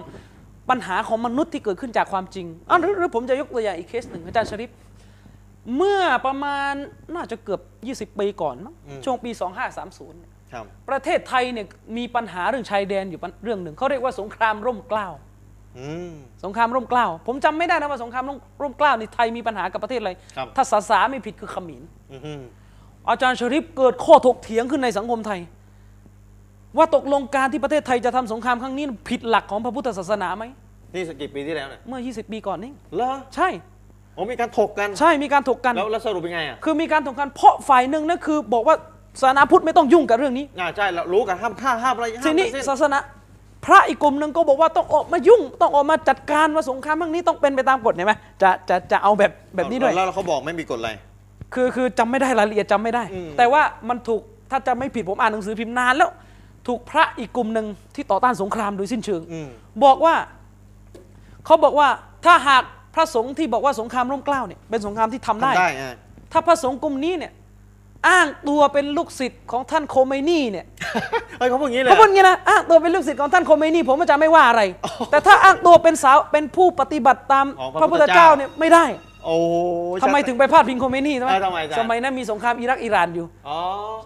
B: ปัญหาของมนุษย์ที่เกิดขึ้นจากความจริงอ่ะหรือหรือผมจะยกตัวอย่างอีกเคสหนึ่งอาจารย์ชริปเมื่อประมาณน่าจะเกือบ 20 ปีก่อนมั้งช่วงปี 2530เนี่ย
A: ครับ
B: ประเทศไทยเนี่ยมีปัญหาเรื่องชายแดนอยู่ปัญเรื่องหนึ่งเขาเรียกว่าสงครามร่มเกล้า
A: อืม
B: สงครามร่มเกล้าผมจำไม่ได้นะว่าสงครามร่มร่มเกล้านี่ไทยมีปัญหากับประเทศอะไร
A: ครับ
B: ถ้าสาสาไม่ผิดคือเขมิน
A: อือฮึ
B: อาจารย์ชริปเกิดข้อถกเถียงขึ้นในสังคมไทย ว่าตกลงการที่ประเทศไทยจะทำสงครามครั้งนี้ผิดหลักของพระพุทธศาสนาไหม
A: นี่สกกี่ปีที่แล้วเนี่ย
B: เมื่อ 20 ปีก่อนนี่
A: เหรอ
B: ใช่
A: อ๋อมีการถกกัน
B: ใช่มีการถกกัน
A: แล้วแล้วสรุปเป็นไงอ่ะ
B: คือมีการถกกันเพราะฝ่ายหนึ่งนะคือ บอกว่าศาสนาพุทธไม่ต้องยุ่งกับเรื่องนี้
A: อ่าใช่เรารู้กันห้ามฆ่าห้ามอะไรห้าม
B: ทีนี้
A: ทั้งสิ้
B: ศาสนาพระอีกกลุ่มหนึ่งก็บอกว่าต้องออกมายุ่ง ต้องออกมาจัดการว่าสงครามครั้งนี้ต้องเป็นไปตามกฎเห็นไหมจะจะจะเอาแบบแบบนี้ด้วย
A: แล้วแล้วเขาบอกไม่มีกฎอะไร
B: คือคือจำไม่ได้รายละเอียดจำไม่ได้
A: อืม
B: แต่ว่ามันถูกถ้าจำไม่ผิดผมอ่านหนังสือพิมพ์นานแล้ว ถูกพระอีกกลุ่มหนึ่งที่ต่อต้านสงครามโดยสิ้นเชิง
A: อืม
B: บอกว่าเขาบอกว่าถ้าหากพระสงฆ์ที่บอกว่าสงครามร่มเกล้าเนี่ยเป็นสงครามที่ทำได้
A: ทำได้อ่ะ
B: ถ้าพระสงฆ์กลุ่มนี้เนี่ยอ้างตัวเป็นลูกศิษย์ของท่านโคเมนี่เนี่ย
A: เฮ้ยเขาพูดอย่างนี้เลย
B: เขา
A: อะ
B: พูดอย่างนี้นะอ้างตัวเป็นลูกศิษย์ของท่านโคเมนี่ผมอาจารย์ไม่ว่าอะไร แต่ถ้าอ้างตัวเป็นสาวเป็นผู้ปฏิบัติตามพระพุทธเจ้าเนี่ยไม่ได้
A: โอ้ย
B: ทำไมถึงไปพาดพิงโคเมนี่ใช่ไหม
A: เออทำไมอาจารย์
B: สมัยนั้นมีสงครามอิรักอิหร่านอยู่
A: อ๋อ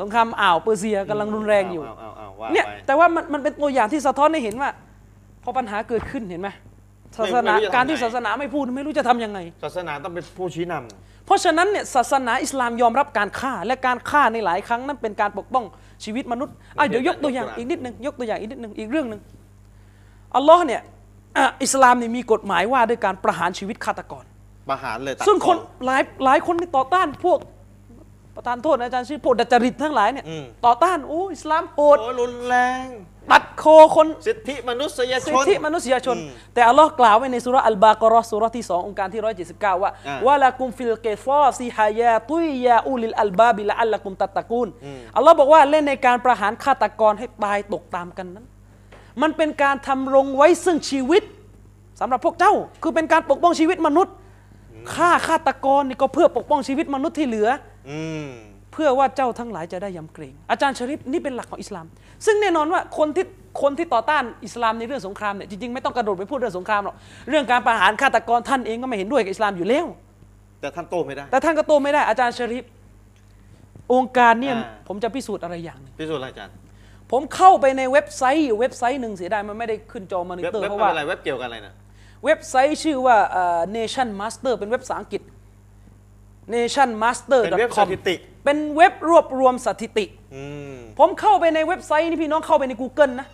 B: สงครามอ่าวเปอร์เซียกำลังรุนแรงอยู่
A: เาเาเาว่า
B: เนี่ย
A: ไป
B: แต่ว่ามันมันเป็นตัวอย่างที่สะท้อนให้เห็นว่า พอปัญหาเกิดขึ้นเห็นไหมศาสนาการที่ศาสนาไม่พูดไม่รู้จะทำยังไง
A: ศาสนาต้องเป็นผู้ชี้นำ
B: เพราะฉะนั้นเนี่ยศาสนาอิสลามยอมรับการฆ่าและการฆ่าในหลายครั้งนั้นเป็นการปกป้องชีวิตมนุษย์อ่ะเดี๋ยวยกตัวอย่างอีกนิดหนึ่งยกตัวอย่างอีกนิดหนึ่งอีกเรื่องหนึ่งอัลลอฮ์เนี่ยอ่ะอิสลามเนี่ยมีกฎหมายว่าด้วยการประหารชีวิตฆาตกร
A: ประหารเลยตัด
B: ซึ่งคน
A: ตอ
B: หลายหลายคนที่ต่อต้านพวกประธานโทษนะอาจารย์ชื่อพวกดัจจริตทั้งหลายเนี่ย
A: อืม
B: ต่อต้านโอ้อิสลามโหด
A: โอ้ยรุนแรง
B: ตัดโคคน
A: สิทธิมนุษยช
B: สิท
A: น
B: ธิมนุษยชน แต่อัลลอฮ์กล่าวไว้ในสุราะห์อัลบากะเราะห์สุราะห์ที่สององค์การที่ 179 ว่า
A: อ่าว
B: ะลากุมฟิลเกฟอซิฮายาตุยยาอูลิลอัลบาบิละอัลละกุมตัตตะกูลอัลลอฮ์บอกว่าเล่นในการประหารฆาตกรให้ตายตกตามกันนั้น มันเป็นการทำรงไว้ซึ่งชีวิตสำหรับพวกเจ้า คือเป็นการปกป้องชีวิตมนุษย์ฆ่าฆาตกรนี่ก็เพื่อปกป้องชีวิตมนุษย์ที่เหลือ
A: อืม
B: เพื่อว่าเจ้าทั้งหลายจะได้ยำเกรง อาจารย์ชริปนี่เป็นหลักของอิสลาม ซึ่งแน่นอนว่าคนที่คนที่ต่อต้านอิสลามในเรื่องสงครามเนี่ยจริงๆไม่ต้องกระโดดไปพูดเรื่องสงครามหรอกเรื่องการประหารฆาตกรท่านเองก็ไม่เห็นด้วยกับอิสลามอยู่แล้ว
A: แต่ท่านโตไม่ได้
B: แต่ท่านก็โตไม่ได้อาจารย์ชริปองค์การเนี่ย
A: อ่า
B: ผมจะพิสูจน์อะไรอย่างหนึ่ง
A: พิสูจน์อะไรอาจารย์
B: ผมเข้าไปในเว็บไซต์อยู่เว็บไซต์หนึ่งเสียดายมันไม่ได้ขึ้นจอมอนิ
A: เว็บ
B: เตอร์
A: เว็บ
B: เพราะ
A: เป็
B: ว่า
A: นอะไรเว็บเกี่ยวกับอะไรนะ
B: เว็บไซต์ชื่อว่าเอ่อ Nation Master เป็นเว็บภาษาอังกฤษ nationmaster.com
A: เป็นเว็บสถิติ
B: เป็นเว็บรวบรวมสถิติ
A: อืม
B: ผมเข้าไปในเว็บไซต์นี่พี่น้องเข้าไปใน Google นะ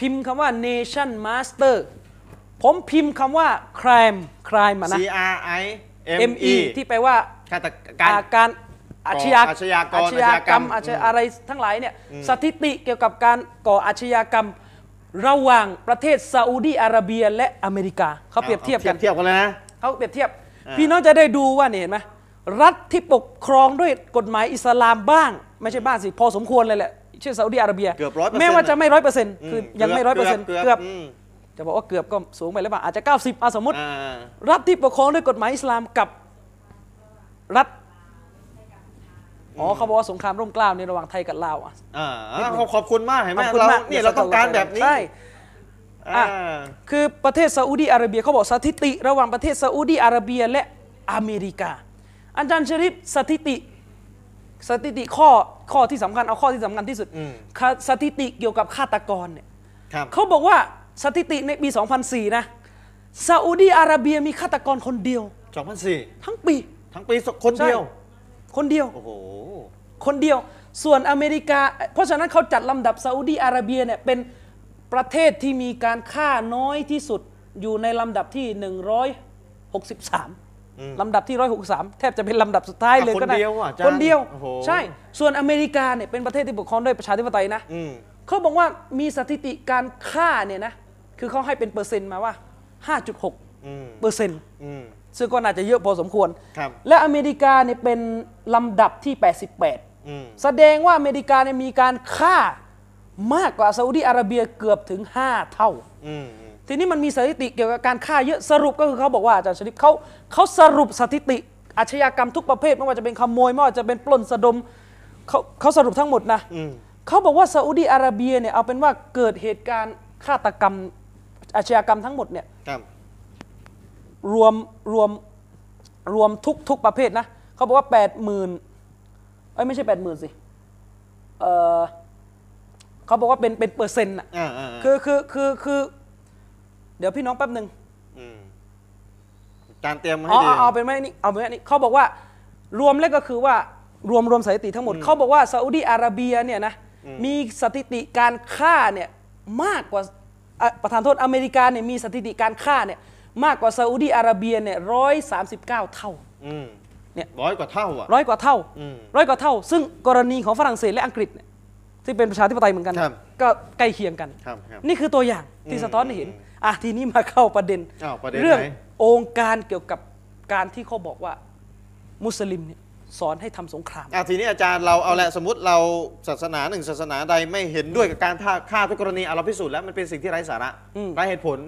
B: พิมพ์คำว่า Nation Master ผมพิมพ์คำว่า crime crime อะ
A: C
B: นะ
A: R I M
B: ME
A: E
B: ที่แปลว่า
A: ฆาตการ
B: อ่าการอาชญา
A: อาชญากร
B: อาชญากรรม
A: อา
B: อา
A: ช
B: ช
A: ญากรรม
B: ญาอะไรทั้งหลายเนี่ยสถิติเกี่ยวกับการก่ออาชญากรรม ระหว่างประเทศซาอุดีอาระเบียและอเมริกาเขาเปรียบเทียบกัน
A: าเทียบกันเลยนะ
B: เขาเปรียบเทียบ พี่น้องจะได้ดูว่าเนี่ยเห็นไหมรัฐที่ปกครองด้วยกฎหมายอิสลามบ้าง ไม่ใช่บ้างสิ พอสมควรเลยแหละเช่นซาอุดีอาระเบีย
A: เกือบ100%
B: แม้ว่าจะไม่ร้อยเปอร์เซ็นต์คือ
A: ม
B: ยังไม่ร้อย
A: เกื
B: เปอ
A: อ
B: ร์
A: บ
B: เซ็นต์
A: เกือบ
B: เกือบ
A: อืม
B: จะบอกว่าเกือบก็สูงไปหรือเปล่าอาจจะ 90อาสมมติ
A: อ่า
B: รัฐที่ปกครองด้วยกฎหมายอิสลามกับรัฐอ๋อเขาบอกว่าสงครามร่มเกล้าในระหว่างไทยกับลาวอ่ะ
A: อ่าขอบขอบคุณมากเห็นไหม
B: ขอบคุณ
A: เรา
B: มาก
A: เนี่ยเราต้องการแบบนี้
B: ใช่
A: อ่า
B: คือประเทศซาอุดีอาระเบียเขาบอกสถิติระหว่างประเทศซาอุดีอาระเบียและอเมริกา อาจารย์ชริปสถิติสถิติข้อข้อที่สำคัญเอาข้อที่สำคัญที่สุด
A: อืม
B: ค่ะสถิติเกี่ยวกับฆาตกรเนี่ย
A: ครับ
B: เขาบอกว่าสถิติในปี 2004 นะซาอุดีอาระเบียมีฆาตกรคนเดียว
A: สองพันสี่
B: ทั้งปี
A: ทั้งปีสคนเดียว
B: ใช่คนเดียว
A: โอ้โห
B: คนเดียวส่วนอเมริกา เพราะฉะนั้นเขาจัดลำดับซาอุดีอาระเบียเนี่ยเป็นประเทศที่มีการฆ่าน้อยที่สุดอยู่ในลำดับที่ 163ลำดับที่ 163 แทบจะเป็นลำดับสุดท้ายเลยก็ได้
A: คนเดียวอ่ะอาจารย์
B: คนเดียว
A: โอ้โห
B: ใช่ ส่วนอเมริกาเนี่ยเป็นประเทศที่ปกครองด้วยประชาธิปไตยนะ
A: อืม
B: เขาบอกว่ามีสถิติการฆ่าเนี่ยนะคือเขาให้เป็นเปอร์เซ็นต์มาว่า
A: อืม
B: 5.6เปอร์เซ็นต์
A: อืม
B: ซึ่งก็น่าจะเยอะพอสมควร
A: ครับ
B: และอเมริกาเนี่ยเป็นลำดับที่ 88
A: อืม
B: แสดงว่าอเมริกาเนี่ยมีการฆ่ามากกว่าซาอุดีอาระเบียเกือบถึง 5 เท่า
A: อืม
B: ทีนี้มันมีสถิติเกี่ยวกับการฆ่าเยอะสรุปก็คือเขาบอกว่าอาจารย์ชลิปเขาเขาสรุปสถิติอาชญากรรมทุกประเภทไม่ว่าจะเป็นขโมยไม่ว่าจะเป็นปล้นสะดมเขาเขาสรุปทั้งหมดนะ
A: อืม
B: เขาบอกว่าซาอุดีอาระเบียเนี่ยเอาเป็นว่าเกิดเหตุการณ์ฆาตกรรมอาชญากรรมทั้งหมดเนี่ย
A: ครับ
B: รวมรวมรวมทุกทุกประเภทนะเขาบอกว่า 8 0 0 0 0เอ้ยไม่ใช่ 8 0 0 0 0สิเออเขาบอกว่าเป็นเป็นเปอร์เซ็นต์อะ
A: อ่าอ่า
B: คือคือคือคือ เ ดี๋ยวพี่น้องแป๊บหนึ่ง
A: อืมจานเตรียมมา
B: อ๋
A: ให้
B: อ
A: ดี
B: เอาเอาเป็นไหมนี่เอาเป็นไหมนี่เขาบอกว่ารวมแล้วก็คือว่ารวมรวมสถิติทั้งหมด เขาบอกว่าซาอุดีอาระเบียเนี่ยนะมีสถิติการฆ่าเนี่ยมากกว่าอ่ะประธานโทษอเมริกาเนี่ยมีสถิติการฆ่าเนี่ยมากกว่าซาอุดีอาระเบียเนี่ยร้อยสามสิบเก้าเท่า
A: อืม
B: เนี่ย
A: ร้อยกว่าเท่าอ่ะ
B: ร้อยกว่าเท่า
A: อืม
B: ร้อยกว่าเท่า ซึ่งกรณีของฝรั่งเศสและอังกฤษเนี่ยที่เป็นประชาธิปไตยเหมือนกัน
A: ครับ
B: ก็ใกล้เคียงกัน
A: ครับครับ
B: นี่คือตัวอย่างที่
A: อืม
B: สะท้อนให้เห็น
A: อืม
B: อ่ะทีนี้มาเข้าประเด็น
A: อ้าวประเด็น
B: อง
A: ไหน
B: องค์การเกี่ยวกับการที่เขาบอกว่ามุสลิมเนี่ยสอนให้ทำสงคราม
A: อ่ะทีนี้อาจารย์เราเอาแหละสมมติเราศาสนาหนึ่งศาสนาใดไม่เห็นด้วยกับการฆ่าฆ่าทุกกรณีอ่ะเราพิสูจน์แล้วมันเป็นสิ่งที่ไร้สาระ
B: อืม
A: ไร้เหตุผล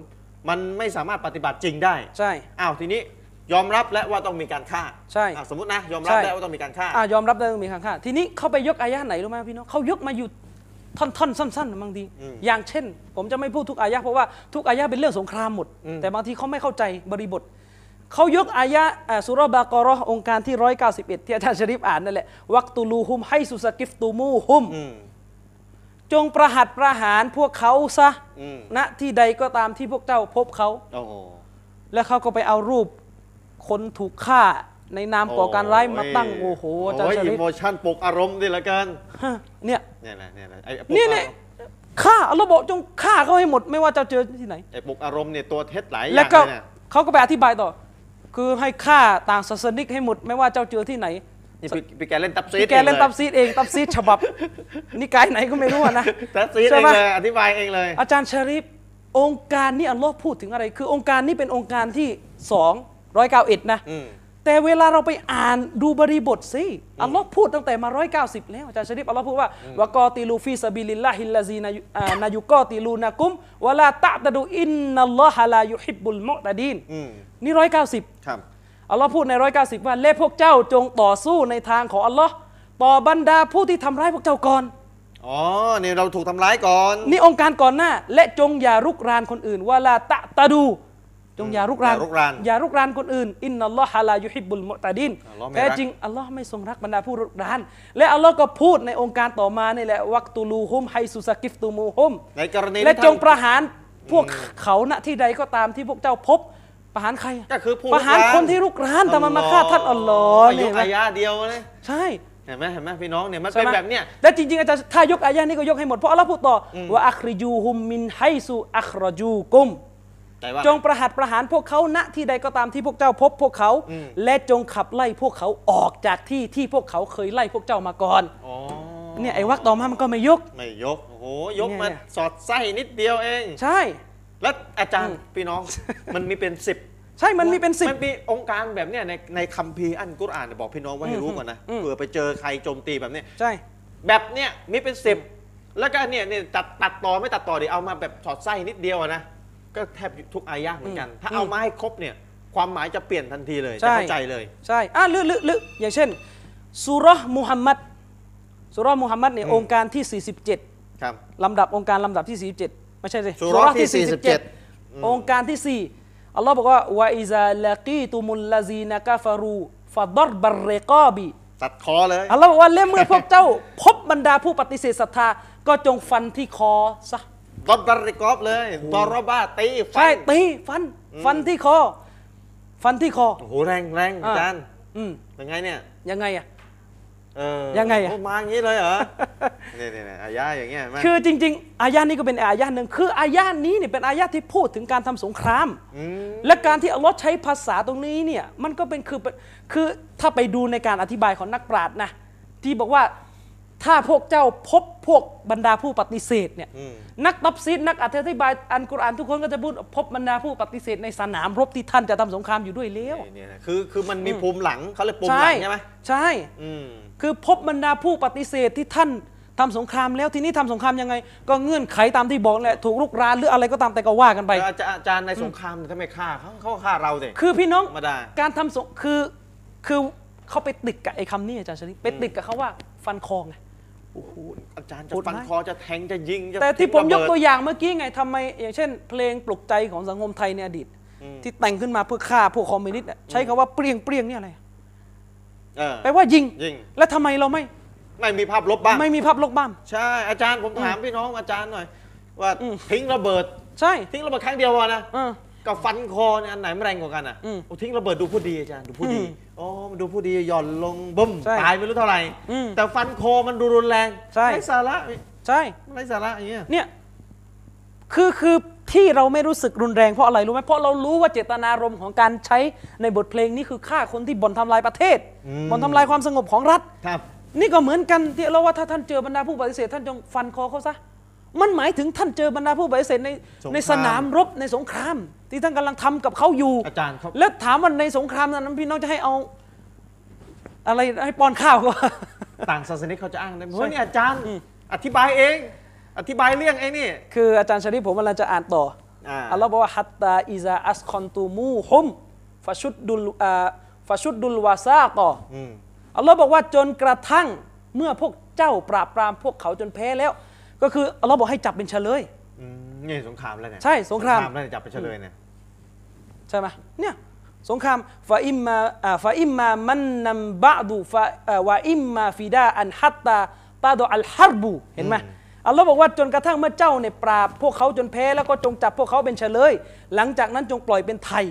A: มันไม่สามารถปฏิบัติจริงได้
B: ใช่
A: อ้าวทีนี้ยอมรับและว่าต้องมีการฆ่า
B: ใช่
A: อ่ะสมมตินะยอมรับ
B: ใช่
A: และว่าต้องมีการฆ่า
B: อ่ะยอมรับได้ว่ามีข้างค่าทีนี้เขาไปยกอายะห์ไหนรู้ไหมพี่น้องเขายกมาอยู่ท่อนท่อนสั้นๆบางที
A: อืม
B: อย่างเช่น ผมจะไม่พูดทุกอายะห์เพราะว่าทุกอายะห์เป็นเรื่องสงครามหมด
A: อืม
B: แต่บางทีเขาไม่เข้าใจบริบท เขายกอายะห์อ่าสุรบากรอองค์การที่ 191 ที่อาจารย์ชริฟอ่านนั่นแหละวักตูลูฮุมให้สุสกิฟตูมูฮุม
A: อืม
B: จงประหัตประหารพวกเขาซะ
A: อืม
B: ณที่ใดก็ตามที่พวกเจ้าพบเขา
A: โอ้โห
B: แล้วเขาก็ไปเอารูปคนถูกฆ่าในนามก่อการร้ายมาตั้ง โอ้โหอาจารย์ช
A: อิ
B: ริฟ
A: โมชันปลุกอารมณ์ดิละกัน
B: เนี่ย
A: เนี่ยแหละเนี่ยแหละไอ้ปลุก
B: เนี่ย
A: อาร
B: เนี่ย
A: มณ์
B: ฆ่าอัลลอฮ์บอกจงฆ่าเขาให้หมดไม่ว่าจะเจอที่ไหน
A: ไอ้ปลุกอารมณ์เนี่ยตัวเท็จหลายอย่า
B: แล้ว
A: ง
B: ก็
A: เลยเนี่ย
B: เขาก็ไปอธิบายต่อ คือให้ฆ่าต่างศาสนิกให้หมด ไม่ว่าเจ้าเจอที่ไหน
A: นี่พี่พี่แกเล่นตับซีด
B: ที่แกเล่น
A: องย
B: ตับซีดเองตับซีดฉบับ นิกายไหนก็ไม่รู้อะนะ
A: ตับซีดเอ
B: ใช่
A: ง
B: ปะ
A: เลยอธิบายเองเลย
B: อาจารย์ชะริฟองค์การนี่อัลลอฮ์พูดถึงอะไร คือองค์การนี่เป็นองค์การที่สองร้อยเก้าเอ็ดนะ
A: อืม
B: แต่เวลาเราไปอ่านดูบริบทสิอัลลอฮ์พูดตั้งแต่มา 190 แล้วอาจารย์ชะริฟอัลลอฮ์พูดว่าวกอติลูฟีซาบิลิลลาฮิลลาซีนายุอ่านายุกอติลูนากุมวะลาตะตะดูอินนัลลอฮะลายุฮิบบุลมุอตะดีน
A: อืม
B: นี่ 190
A: ครับ
B: อัลลอฮ์พูดใน 190 ว่าและพวกเจ้าจงต่อสู้ในทางของอัลลอฮ์ต่อบรรดาผู้ที่ทำร้ายพวกเจ้าก่อน
A: อ๋อเนี่ยเราถูกทำร้ายก่อน
B: นี่องค์การก่อนหน้า และจงอย่ารุกรานคนอื่นวะลาตะตะดู จงอย่ารุกราน
A: อย่ารุกราน
B: อย่ารุกรานคนอื่น อินนัลลอฮะลายุฮิบบุลมุอตะดิน
A: อัลลอฮ์ไม่รั
B: แท้
A: ก
B: จริงอัลลอฮ์ไม่ทรงรักบรรดาผู้รุกราน และอัลลอฮ์ก็พูดในองค์การต่อมานี่แหละวักตูลูฮุมไฮซุสกิฟตูมูฮุม
A: ในกรณี
B: และ
A: ที่ท่าน
B: จงประหารพวกเขาณที่ใดก็ตามที่พวกเจ้าพบ ประหารใคร
A: ก็คือผู้
B: ประหารคนที่รุกรานแต่มันมาฆ่าท่านอัลลอฮ์
A: ย
B: เนี่
A: ก
B: ย
A: อายาเดียวเลย
B: ใช่
A: เห็นไหมเห็นไหมพี่น้องเนี่ยมัน
B: ใช่
A: เป็น
B: ไหม
A: แบบเนี้ย
B: แต่จริงๆอาจารย์ถ้ายกอายะนี้ก็ยกให้หมด เพราะอัลลอฮ์พูดต่ออว่าอัคริยูฮุมมินไฮซูอัครจูกุม
A: แต่ว่า
B: จงประหัตประหารพวกเขาณที่ใดก็ตามที่พวกเจ้าพบพวกเขา
A: อืม
B: และจงขับไล่พวกเขาออกจากที่ที่พวกเขาเคยไล่พวกเจ้ามาก่อน
A: อ๋อ
B: เนี่ยไอ้วักต่อมามันก็ไม่ยก
A: ไม่ยก โอ้โห ยก
B: เนี่ย
A: มา
B: เนี่ย
A: สอดไส้นิดเดียวเอง
B: ใช่
A: แล้วอาจารย์พี่ น้อง มันมีเป็นสิบ
B: ใช่มันมีเป็นสิบ
A: มันมีองค์การแบบเนี้ยในในคัมภีร์อันกุรอานเนี่ยบอกพี่น้องว่าให้รู้ก่อนนะ
B: อืม
A: เผื่อไปเจอใครโจมตีแบบเนี้ย
B: ใช่
A: แบบเนี้ยมีเป็นสิบแล้วก็เนี่ยเนี่ยตัดตัดต่อไม่ตัดต่อเดี๋ยวเอามาแบบสอดไส้นิดเดียวอะนะก็แทบทุกอายะเหมือนกัน ถ้าเอามาให้ครบเนี่ยความหมายจะเปลี่ยนทันทีเลย
B: ใช่
A: จะเข้าใจเลย
B: ใช่อ่ะลึกลึกลึกอย่างเช่นสุเราะห์มุฮัมมัดสุเราะห์มุฮัมมัดเนี่ย
A: อืม
B: องค์การที่ 47
A: ครับ
B: ลำดับองค์การลำดับที่ 47 ไม่ใช่สิ
A: สุเราะห์
B: เราะห์
A: ที่
B: 47 องค์การที่ 4 อัลลอฮ์บอกว่าวะอิซาลากีตุมุลลาซีนากาฟารูฟาดรบัรเรกอบี
A: ตัดคอเลย
B: อัลลอฮ์บอกว่าและเมื่อพวกเจ้า พบบรรดาผู้ปฏิเสธศรัทธา ก็จงฟันที่คอซะ
A: รถบริกรอบเลยตอรบ้าตีฟั
B: ใช่
A: น
B: ตีฟัน ฟันที่คอ ฟันที่คอ
A: โอ้โหแรงแรงอา
B: อ่า
A: จารย์
B: อืม
A: ยังไงเนี่ย
B: ยังไงอ่ะ
A: เออ
B: ยังไงอะ
A: โอ้มาอย่างนี้เลยเหรอ เนี่ยเนี่ยเนี่ยอายะอย่างเงี้ยเห็นไหม
B: คือจริง ๆ อายานี้ก็เป็นอายาหนึ่งคืออายานี้เนี่ยเป็นอายาที่พูดถึงการทำสงคราม
A: ม
B: และการที่อัลลอฮ์ใช้ภาษาตรงนี้เนี่ยมันก็เป็นคือคือถ้าไปดูในการอธิบายของนักปราชญ์นะที่บอกว่าถ้าพวกเจ้าพบพวกบรรดาผู้ปฏิเสธเนี่ย
A: อืม
B: นักตับซีดนักอธิบายอันกุรอานทุกคนก็จะพูดพบบรรดาผู้ปฏิเสธในสนามรบที่ท่านจะทำสงครามอยู่ด้วยแล้ว
A: เนี่ยเนี่ยนะคือคือมันมีภูมิหลังเขาเรียกภูมิห
B: ใช่
A: ลังใช่ไหม
B: ใช่
A: อืม
B: คือพบบรรดาผู้ปฏิเสธที่ท่านทำสงครามแล้วทีนี้ทำสงครามยังไง ก็เงื่อนไขตามที่บอกแหละถูกรุกรานหรืออะไรก็ตามแต่ก็ว่ากันไป
A: อาจารย์อาจารย์ในสงครามเนี่ยทำไมฆ่าเขาเขาก็ฆ่าเราสิ
B: คือพี่น้อง
A: ธรรมดา
B: การทำสงคือคือเขาไปติดกับไอ้คำนี้อาจารย์ชลิดไปติดกับเขาว่าฟันคอไง
A: โอ้โหอาจารย์จะ
B: โหด
A: ฟัน
B: ร้าย
A: คอจะแทงจะยิงจะ
B: แต่ที่ผมยกตัว
A: ระเบิด
B: อย่างเมื่อกี้ไงทำไมอย่างเช่น เพลงปลุกใจของสังคมไทยในอดีต ที่แต่งขึ้นมาเพื่อฆ่าพวกคอมมิวนิสต์อะใช้คำว่าเปรียงเปรียงเนี่ยอะไร
A: เออ
B: แปลว่ายิง
A: ยิง
B: แล้วทำไมเราไม่
A: ไม่มีภาพลบบ้าง
B: ไม่มีภาพลบบ้าง
A: ใช่อาจารย์ผมถามพี่น้องอาจารย์หน่อย ว่าทิ้งระเบิด
B: ใช่
A: ทิ้งระเบิดครั้งเดียวพอนะ
B: เออ
A: กับฟันคอเนี่ยอันไหนมันแรงกว่ากันอ่ะ
B: อืม
A: โอ้ทิ้งระเบิดดูผู้ดีอาจารย์ดูผู้ดี
B: อืม
A: อ๋อมันดูผู้ดีหย่อนลงบึ้ม
B: ใช่
A: ตายไม่รู้เท่าไหร่
B: อืม
A: แต่ฟันคอมันดูรุนแรง
B: ใช่
A: ไร้สาระ
B: ใช่
A: ไร้สาระอย่างเงี้ย
B: เนี่ยคือคือที่เราไม่รู้สึกรุนแรงเพราะอะไรรู้ไหมเพราะเรารู้ว่าเจตนารมณ์ของการใช้ในบทเพลงนี้คือฆ่าคนที่บ่อนทำลายประเทศบ่อนทำลายความสงบของรัฐ
A: ครับ
B: นี่ก็เหมือนกันที่เราว่าถ้าท่านเจอบรรดาผู้ปฏิเสธท่านจงฟันคอเขาซะมันหมายถึงท่านเจอบรรดาผู้ปฏิเสธใน
A: สงคราม
B: ในสนามรบในสงคราม ที่ท่านกำลังทำกับเขาอยู่
A: อาจารย์ครับ
B: และถามว่าในสงครามนั้นพี่น้องจะให้เอา อะไรให้ป้อนข้าวก็
A: ต่างศาสนิกเขาจะอ้างได้ไหมเฮ้ยนี่อาจารย์อธิบายเอง อธิบายเรื่องไอ้นี่
B: คืออาจารย์ชริฟผมกำลังจะอ่านต่อ
A: อ่า
B: อัลลอฮ์บอกว่าฮัตตาอิซาอัสคอนตูมูฮุมฟาชุดดุลอ่าฟาชุดดุลวาซาต่ออ
A: อืม
B: อัลลอฮ์บอกว่าจนกระทั่งเมื่อพวกเจ้าปราบปรามพวกเขาจนแพ้แล้ว ก็คืออัลลอฮ์บอกให้จับเป็นเฉลย
A: อืมนี่สงครามแล้วเนี่ย
B: ใช่สงคราม
A: แล้วเนี่ยจับไปเฉลยเนี่ย
B: ใช่ไหมเนี่ยสงครามฟาอิมมาอ่าฟาอิมมามันนัมบะดูฟาอ่าวาอิมมาฟิดาอันฮัตตาตาดออัลฮัรบูเห็นไหมอัลลอฮ์บอกว่าจนกระทั่งเมื่อเจ้าเนี่ยปราบพวกเขาจนแพ้แล้วก็จงจับพวกเขาเป็นเฉลย หลังจากนั้นจงปล่อยเป็นไทย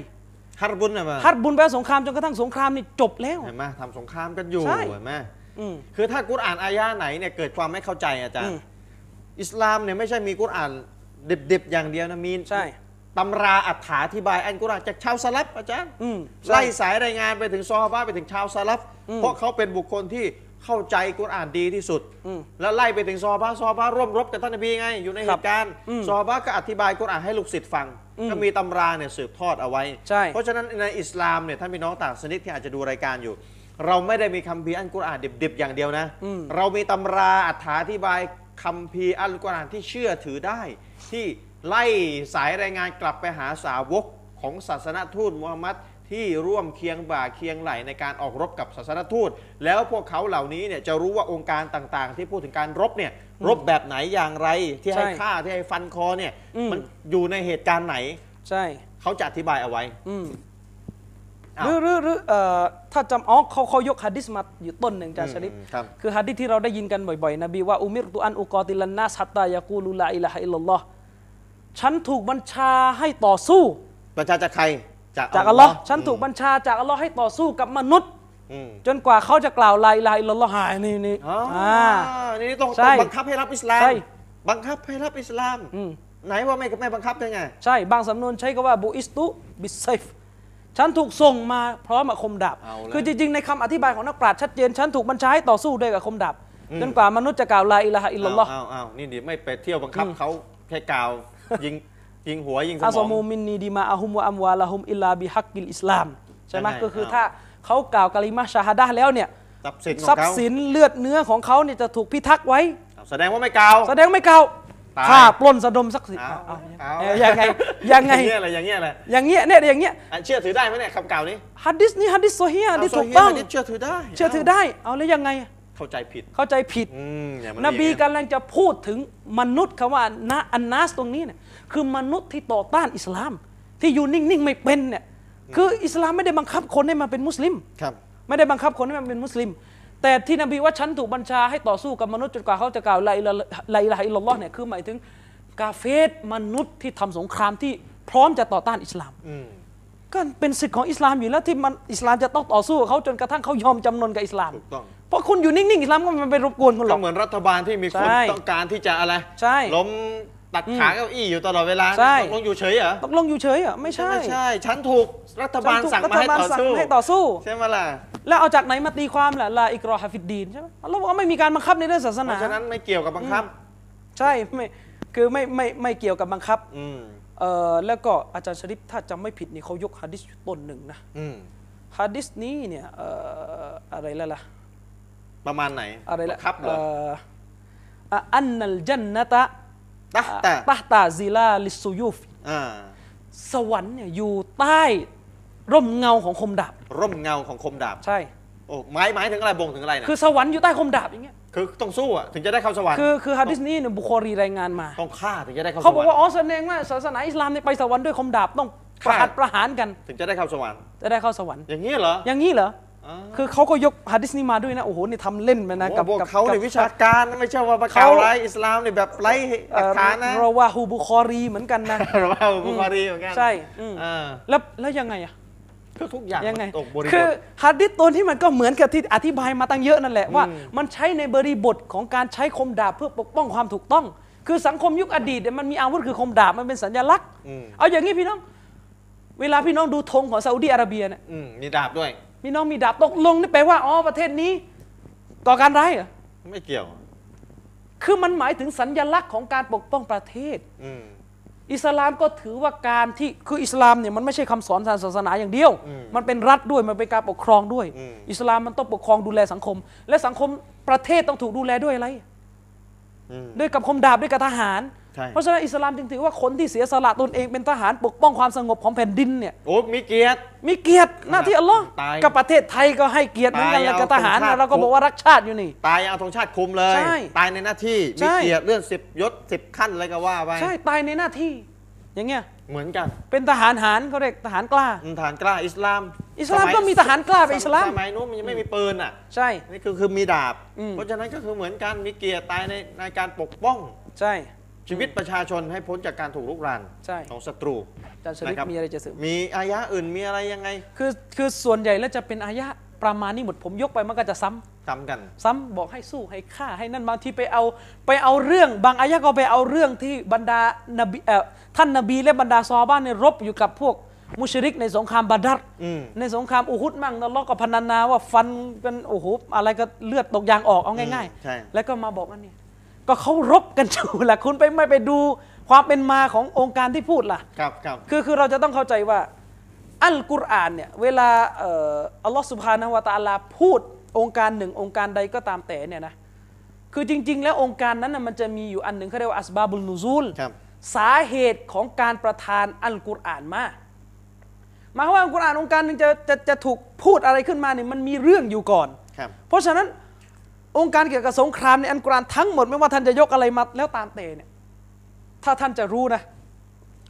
A: ฮัรบุญนะมา
B: ฮัดบุญแปลว่าสงครามจนกระทั่งสงครามนี่จบแล้ว
A: เห็นไหมทำสงครามกันอยู่
B: ใช่
A: เห็นไหม
B: อืม
A: คือถ้ากุรอานอายาไหนเนี่ยเกิดความไม่เข้าใจอาจาร
B: อื
A: ย์
B: ม
A: อิสลามเนี่ยไม่ใช่มีกุรอานดิบๆอย่างเดียวนะมี
B: ใช่
A: ตำราอัฐาธิบายอันกุรอานจากชาวสลับอาจารย์
B: อืมใช่
A: ไล่สายรายงานไปถึงซอฮาบะห์ไปถึงชาวสลับเพราะเขาเป็นบุคคลที่เข้าใจกุรอานดีที่สุด
B: อืม
A: แล้วไล่ไปถึงซอฮาบะห์ซอฮาบะห์ร่วมรบกับท่านนบีไง อยู่ในเหตุการณ์ซอฮาบะห์ก็อธิบายกุรอานให้ลูกศิษย์ฟัง ก็มีตำราเนี่ยสืบทอดเอาไว้
B: ใช่
A: เพราะฉะนั้นในอิสลามเนี่ยท่านพี่น้องต่างสนิทที่อาจจะดูรายการอยู่ เราไม่ได้มีคัมภีร์อันกุรอานดิบๆอย่างเดียวนะ เรามีตำราอัฐาธิบายคัมภีร์อันกุรอานที่เชื่อถือได้ ที่ไล่สายรายงานกลับไปหาสาวกของศาสนทูตมูฮัมมัดที่ร่วมเคียงบ่าเคียงไหลในการออกรบกับศาสนทูต แล้วพวกเขาเหล่านี้เนี่ยจะรู้ว่าองค์การต่างๆ ที่พูดถึงการรบเนี่ยรบแบบไหนอย่างไรที่ให้
B: ใช่
A: ฆ่าที่ให้ฟันคอเนี่ย
B: อืม
A: มันอยู่ในเหตุการณ์ไหน
B: ใช่
A: เขาจะอธิบายเอาไว้
B: อืม
A: อ้าว
B: หรือหรือหรือเอ่อถ้าจำอ๋อเขาเขายกฮะดิษมาอยู่ต้นหนึ่งจากชริฟ
A: อืมครับ
B: คือฮะดิษที่เราได้ยินกันบ่อยๆ นบีว่าอุมิรตุอันอุกอติลันนาสฮัตตายากูลุลาอิลาฮะอิลลัลลอฮ์ฉันถูกบัญชาให้ต่อสู้
A: บัญชาจากใครจาก
B: จากอัลลอฮ์ฉันถูกบัญชาจากอัลลอฮ์ให้ต่อสู้กับมนุษย์
A: อืม
B: จนกว่าเขาจะกล่าวลาอิลาฮะอิลลัลลอฮ์หายนี่นี่
A: อ๋ออา นี่ต้อง
B: ใช่
A: ต้องบังคับให้รับอิสลาม
B: ใช่
A: บังคับให้รับอิสลาม
B: อืม
A: ไหนว่าไม่ไม่บังคับได้ไง
B: ใช่ บางสำนวนใช้ก็ว่าบูอิสตุบิไซฟฉันถูกส่งมาพร้อมกับคมดาบ
A: เอาละ
B: คือจริง ๆ ในคำอธิบายของนักปราชญ์ชัดเจน ฉันถูกบัญชาให้ต่อสู้ด้วยกับคมดาบ จนกว่ามนุษย์จะกล่าวลาอิลาฮะอิลลัลลอฮ์
A: เอาเอานี่ดิไม่ไปเที่ยวบังคับเขาแค่กล่าว ยิงยิงหัวยิงส
B: อา
A: ม
B: ซอ
A: อง
B: มูมินนีดีมาอาฮุมวะอัมวาลาฮุมอิลลาบิฮักกิลอิสลาม ใช่ไหม
A: ใช่
B: ก็คือ
A: เอา
B: ถ้าเขากล่าวกะลิมาชาฮาดะห์แล้วเนี่ย
A: ทรัพย์สินข
B: ท
A: อง
B: รัพย์
A: เขา
B: สินเลือดเนื้อของเขาเนี่ยจะถูกพิทักษ์ไว้
A: เอาแสดงว่าไม่กล่าว
B: แสดงไม่เก่า
A: ตาย
B: ฆ่าปล้นสะดมสักดิ์สิ
A: เอา
B: เอา
A: เอา
B: เอ้ยยังไงยังไง
A: อย่างเงี้ยอะไรอย่างเงี้ยอะไร
B: อย่างเงี้ยเนี่ยอย่างเงี้ย
A: อ่ะเชื่อถือได้ไหมเนี่ยคำกล่าวนี้
B: ฮัดดิสนี่ฮัดดิสโซเฮียฮัดดิส
A: เอา
B: ถูกต้อง
A: โซฮียะนี่เชื่อถือได้
B: เชื่อถือได้ เอาแล้วยังไง
A: เข้าใจผิด
B: เข้าใจผิด
A: อืมอย่ามาน
B: บี
A: อย่างเงี้ย
B: กำลังจะพูดถึงมนุษย์คำว่านะอันนัสตรงนี้เนี่ยคือมนุษย์ที่ต่อต้านอิสลาม ที่อยู่นิ่ง ๆ ไม่เป็นเนี่ยคืออิสลามไม่ได้บังคับคนให้มาเป็นมุสลิม
A: ครับ
B: ไม่ได้บังคับคนให้มาเป็นมุสลิม แต่ที่นบีว่าฉันถูกบัญชาให้ต่อสู้กับมนุษย์จนกว่าเขาจะกล่าวลาอิลาลาอิลาฮะอิลลัลลอฮ์เนี่ยคือหมายถึงกาเฟตมนุษย์ที่ทำสงครามที่พร้อมจะต่อต้านอิสลาม
A: อืม
B: ก็เป็นสิทธิ์ของอิสลามอยู่แล้วที่มันอิสลามจะต้องต่อสู้กับเขาจนกระทั่งเขายอมจำนนกับอิสลาม
A: ถูกต้อง
B: เพราะคุณอยู่นิ่ง ๆ อิสลามก็ไมันไปรบกวนคุณหร
A: ก็
B: อก
A: เหมือนรัฐบาลที่มีคน
B: ใช่
A: ต้องการที่จะอะไร
B: ใช่
A: ล้มตัดขาเก้าอี้อยู่ตลอดเวลา
B: ใช่
A: ตกลงอยู่เฉยเหรอ
B: ตกลงอยู่เฉยเหรอ่ะไม่ใช่
A: ไม่ใช่ ฉันถูกรัฐบาลสั่ง
B: รั
A: มา
B: ฐ
A: ให้
B: บาล
A: ต่อ
B: สั่ง
A: สู้
B: ให้ต่อสู้
A: ใช่ไหมล่ะ
B: แล้วเอาจากไหนมาตีความล่ะลาอิกรอฮะฟิดดีนใช่ไหมเราบอกว่าไม่มีการบังคับในเรื่องศาส
A: เพ
B: นา
A: ราะฉะนั้นไม่เกี่ยวกับบังคับ
B: ใช่ไม่คือไม่ไม่ไม่เกี่ยวกับบังคับ
A: อืม
B: เอ่อแล้วก็อาจารย์ชริปถ้าจำไม่ผิดนี่เขายกฮะดิษอยู่ต้นหนึ่งนะ
A: อืม
B: ฮะดิษนี้เนี่ยเอ่ออะไรแล้วล่ะ
A: ประมาณไหน
B: อะไรละ
A: บังคับเหรอ
B: ออ่ะอันนัลจันนะตะ
A: ตักแต่
B: ตะตาซิลาลิสซูยูฟ
A: อ่า
B: สวรรค์เนี่ยอยู่ใต้ร่มเงาของคมดาบ
A: ร่มเงาของคมดาบ
B: ใช่
A: โอ้ไม้ไม้ถึงอะไรบ่งถึงอะไรนะ
B: คือสวรรค์อยู่ใต้คมดาบอย่างเงี้ย
A: คือต้องสู้อ่ะ ถึงจะได้เข้าสวรรค์
B: คือคือฮะดิษนี้เนี่ยบุคอรีรายงานมา
A: ต้องฆ่าถึงจะได้เข้าส
B: เขาบ
A: ว
B: อ
A: ร
B: ก
A: ร
B: ว่า
A: ค์
B: อ๋อแสดงว่าศาสนาอิสลามเนี่ยไปสวรรค์ด้วยคมดาบต้องประหั
A: ค
B: ต
A: รับ
B: ประหารกัน
A: ถึงจะได้เข้าสวรรค์
B: จะได้เข้าสวรรค์
A: อย่างนี้เหรอ
B: อย่างนี้เหรอ
A: อ่า
B: คือเขาก็ยกฮะดิษนี้มาด้วยนะโอ้โหนี่ทำเล่นไปนะกั
A: กั
B: บบ
A: เขาใน
B: กับ
A: วิชาการนะไม่ใช่ว่าประกาศ
B: เขา
A: ไรายอิสลามในแบบไรหลักฐานนะ
B: เอ่อเราว่าฮูบุคอรีเหมือนกันนะ
A: หรือว่าบุคารีเหมือนกัน
B: ใช่อืม
A: เออ
B: แล้วแล้วยังไงอะ
A: คือทุกอย่าง
B: ยังไง
A: มันตกบริบ
B: คือ
A: ท
B: ฮัดดิสตัวที่มันก็เหมือนกับที่อธิบายมาตั้งเยอะนั่นแหละว่า มันใช้ในบริบทของการใช้คมดาบเพื่อปกป้องความถูกต้อง คือสังคมยุคอดีตเนี่ยมันมีอาวุธคือคมดาบมันเป็นสัญลักษณ์
A: อืม
B: เอาอย่างนี้พี่น้อง เวลาพี่น้องดูธงของซาอุดีอาระเบียเนี่ย
A: อืมมีดาบด้วย
B: พี่น้องมีดาบตกลงนี่แปลว่าอ๋อประเทศนี้ ก่อการร้ายเหรอ
A: ไม่เกี่ยว
B: คือมันหมายถึงสัญลักษณ์ของการปกป้องประเทศ
A: อืม
B: อิสลามก็ถือว่าการที่คืออิสลามเนี่ยมันไม่ใช่คำสอนทางศาสนาอย่างเดียว มันเป็นรัฐด้วยมันเป็นการปกครองด้วย
A: อืม
B: อิสลามมันต้องปกครองดูแลสังคม และสังคมประเทศต้องถูกดูแลด้วยอะไร
A: อืม
B: ด้วยกับคมดาบด้วยกับทหาร
A: ใช่
B: เพราะฉะนั้นอิสลามจึงถือว่าคนที่เสียสละตนเองเป็นทหารปกป้องความสงบของแผ่นดินเนี่ย
A: โอ้มีเกียรติ
B: มีเกียรติหน้าที่อัลลอฮ์
A: ตาย
B: กับประเทศไทยก็ให้เกียรติเหมือนกัน
A: ตาย
B: และ
A: เอา
B: กับทหาร
A: ธงชาติ
B: นะเราก็บอกว่ารักชาติอยู่นี่
A: ตายยังเอาธงชาติคุมเลย
B: ใช่
A: ตายในหน้าที่
B: ใช่
A: มีเกียรติเลื่อนสิบยศสิบขั้นอะไรก็ว่าไป
B: ใช่ตายในหน้าที่ อย่างเงี้ย
A: เหมือนกัน
B: เป็นทหารหารเขาเรียกทหารกล้า
A: อืมฐานกล้าอิสลาม
B: อิสลาม
A: ย
B: ก็มีทหารกล้าเป็นอิสลาม
A: สมัยนู้นมันยังไม่มีปืนอ่ะ
B: ใช่
A: นี่คือคือมีดาบ
B: อืม
A: เพราะฉะนั้นก็คือเหมือนกันมีเกียรติตายในในการปกป้อง
B: ใช่
A: ชีวิตประชาชนให้พ้นจากการถูกลุกราน
B: ใช่
A: ของศัตรู
B: อาจารย์ชลิ
A: น
B: ป
A: คบ
B: มีอะไรจะเสริม
A: มีอายะอื่นมีอะไรยังไง
B: คือคือส่วนใหญ่แล้วจะเป็นอายะประมาณนี้หมดผมยกไปมันก็จะซ้ำ
A: ทำกัน
B: ซ้ำบอกให้สู้ให้ฆ่าให้นั่นบางทีไปเอาไปเอาเรื่องบางอายะก็ไปเอาเรื่องที่บรรดานบีเอ่อท่านนบีและบรรดาซอฮาบ้านเนี่ยรบอยู่กับพวกมุชริกในสงครามบาดัร
A: อืม
B: ในสงครามอูฮุดมั่งนลอกกับพนันนาว่าฟันเป็นโอ้โหอะไรก็เลือดตกยางออกเอาง่าย
A: อืมใช่
B: ๆ แล้วก็มาบอกว่าเนี่ยก็เขารบกันอยู่ล่ะคุณไปไม่ไปดูความเป็นมาขององค์การที่พูดล่ะ
A: ครับครับ
B: คือคือเราจะต้องเข้าใจว่าอัลกุรอานเนี่ยเวลาเอ่ออัลลอฮ์สุบฮานะฮูวะตะอาลาพูดองค์การหนึ่งองค์การใดก็ตามแต่เนี่ยนะคือจริง ๆ แล้วองค์การนั้นนะมันจะมีอยู่อันหนึ่งเขาเรียกว่าอัสบาบุลนูซูล
A: ครับ
B: สาเหตุของการประทานอัลกุรอานมาหมายความว่าอัลกุรอานองค์การหนึ่งจะจะจะถูกพูดอะไรขึ้นมาเนี่ยมันมีเรื่องอยู่ก่อน
A: ครับ
B: เพราะฉะนั้นองค์การเกี่ยวกับสงครามในอันกุรอานทั้งหมดไม่ว่าท่านจะยกอะไรมาแล้วตามเตเนี่ยถ้าท่านจะรู้นะ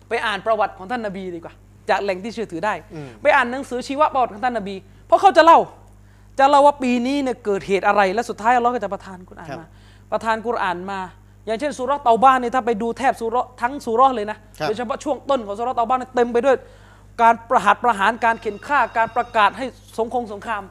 B: ไปอ่านประวัติของท่านนบีดีกว่า จากแหล่งที่เชื่อถือได้ ไปอ่านหนังสือชีวประวัติของท่านนบี เพราะเขาจะเล่า จะเล่าว่าปีนี้เนี่ยเกิดเหตุอะไร และสุดท้ายอัลเราะห์ก็จะประทานกุรอาน
A: ครับ
B: มา ประทานกุรอานมา อย่างเช่นสุเราะห์เตาบ้านเนี่ยถ้าไปดูแทบสุเราะห์ทั้งสุเราะห์เลยนะครับ โดยเฉพาะช่วงต้นของสุเราะห์เตาบ้านเนี่ยเต็มไปด้วย การประหัตประหารการเข็นฆ่าการประกาศให้สงคงสงคราม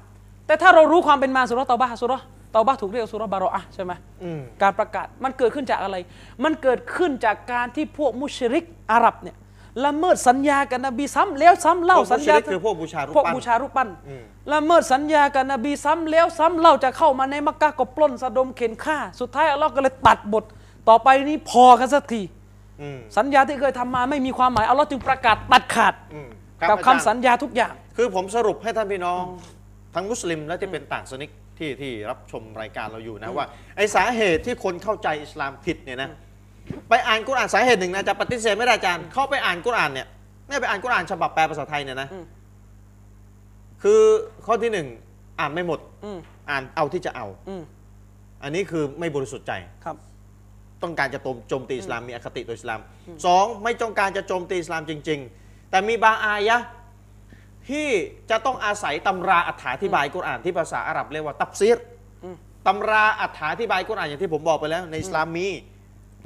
B: แต่ถ้าเรารู้ความเป็นมาสุเราะห์เตาบ้าสุเราะห์เตาบ้าถูกเรียกว่าสุเราะห์บาราอะห์ใช่ไหม
A: อืม
B: การประกาศมันเกิดขึ้นจากอะไร มันเกิดขึ้นจากการที่พวกมุชริกอาหรับเนี่ยละเมิดสัญญากับนบีซ้ำแล้วซ้ำเล่า
A: พวกมุชริก
B: สัญญา
A: คือพวกบูชารูปปั้น
B: พวกบูชารูปปั้นละเมิดสัญญากับนบีซ้ำแล้วซ้ำเล่าจะเข้ามาในมักกะก็ปล้นสะดมเข็นฆ่า สุดท้ายอัลลอฮ์ก็เลยตัดบท ต่อไปนี้พอกันสักที
A: อืม
B: สัญญาที่เคยทำมาไม่มีความหมายอัลลอฮ์จึงประกาศตัดขาด
A: อืม
B: กับ
A: อา
B: คำ
A: จารย์
B: สัญญาทุกอย่าง
A: คือผมสรุปให้ท่านพี่น้อง ทั้งมุสลิมและที่เป็นต่างศาสนิกที่ที่รับชมรายการเราอยู่นะว่า ไอสาเหตุที่คนเข้าใจอิสลามผิดเนี่ยนะ ไปอ่านกุรอานสาเหตุหนึ่งนะอาจะปฏิเสธไม่ได้อาจารย์เข้าไปอ่านกุรอานเนี่ยเนี่ยไปอ่านกุรอานฉบับแปลภาษาไทยเนี่ยนะ
B: อืม
A: คือข้อที่หนึ่งอ่านไม่หมด
B: อืม
A: อ่านเอาที่จะเอา
B: อืม
A: อันนี้คือไม่บริสุทธิ์ใจ
B: ครับ
A: ต้องการจะโจมโจมตีอิสลามมีอคติต่ออิสลามสองไม่ต้องการจะโจมตีอิสลามจริง ๆ แต่มีบางอายะห์ที่จะต้องอาศัยตำราอธิบายกุรอานที่ภาษาอาหรับเรียกว่าตับซีร
B: อืม
A: ตำราอธิบายกุรอานอย่างที่ผมบอกไปแล้ว ในอิสลามมี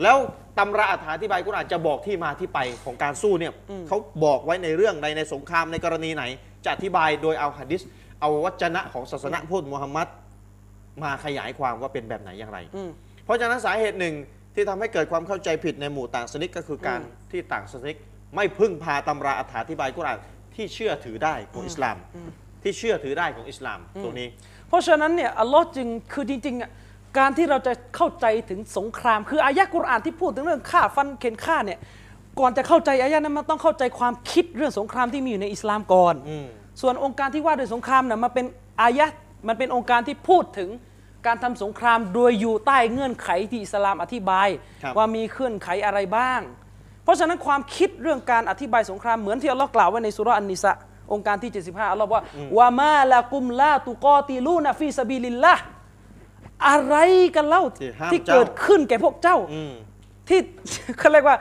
A: แล้วตำราอธิบายกุรอานจะบอกที่มาที่ไปของการสู้เนี่ยเขาบอกไว้ในเรื่องใดในสงครามในกรณีไหน จะอธิบายโดยเอาหะดิษเอาวจนะของศาสนาพุทธมูฮัมมัดมาขยายความว่าเป็นแบบไหนอย่างไร
B: อืม
A: เพราะฉะนั้นสาเหตุหนึ่งที่ทำให้เกิดความเข้าใจผิดในหมู่ต่างศาสนิกก็คือการที่ต่างศาสนิกไม่พึ่งพาตำราอธิบายกุรอานที่เชื่อถือได้ของอิสลาม ที่เชื่อถือได้ของอิสลามตรงนี้
B: เพราะฉะนั้นเนี่ยอัลลอฮ์จึงคือจริงๆอ่ะการที่เราจะเข้าใจถึงสงคราม คืออายะห์กุรอานที่พูดถึงเรื่องฆ่าฟันเข็นฆ่าเนี่ยก่อนจะเข้าใจอายะห์นั้นมันต้องเข้าใจความคิดเรื่องสงครามที่มีอยู่ในอิสลามก่อน
A: อืม
B: ส่วนองค์การที่ว่าโดวยสงครามน่ะมันเป็นอายะห์มันเป็นองค์การที่พูดถึงการทำสงครามโดยอยู่ใต้เงื่อนไขที่อิสลามอธิบาย
A: ครับ
B: ว่ามีเงื่อนไขอะไรบ้าง เพราะฉะนั้นความคิดเรื่องการอธิบายสงครามเหมือนที่อัลลอฮ์กล่าวไว้ในสุราะห์อันนิสะองค์การที่ 75อัลลอฮ์บอกว่าว่ามาละกุมลาตุกอติลูนะฟีสบิลิลละอะไรกันเล่า
A: ที่ห้าม
B: ที่เกิด
A: เจ้า
B: ขึ้นแก่พวกเจ้า
A: อืม
B: ที่ เขาเรียกว่า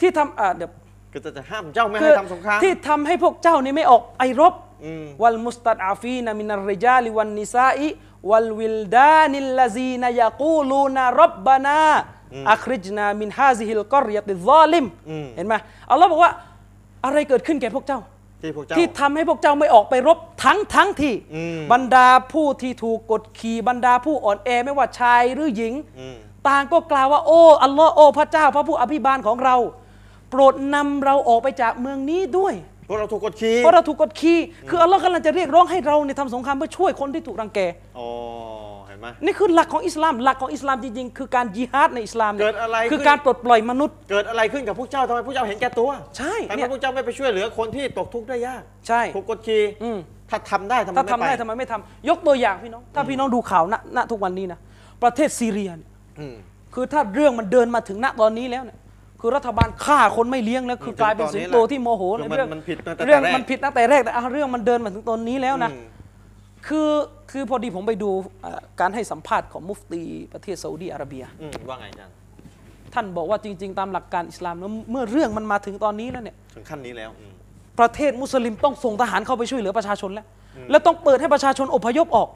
B: ที่ทำอ่าเดี๋ยว
A: ก็จะจะห้ามเจ้าไม่
B: คื
A: ให้
B: อ
A: ทำสงคราม
B: ที่ทำให้พวกเจ้านี่ไม่ออกไปรบ
A: อืม
B: วัลมุสตัดอาฟีนามินาริจาลิวันนิซาอิวัลวิลดานิลลาซีนายากูลูนารับบานาอัคริจนามินฮาซิฮิลกอริยติซอลิม
A: อืม
B: เห็นไหมอัลลอฮ์บอกว่าอะไรเกิดขึ้นแก่พวกเจ้า
A: ที่พวกเจ้า
B: ที่ทำให้พวกเจ้าไม่ออกไปรบทั้งทั้งที่
A: อืม
B: บรรดาผู้ที่ถูกกดขี่บรรดาผู้อ่อนแอไม่ว่าชายหรือหญิง
A: อืม
B: ต่างก็กล่าวว่าโอ้อัลลอฮ์โอ้พระเจ้าพระผู้อภิบาลของเรา โปรดนำเราออกไปจากเมืองนี้ด้วย
A: พวกเราถูกกดขี่
B: เพราะเราถูกกดขี่คืออัลลอฮ์กำลังจะเรียกร้องให้เราเนี่ยทำสงครามเพื่อช่วยคนที่ถูกรังแก
A: อ๋อเห็นไหม
B: นี่คือหลักของอิสลาม หลักของอิสลามจริงๆ คือการยิฮาดในอิสลามนี่ย
A: เกิดอะไรขึ้น
B: คือการปลดปล่อยมนุษย์
A: เกิดอะไรขึ้นกับพวกเจ้าทำไมพวกเจ้าเห็นแก่ตัว
B: ใช่
A: ทำ
B: เนี่
A: ไม
B: ย
A: พวกเจ้าไม่ไปช่วยเหลือคนที่ตกทุกข์ได้ยาก
B: ใช่
A: ถูกกดขี่
B: อืม
A: ถ้าทำได้ทำไม
B: ถ้าทำ
A: ไม่
B: ได้
A: ไป
B: ทำไมไม่ทำยกตัวอย่างพี่น้อง ถ้าพี่น้องดูข่าวณณทุกวันนี้นะประเทศซีเรียเนี่ย
A: อืม
B: คือถ้าเรื่องมันเดินมาถึงณตอนนี้แล้วเนี่ยคือรัฐบาลฆ่าคนไม่เลี้ยงแล้ว คือ
A: ถึง
B: กลายเป็น
A: ตอน
B: สิ
A: นี้
B: ง
A: แหละ
B: โตที่โมโห
A: คือ
B: ใน
A: มัน
B: เรื่อง
A: มันผิดตั้งแต่
B: เรื่อง
A: แรก
B: มันผิดตั้งแต่แรกแต่อ่ะเรื่องมันเดินมาถึงตอนนี้แล้วนะ
A: อืม
B: คือคือพอดีผมไปดูเอ่อการให้สัมภาษณ์ของมุฟตีประเทศซาอุดีอาระเบีย
A: อืมว่าไงอาจารย์
B: ท่านบอกว่าจริง ๆ ตามหลักการอิสลามแล้วเมื่อเรื่องมันมาถึงตอนนี้แล้วเนี่ย
A: ถึงขั้นนี้แล้วอืม
B: ประเทศมุสลิมต้องส่งทหารเข้าไปช่วยเหลือประชาชนแล้ว แล้วต้องเปิดให้ประชาชนอพยพออก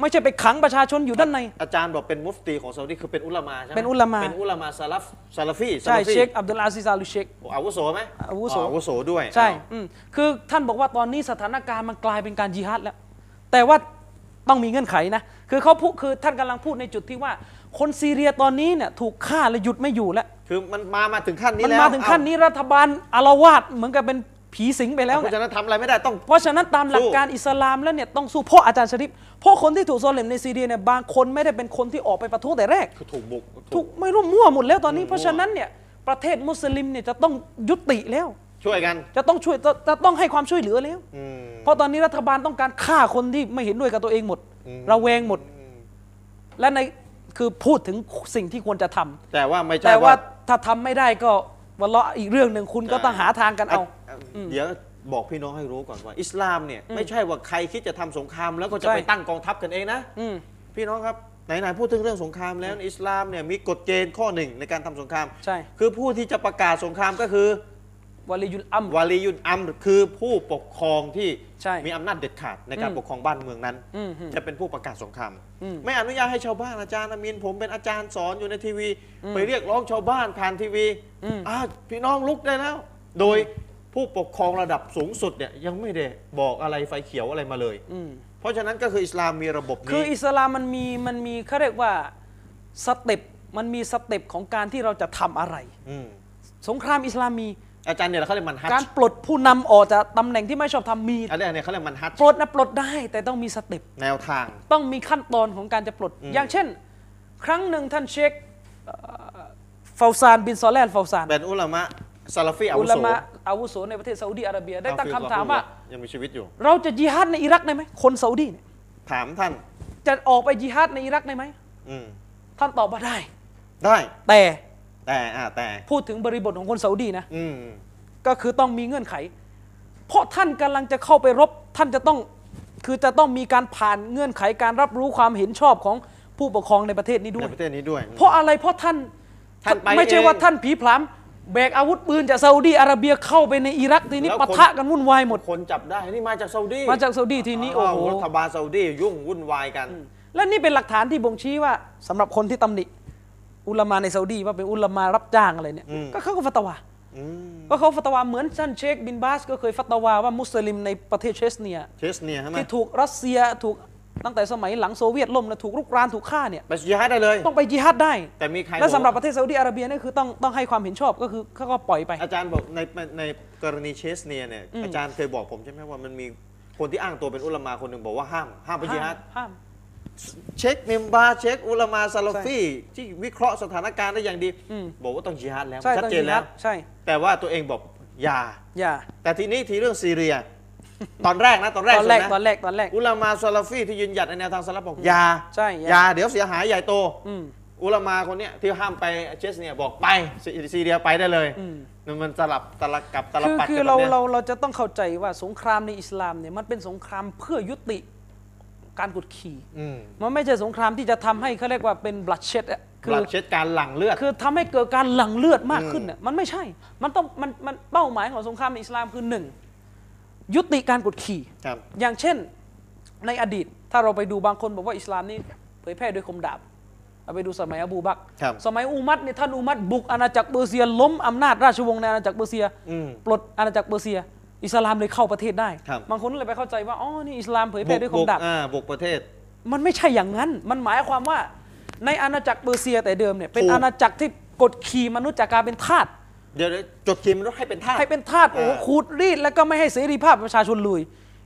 B: ไม่ใช่ไปขังประชาชนอยู่ด้านใน
A: อาจารย์บอกเป็นมุฟตีของซาอุดีคือเป็นอุลามาใช่ไหม
B: เป็นอุลามะ
A: เป็นอุลามาซาลฟซาลาฟีซา
B: ใช่
A: ลาฟี
B: เชคอับดุลอาซิซาลูเชค
A: โอ้อาวุโสไหม
B: อาวุโส
A: อาวุโสด้วย
B: ใช่
A: อ้าว
B: อืมคือท่านบอกว่าตอนนี้สถานการณ์มันกลายเป็นการยิฮัดแล้ว แต่ว่าต้องมีเงื่อนไขนะ คือเขาพูดคือท่านกำลังพูดในจุดที่ว่า คนซีเรียตอนนี้เนี่ยถูกฆ่าและหยุดไม่อยู่แล้ว
A: คือมันมามาถึงขั้นนี้
B: มัน
A: แล้ว
B: มาถึงขั้นนี้รัฐบาลอารวาสเหมือนกับเป็นผีสิงไปแล้
A: แล้ว วเพ
B: เนี่ย
A: ราะฉะนั้นทำอะไรไม่ได้ต้อง
B: เพราะฉะนั้นตามหลักการอิสลามแล้วเนี่ยต้องสู้เพราะอาจารย์ชริปเพราะคนที่ถูกโซเลมในซีเรียเนี่ยบางคนไม่ได้เป็นคนที่ออกไปประท้วงแต่แรก
A: คือถูกบุก
B: ถูกไม่รู้มั่วหมดแล้วตอนนี้
A: อืม
B: เพราะฉะนั้นเนี่ยประเทศมุสลิมเนี่ยจะต้องยุติแล้ว
A: ช่วยกัน
B: จะต้องช่วยจะจะต้องให้ความช่วยเหลือแล้ว
A: อืม
B: เพราะตอนนี้รัฐบาลต้องการฆ่าคนที่ไม่เห็นด้วยกับตัวเองหมดระแวงหมด และในคือพูดถึงสิ่งที่ควรจะทำ
A: แต่ว่าไม่ใช่
B: แต่ว่าถ้าทำไม่ได้ก็วันละอีกเรื่องหนึ่งคุณก็ต้องหาทางกันเอา
A: อ่ะเดี๋ยวบอกพี่น้องให้รู้ก่อนว่า อิสลามเนี่ยไม่ใช่ว่าใครคิดจะทำสงครามแล้วก็จะ
B: ใช่
A: ไปตั้งกองทัพกันเองนะ
B: อืม
A: พี่น้องครับไหนๆพูดถึงเรื่องสงครามแล้วอิสลามเนี่ยมีกฎเกณฑ์ข้อหนึ่งในการทำสงคราม
B: ใช่
A: คือผู้ที่จะประกาศสงครามก็คือ
B: วลียุลอัมร
A: วาลียุนอัมรคือผู้ปกครองที่
B: ใช่
A: มีอำนาจเด็ดขาดในการ
B: อืม
A: ปกครองบ้านเมืองนั้น
B: อืมอืม
A: จะเป็นผู้ประกาศสงคราม
B: อืม
A: ไม่อนุญาตให้ชาวบ้านอาจารย์อามินผมเป็นอาจารย์สอนอยู่ในทีวี ไปเรียกร้องชาวบ้านผ่านทีวี
B: อืม
A: อ่าพี่น้องลุกได้แล้ว โดยผู้ปกครองระดับสูงสุดเนี่ยยังไม่ได้บอกอะไรไฟเขียวอะไรมาเลย
B: อืม
A: เพราะฉะนั้นก็คืออิสลามมีระบบ
B: คือ
A: นี้
B: อิสลามมันมีมันมีเขาเรียกว่าสเต็ปมันมีสเต็ปของการที่เราจะทำอะไร
A: ม
B: สงครามอิสลามมี
A: อาจารย์เนี่ยเขาเรียกมันฮัจ
B: การ
A: จ์
B: ปลดผู้นำออกจากตำแหน่งที่ไม่ชอบทำมี
A: อันเนี้ยเขาเรียกมันฮัจจ์
B: ปลดนะปลดได้แต่ต้องมีสเต็ป
A: แนวทาง
B: ต้องมีขั้นตอนของการจะปลด อย่างเช่น ครั้งหนึ่งท่านเชคเอ่อฟาวซานบินซอแลนฟาวซาน
A: เป็นอุลามะซาลาฟีอา
B: อุ
A: วุ
B: ลา
A: โส
B: มะอาวุโสในประเทศซาอุดีอาระเบียได้ตั้งคำถามว่า
A: ยังมีชีวิตอยู่
B: เราจะยิฮัดในอิรักได้ไหมคนซาอุดีเนี่ย
A: ถามท่าน
B: จะออกไปยิฮัดในอิรักได้ไหม
A: อืม
B: ท่านตอบว่าได้
A: ได้
B: แต่
A: แต่อ่าแต่
B: พูดถึงบริบทของคนซาอุดีนะ
A: อืม
B: ก็คือต้องมีเงื่อนไข เพราะท่านกำลังจะเข้าไปรบ ท่านจะต้องคือจะต้องมีการผ่านเงื่อนไขการรับรู้ความเห็นชอบของผู้ปกครองในประเทศนี้ด้
A: ใน
B: วย
A: ประเทศนี้ด้วย
B: เพราะอะไรเพราะท่าน
A: ท่านไป
B: ไม่ใช่
A: เอง
B: ว่าท่านผีพลัมแบกอาวุธปืนจากซาอุดีอาระเบียเข้าไปในอิรักทีนี้
A: แล้วคน
B: ปะทะกันวุ่นวายหมด
A: คนจับได้ นี่มาจากซาอุดี
B: มาจากซาอุดีทีนี้โอ้โห
A: าวรัฐบาลซาอุดียุ่งวุ่นวายกัน
B: และนี่เป็นหลักฐานที่บ่งชี้ว่าสำหรับคนที่ตำหนิ อุลามาในซาอุดีว่าเป็นอุลามารับจ้างอะไรเนี่ย
A: อืม
B: ก็เขาก็ฟัตวา
A: อืม
B: ก็เขาฟัตวาเหมือนท่านเชคบินบาสก็เคยฟัตวาว่ามุสลิมในประเทศเชสเนีย
A: เชสเนียใช่ไหม
B: ที่ถูกรัสเซียถูกตั้งแต่สมัยหลังโซเวียตล่มนะถูกรุกรานถูกฆ่าเนี่ย
A: ไปยิฮาดได้เลย
B: ต้องไปยิฮัดได้
A: แต่มีใคร
B: และสำหรับ
A: อ
B: ประเทศซาอุดีอาระเบียเนี่ยคือต้องต้องให้ความเห็นชอบก็คือเขาก็ปล่อยไป
A: กอาจารย์บอกในในในกรณีเชสเนียเนี่ย อาจารย์เคยบอกผมใช่ไหมว่ามันมีคนที่อ้างตัวเป็นอุลามาคนหนึ่งบอกว่าห้ามห้ามไปยิ
B: ห้า
A: ฮาด
B: มห้าม
A: เช็คเมมบาร์เช็คอุลามาซาลาฟีที่วิเคราะห์สถานการณ์ได้อย่างดี
B: อืม
A: บอกว่าต้องจิฮาดแล้ว
B: ใช่
A: ชัด
B: ต้อง
A: เจน
B: ยิ
A: แล้
B: ฮั
A: ว
B: ดใช่
A: แต่ว่าตัวเองบอกอย่า
B: อย่า
A: แต่ทีนี้ทีเรื่องซีเรีย ตอนแรกนะ ตอนแรก
B: ตอนแรก
A: สุด
B: ตอนแรกตอนแรก
A: อุลามาซาลาฟีที่ยืนหยัดในแนวทางซาลาฟบอกอย่า
B: ใช่อย่า
A: อย่าเดี๋ยวเสียหายใหญ่โต
B: อืม
A: อุลามาคนเนี้ยที่ห้ามไปเชสเนี่ยบอกไปซีซีเรียไปได้เลย
B: อืม
A: มันสลับตลับกับตลับ
B: คือ
A: ปัด
B: คือ
A: กัน
B: เรา
A: แบบนี้ย
B: เราเราจะต้องเข้าใจว่าสงครามในอิสลามเนี่ยมันเป็นสงครามเพื่อยุติการกดขี่
A: อืม
B: มันไม่ใช่สงครามที่จะทำให้เขาเรียกว่าเป็นบลัดเช็ดอะคื
A: หลั
B: อ
A: กเช็ดการหลั่งเลือด
B: คือทำให้เกิดการหลั่งเลือดมาก
A: อืม
B: ขึ้นน่ะมันไม่ใช่ มันต้องมันมันเป้าหมายของสงครามในอิสลามคือหนึ่ง ยุติการกดขี่
A: ครับ
B: อย่างเช่นในอดีตถ้าเราไปดูบางคนบอกว่าอิสลามนี่เผยแพร่โดยคมดาบเอาไปดูสมัยอบูบักร
A: ครับ
B: สมัยอุมัดเนี่ยท่านอุมัดบุกอาณาจักรเปอร์เซียล้มอำนาจราชวงศ์ในอาณาจักรเปอร์เซีย
A: อืม
B: ปลดอาณาจักรเปอร์เซีย อิสลามเลยเข้าประเทศได้
A: ครับ
B: บางคนก็เลยไปเข้าใจว่าอ๋อนี่อิสลามเผยแพ
A: บุ
B: ร่
A: ก
B: ด้วยค
A: บุ
B: ม
A: ก
B: ดาบ
A: อ่าบุกประเทศ
B: มันไม่ใช่อย่างนั้น มันหมายความว่าในอาณาจักรเปอร์เซียแต่เดิมเนี่ยเป็น
A: ถูก
B: อาณาจักรที่กดขี่มนุษย์จากการเป็นทาส
A: เดี๋ยวเดี๋ยวจดทีมรถให้เป็นท่าส
B: ให้เป็นทาสโอ้โห
A: อ่า
B: ขูดรีดแล้วก็ไม่ให้เสรีภาพประชาชนเลย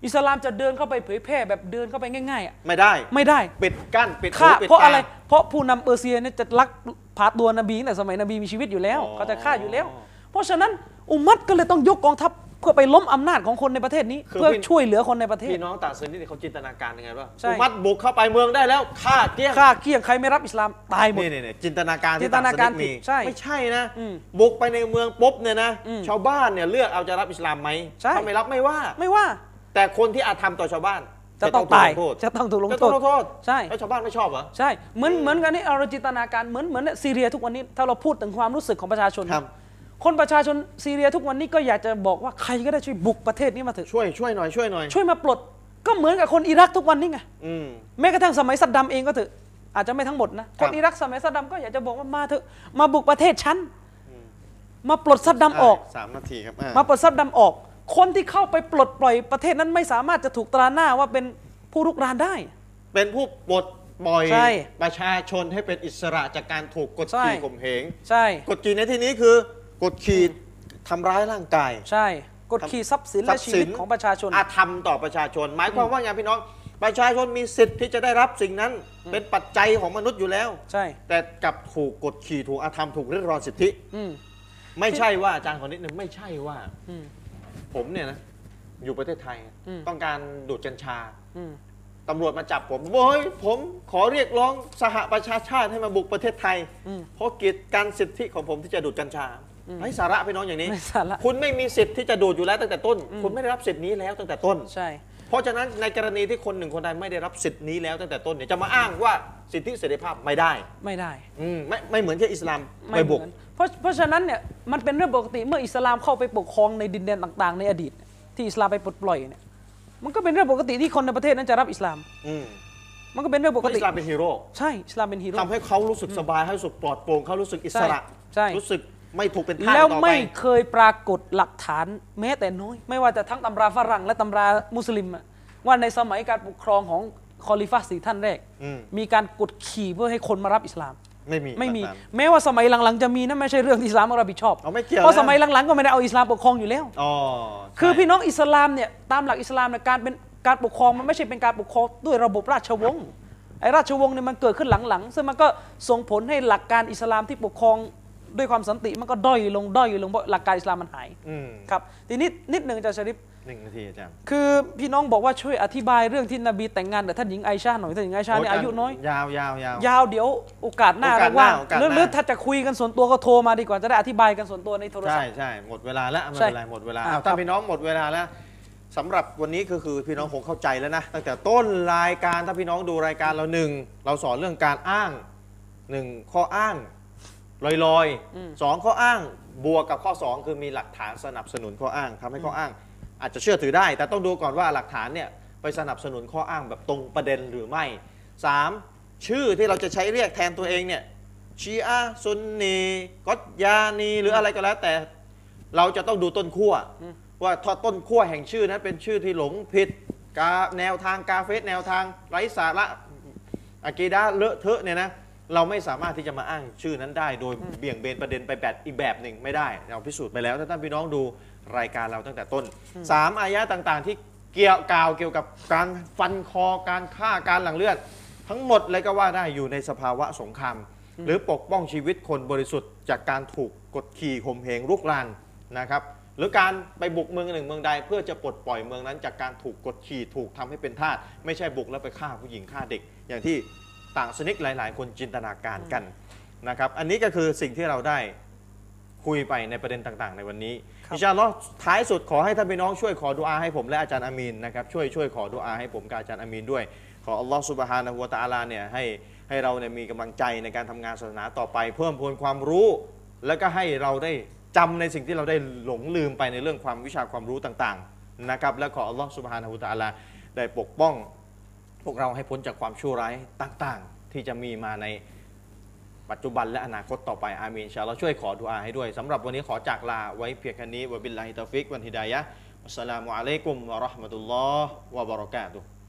B: อิสลามจะเดินเข้าไปเผยแพร่แบบเดินเข้าไปง่ายๆอะ
A: ไม่ได้
B: ไม่ได้
A: ปิดกั้นปิดหู
B: ฆ่า
A: ปิด
B: เพราะ
A: ต
B: อะไร เพราะผู้นำเปอร์เซียเนี่ยจะลักพาตัวนบีตั้งแต่สมัยนบีมีชีวิตอยู่แล้ว
A: อ๋อ
B: เขาจะฆ่าอยู่แล้ว เพราะฉะนั้นอุมมัดก็เลยต้องยกกองทัพเพื่อไปล้มอำนาจของคนในประเทศนี้ เพื่อช่วยเหลือคนในประเทศ
A: พี่น้องต่างชนนี่เขาจินตนาการยังไงว่า
B: ใช่
A: มัดบุกเข้าไปเมืองได้แล้วฆ่าเกลี้ยง
B: ฆ่าเกลี้ยงใครไม่รับอิสลามตายหมด
A: นี่นี่นี่จินตนาการที่
B: จินตนาการ
A: ต่งชดมี
B: ผิดใช่
A: ไม่ใช่นะ
B: อืม
A: บุกไปในเมืองปุ๊บเนี่ยนะ
B: อืม
A: ชาวบ้านเนี่ยเลือกเอาจะรับอิสลามไหม
B: ใช่
A: ถ้าไม่รับไม่ว่า
B: ไม่ว่า
A: แต่คนที่อาธรรมต่อชาวบ้าน
B: จะต้องตาย
A: ถูกลงโทษ
B: จะต้องถูกลง
A: จะ
B: โท
A: ต้องล
B: ษ
A: งโทษ
B: ใช่
A: แล้วชาวบ้านไม่ชอบเหรอ
B: ใช่เหมือนเหมือนกันนี่เอาเราจินตนาการเหมือนเหมือนเนี่ยซีเรียทุกวันนี้ถ้าเราพูดถึงความรู้สึกของประชาชน
A: ครับ
B: คนประชาชนซีเรียทุกวันนี้ก็อยากจะบอกว่าใครก็ได้ช่วยบุกประเทศนี้มาเถอะ
A: ช่วยช่วยหน่อยช่วยหน่อย
B: ช่วยมาปลดก็เหมือนกับคนอิรักทุกวันนี้ไง
A: อืม
B: แม้กระทั่งสมัยซัดดัมเองก็เถอะอาจจะไม่ทั้งหมดนะ
A: ค
B: ค
A: รั
B: น
A: บ
B: อิรักสมัยซัดดัมก็อยากจะบอกว่ามาเถอะมาบุกประเทศฉันมาปลดซัดดัมออก
A: ะสามนาทีครับอ่ะ
B: มาปลดซัดดัมออก คนที่เข้าไปปลดปล่อยประเทศนั้นไม่สามารถจะถูกตราหน้าว่าเป็นผู้รุกรานได้
A: เป็นผู้ปลดปล่อย
B: ใช่
A: ประชาชนให้เป็นอิสระจากการถูกกด
B: ใช่
A: ขี่ข่มเหง
B: ใช่
A: กดขี่ในที่นี้คือกดขี่ทำร้ายร่างกาย
B: ใช่ กดขี่ทรัพย์สิน
A: ทรั
B: และ
A: พย์
B: ชี
A: สิน
B: วิตของประชาชน
A: อาธรรมต่อประชาชน หมายความว่าไงพี่น้อง ประชาชนมีสิทธิ์ที่จะได้รับสิ่งนั้น เป็นปัจจัยของมนุษย์อยู่แล้ว
B: ใช่
A: แต่กลับถูกกดขี่ถูกอาธรรมถูกริดรอนสิทธิ
B: อืม
A: ไม่ใช่ว่าอาจารย์คนนิดนึงไม่ใช่ว่า
B: อืม
A: ผมเนี่ยนะอยู่ประเทศไทย
B: อืม
A: ต้องการดูดกัญชา
B: อืม
A: ตำรวจมาจับผมโอ้ยผมขอเรียกร้องสหประชาชาติให้มาบุกประเทศไทย
B: อืม
A: เพราะกีดการสิทธิของผมที่จะดูดกัญชาไร้สาระพี่น้องอย่างนี้
B: ไร้สาระ
A: คุณไม่มีสิทธิ์ที่จะดูดอยู่แล้วตั้งแต่ต้น คุณไม่ได้รับสิทธิ์นี้แล้วตั้งแต่ต้น
B: ใช่
A: เพราะฉะนั้นในกรณีที่คนหนึ่งคนใดไม่ได้รับสิทธินี้แล้วตั้งแต่ต้นเนี่ยจะมาอ้างว่าสิทธิเสรีภาพไม่ได้
B: ไม่ได้
A: อืมไม่ไม่เหมือนที่อิสลาม
B: ไม่
A: ไป
B: เห
A: บุก
B: มือนเพราะเพราะฉะนั้นเนี่ยมันเป็นเรื่องปกติเมื่ออิสลามเข้าไปปกครองในดินแดนต่างๆ ในอดีต ที่อิสลามไปปลดปล่อยเนี่ยมันก็เป็นเรื่องปกติที่คนในประเทศนั้นจะรับอิสลาม
A: อืม
B: มันก็เป็นเรื่องป
A: เพ
B: ก
A: ราะ
B: ติ
A: อิสลามเป็นฮีโร่
B: ใช่อิสลามเป็นฮีโร่
A: ทำให้เขารู้สึกสบายให้รู้สึกปลอดโปร่งเขารู้สึกอิสระ
B: ใช่ใช่
A: รู้สึกไม่ถูกเป็นทาส
B: แล้ว
A: ต่อไป
B: ไม่เคยปรากฏหลักฐานแม้แต่น้อย ไม่ว่าจะทั้งตำราฝรั่งและตำรามุสลิมอะว่าในสมัยการปกครองของคอลิฟะสีท่านแรก
A: อืม
B: มีการกดขี่เพื่อให้คนมารับอิสลาม
A: ไม่มี
B: ไม่มี
A: แบบนั้น
B: แม้ว่าสมัยหลังๆจะมีนะไม่ใช่เรื่องที่อิสลามรับผิดชอบ
A: เอาไม่เกี่ยว
B: เพราะ
A: นะ
B: สมัยหลังๆก็ไม่ได้เอาอิสลามปกครองอยู่แล้ว
A: อ๋อ
B: คือ
A: ใช่
B: พี่น้องอิสลามเนี่ยตามหลักอิสลามเนี่ยการเป็นการปกครองมันไม่ใช่เป็นการปกครองด้วยระบบราชวงศ์ไอ้ราชวงศ์เนี่ยมันเกิดขึ้นหลังๆ ซึ่งมันก็ส่งผลให้หลักการอิสลามที่ปกครองด้วยความสันติมันก็ด้อยลงด้อยลงเพราะหลักการอิสลามมันหาย
A: อืม
B: ครับทีนี้นิดหนึ่งอาจารย์ชริฟ
A: หนึ่งนาทีอาจารย์
B: คือพี่น้องบอกว่าช่วยอธิบายเรื่องที่นบีแต่งงานกับท่านหญิงไอชาหน่อยท่านหญิงไอชาเนี่ยอายุน้อย
A: ยาวยาวยาว
B: ยาวเดี๋ยวโอกาสหน้า
A: โอกาส
B: เราว่าง
A: หน้าโอกาสห
B: หรื
A: น้า
B: อหรือถ้าจะคุยกันส่วนตัวก็โทรมาดีกว่าจะได้อธิบายกันส่วนตัวในโทรศัพ
A: ใช่
B: ท์
A: ใช่หมดเวลาแล้วไม่
B: ใช่
A: เป็นไรหมดเวลา
B: อ่า
A: อ้าว
B: ครั
A: ถ้า
B: บ
A: พี่น้องหมดเวลาแล้วสำหรับวันนี้ก็คือพี่น้องคงเข้าใจแล้วนะตั้งแต่ต้นรายการถ้าพี่น้องดูรายการเราหนึ่งเราสอนเรื่องการอ้างหนึ่งข้ออ้างลอย
B: อืม
A: ๆสองข้ออ้างบวกกับข้อสองคือมีหลักฐานสนับสนุนข้ออ้างทำให้ข้ออ้าง อาจจะเชื่อถือได้ แต่ต้องดูก่อนว่าหลักฐานเนี่ยไปสนับสนุนข้ออ้างแบบตรงประเด็นหรือไม่สามชื่อที่เราจะใช้เรียกแทนตัวเองเนี่ยชีอะห์ซุนนีกัตยานีหรืออะไรก็แล้วแต่ เราจะต้องดูต้นขั้วว่าถ้าต้นขั้วแห่งชื่อนั้นเป็นชื่อที่หลงผิดกาแนวทางกาเฟสแนวทางไร้สาระอากีดาเลอะเทอะเนี่ยนะเราไม่สามารถที่จะมาอ้างชื่อนั้นได้ โดยเบี่ยงเบนประเด็นไปแบบอีกแบบหนึ่งไม่ได้ เราพิสูจน์ไปแล้วถ้าท่านพี่น้องดูรายการเราตั้งแต่ต้นสามอายะห์ต่างๆ ที่เกี่ยวกล่าวเกี่ยวกับการฟันคอการฆ่าการหลั่งเลือด ทั้งหมดเลยก็ว่าได้อยู่ในสภาวะสงคราม หรือปกป้องชีวิตคนบริสุทธิ์จากการถูกกดขี่ข่มเหงรุกรานนะครับหรือการไปบุกเมืองหนึ่งเมืองใด เพื่อจะปลดปล่อยเมืองนั้น จากการถูกกดขี่ถูกทำให้เป็นทาสไม่ใช่บุกแล้วไปฆ่าผู้หญิงฆ่าเด็ก อย่างที่ต่างสนิกหลาย ๆ คนจินตนาการกันนะครับอันนี้ก็คือสิ่งที่เราได้คุยไปในประเด็นต่าง ๆ ในวันนี้
B: ครับ
A: อินชาอัลลอฮ์ท้ายสุดขอให้ท่านพี่น้องช่วยขอดุอาให้ผมและอาจารย์อามีนนะครับช่วยช่วยขอดุอาให้ผมกับอาจารย์อามีนด้วย ขออัลลอฮ์สุบฮานะฮูวะตะอาลาเนี่ยให้ให้เราเนี่ยมีกำลังใจในการทำงานศาสนาต่อไป เพิ่มพูนความรู้ แล้วก็ให้เราได้จำในสิ่งที่เราได้หลงลืมไปในเรื่องความวิชาความรู้ต่างๆ นะครับและขออัลลอฮ์สุบฮานาหูตะอาลาได้ปกป้อง พวกเราให้พ้นจากความชั่วร้ายต่างๆ ที่จะมีมาในปัจจุบันและอนาคตต่อไปอาเมีนอินชาอัลลอฮ์ช่วยขอดุอาให้ด้วยสำหรับวันนี้ขอจากลาไว้เพียงแค่นี้วะบิลลาฮิตาฟิกวันฮิดายะอัสสลามุอะลัยกุมวะเราะห์มะตุลลอฮ์วะบะเราะกาตุฮ์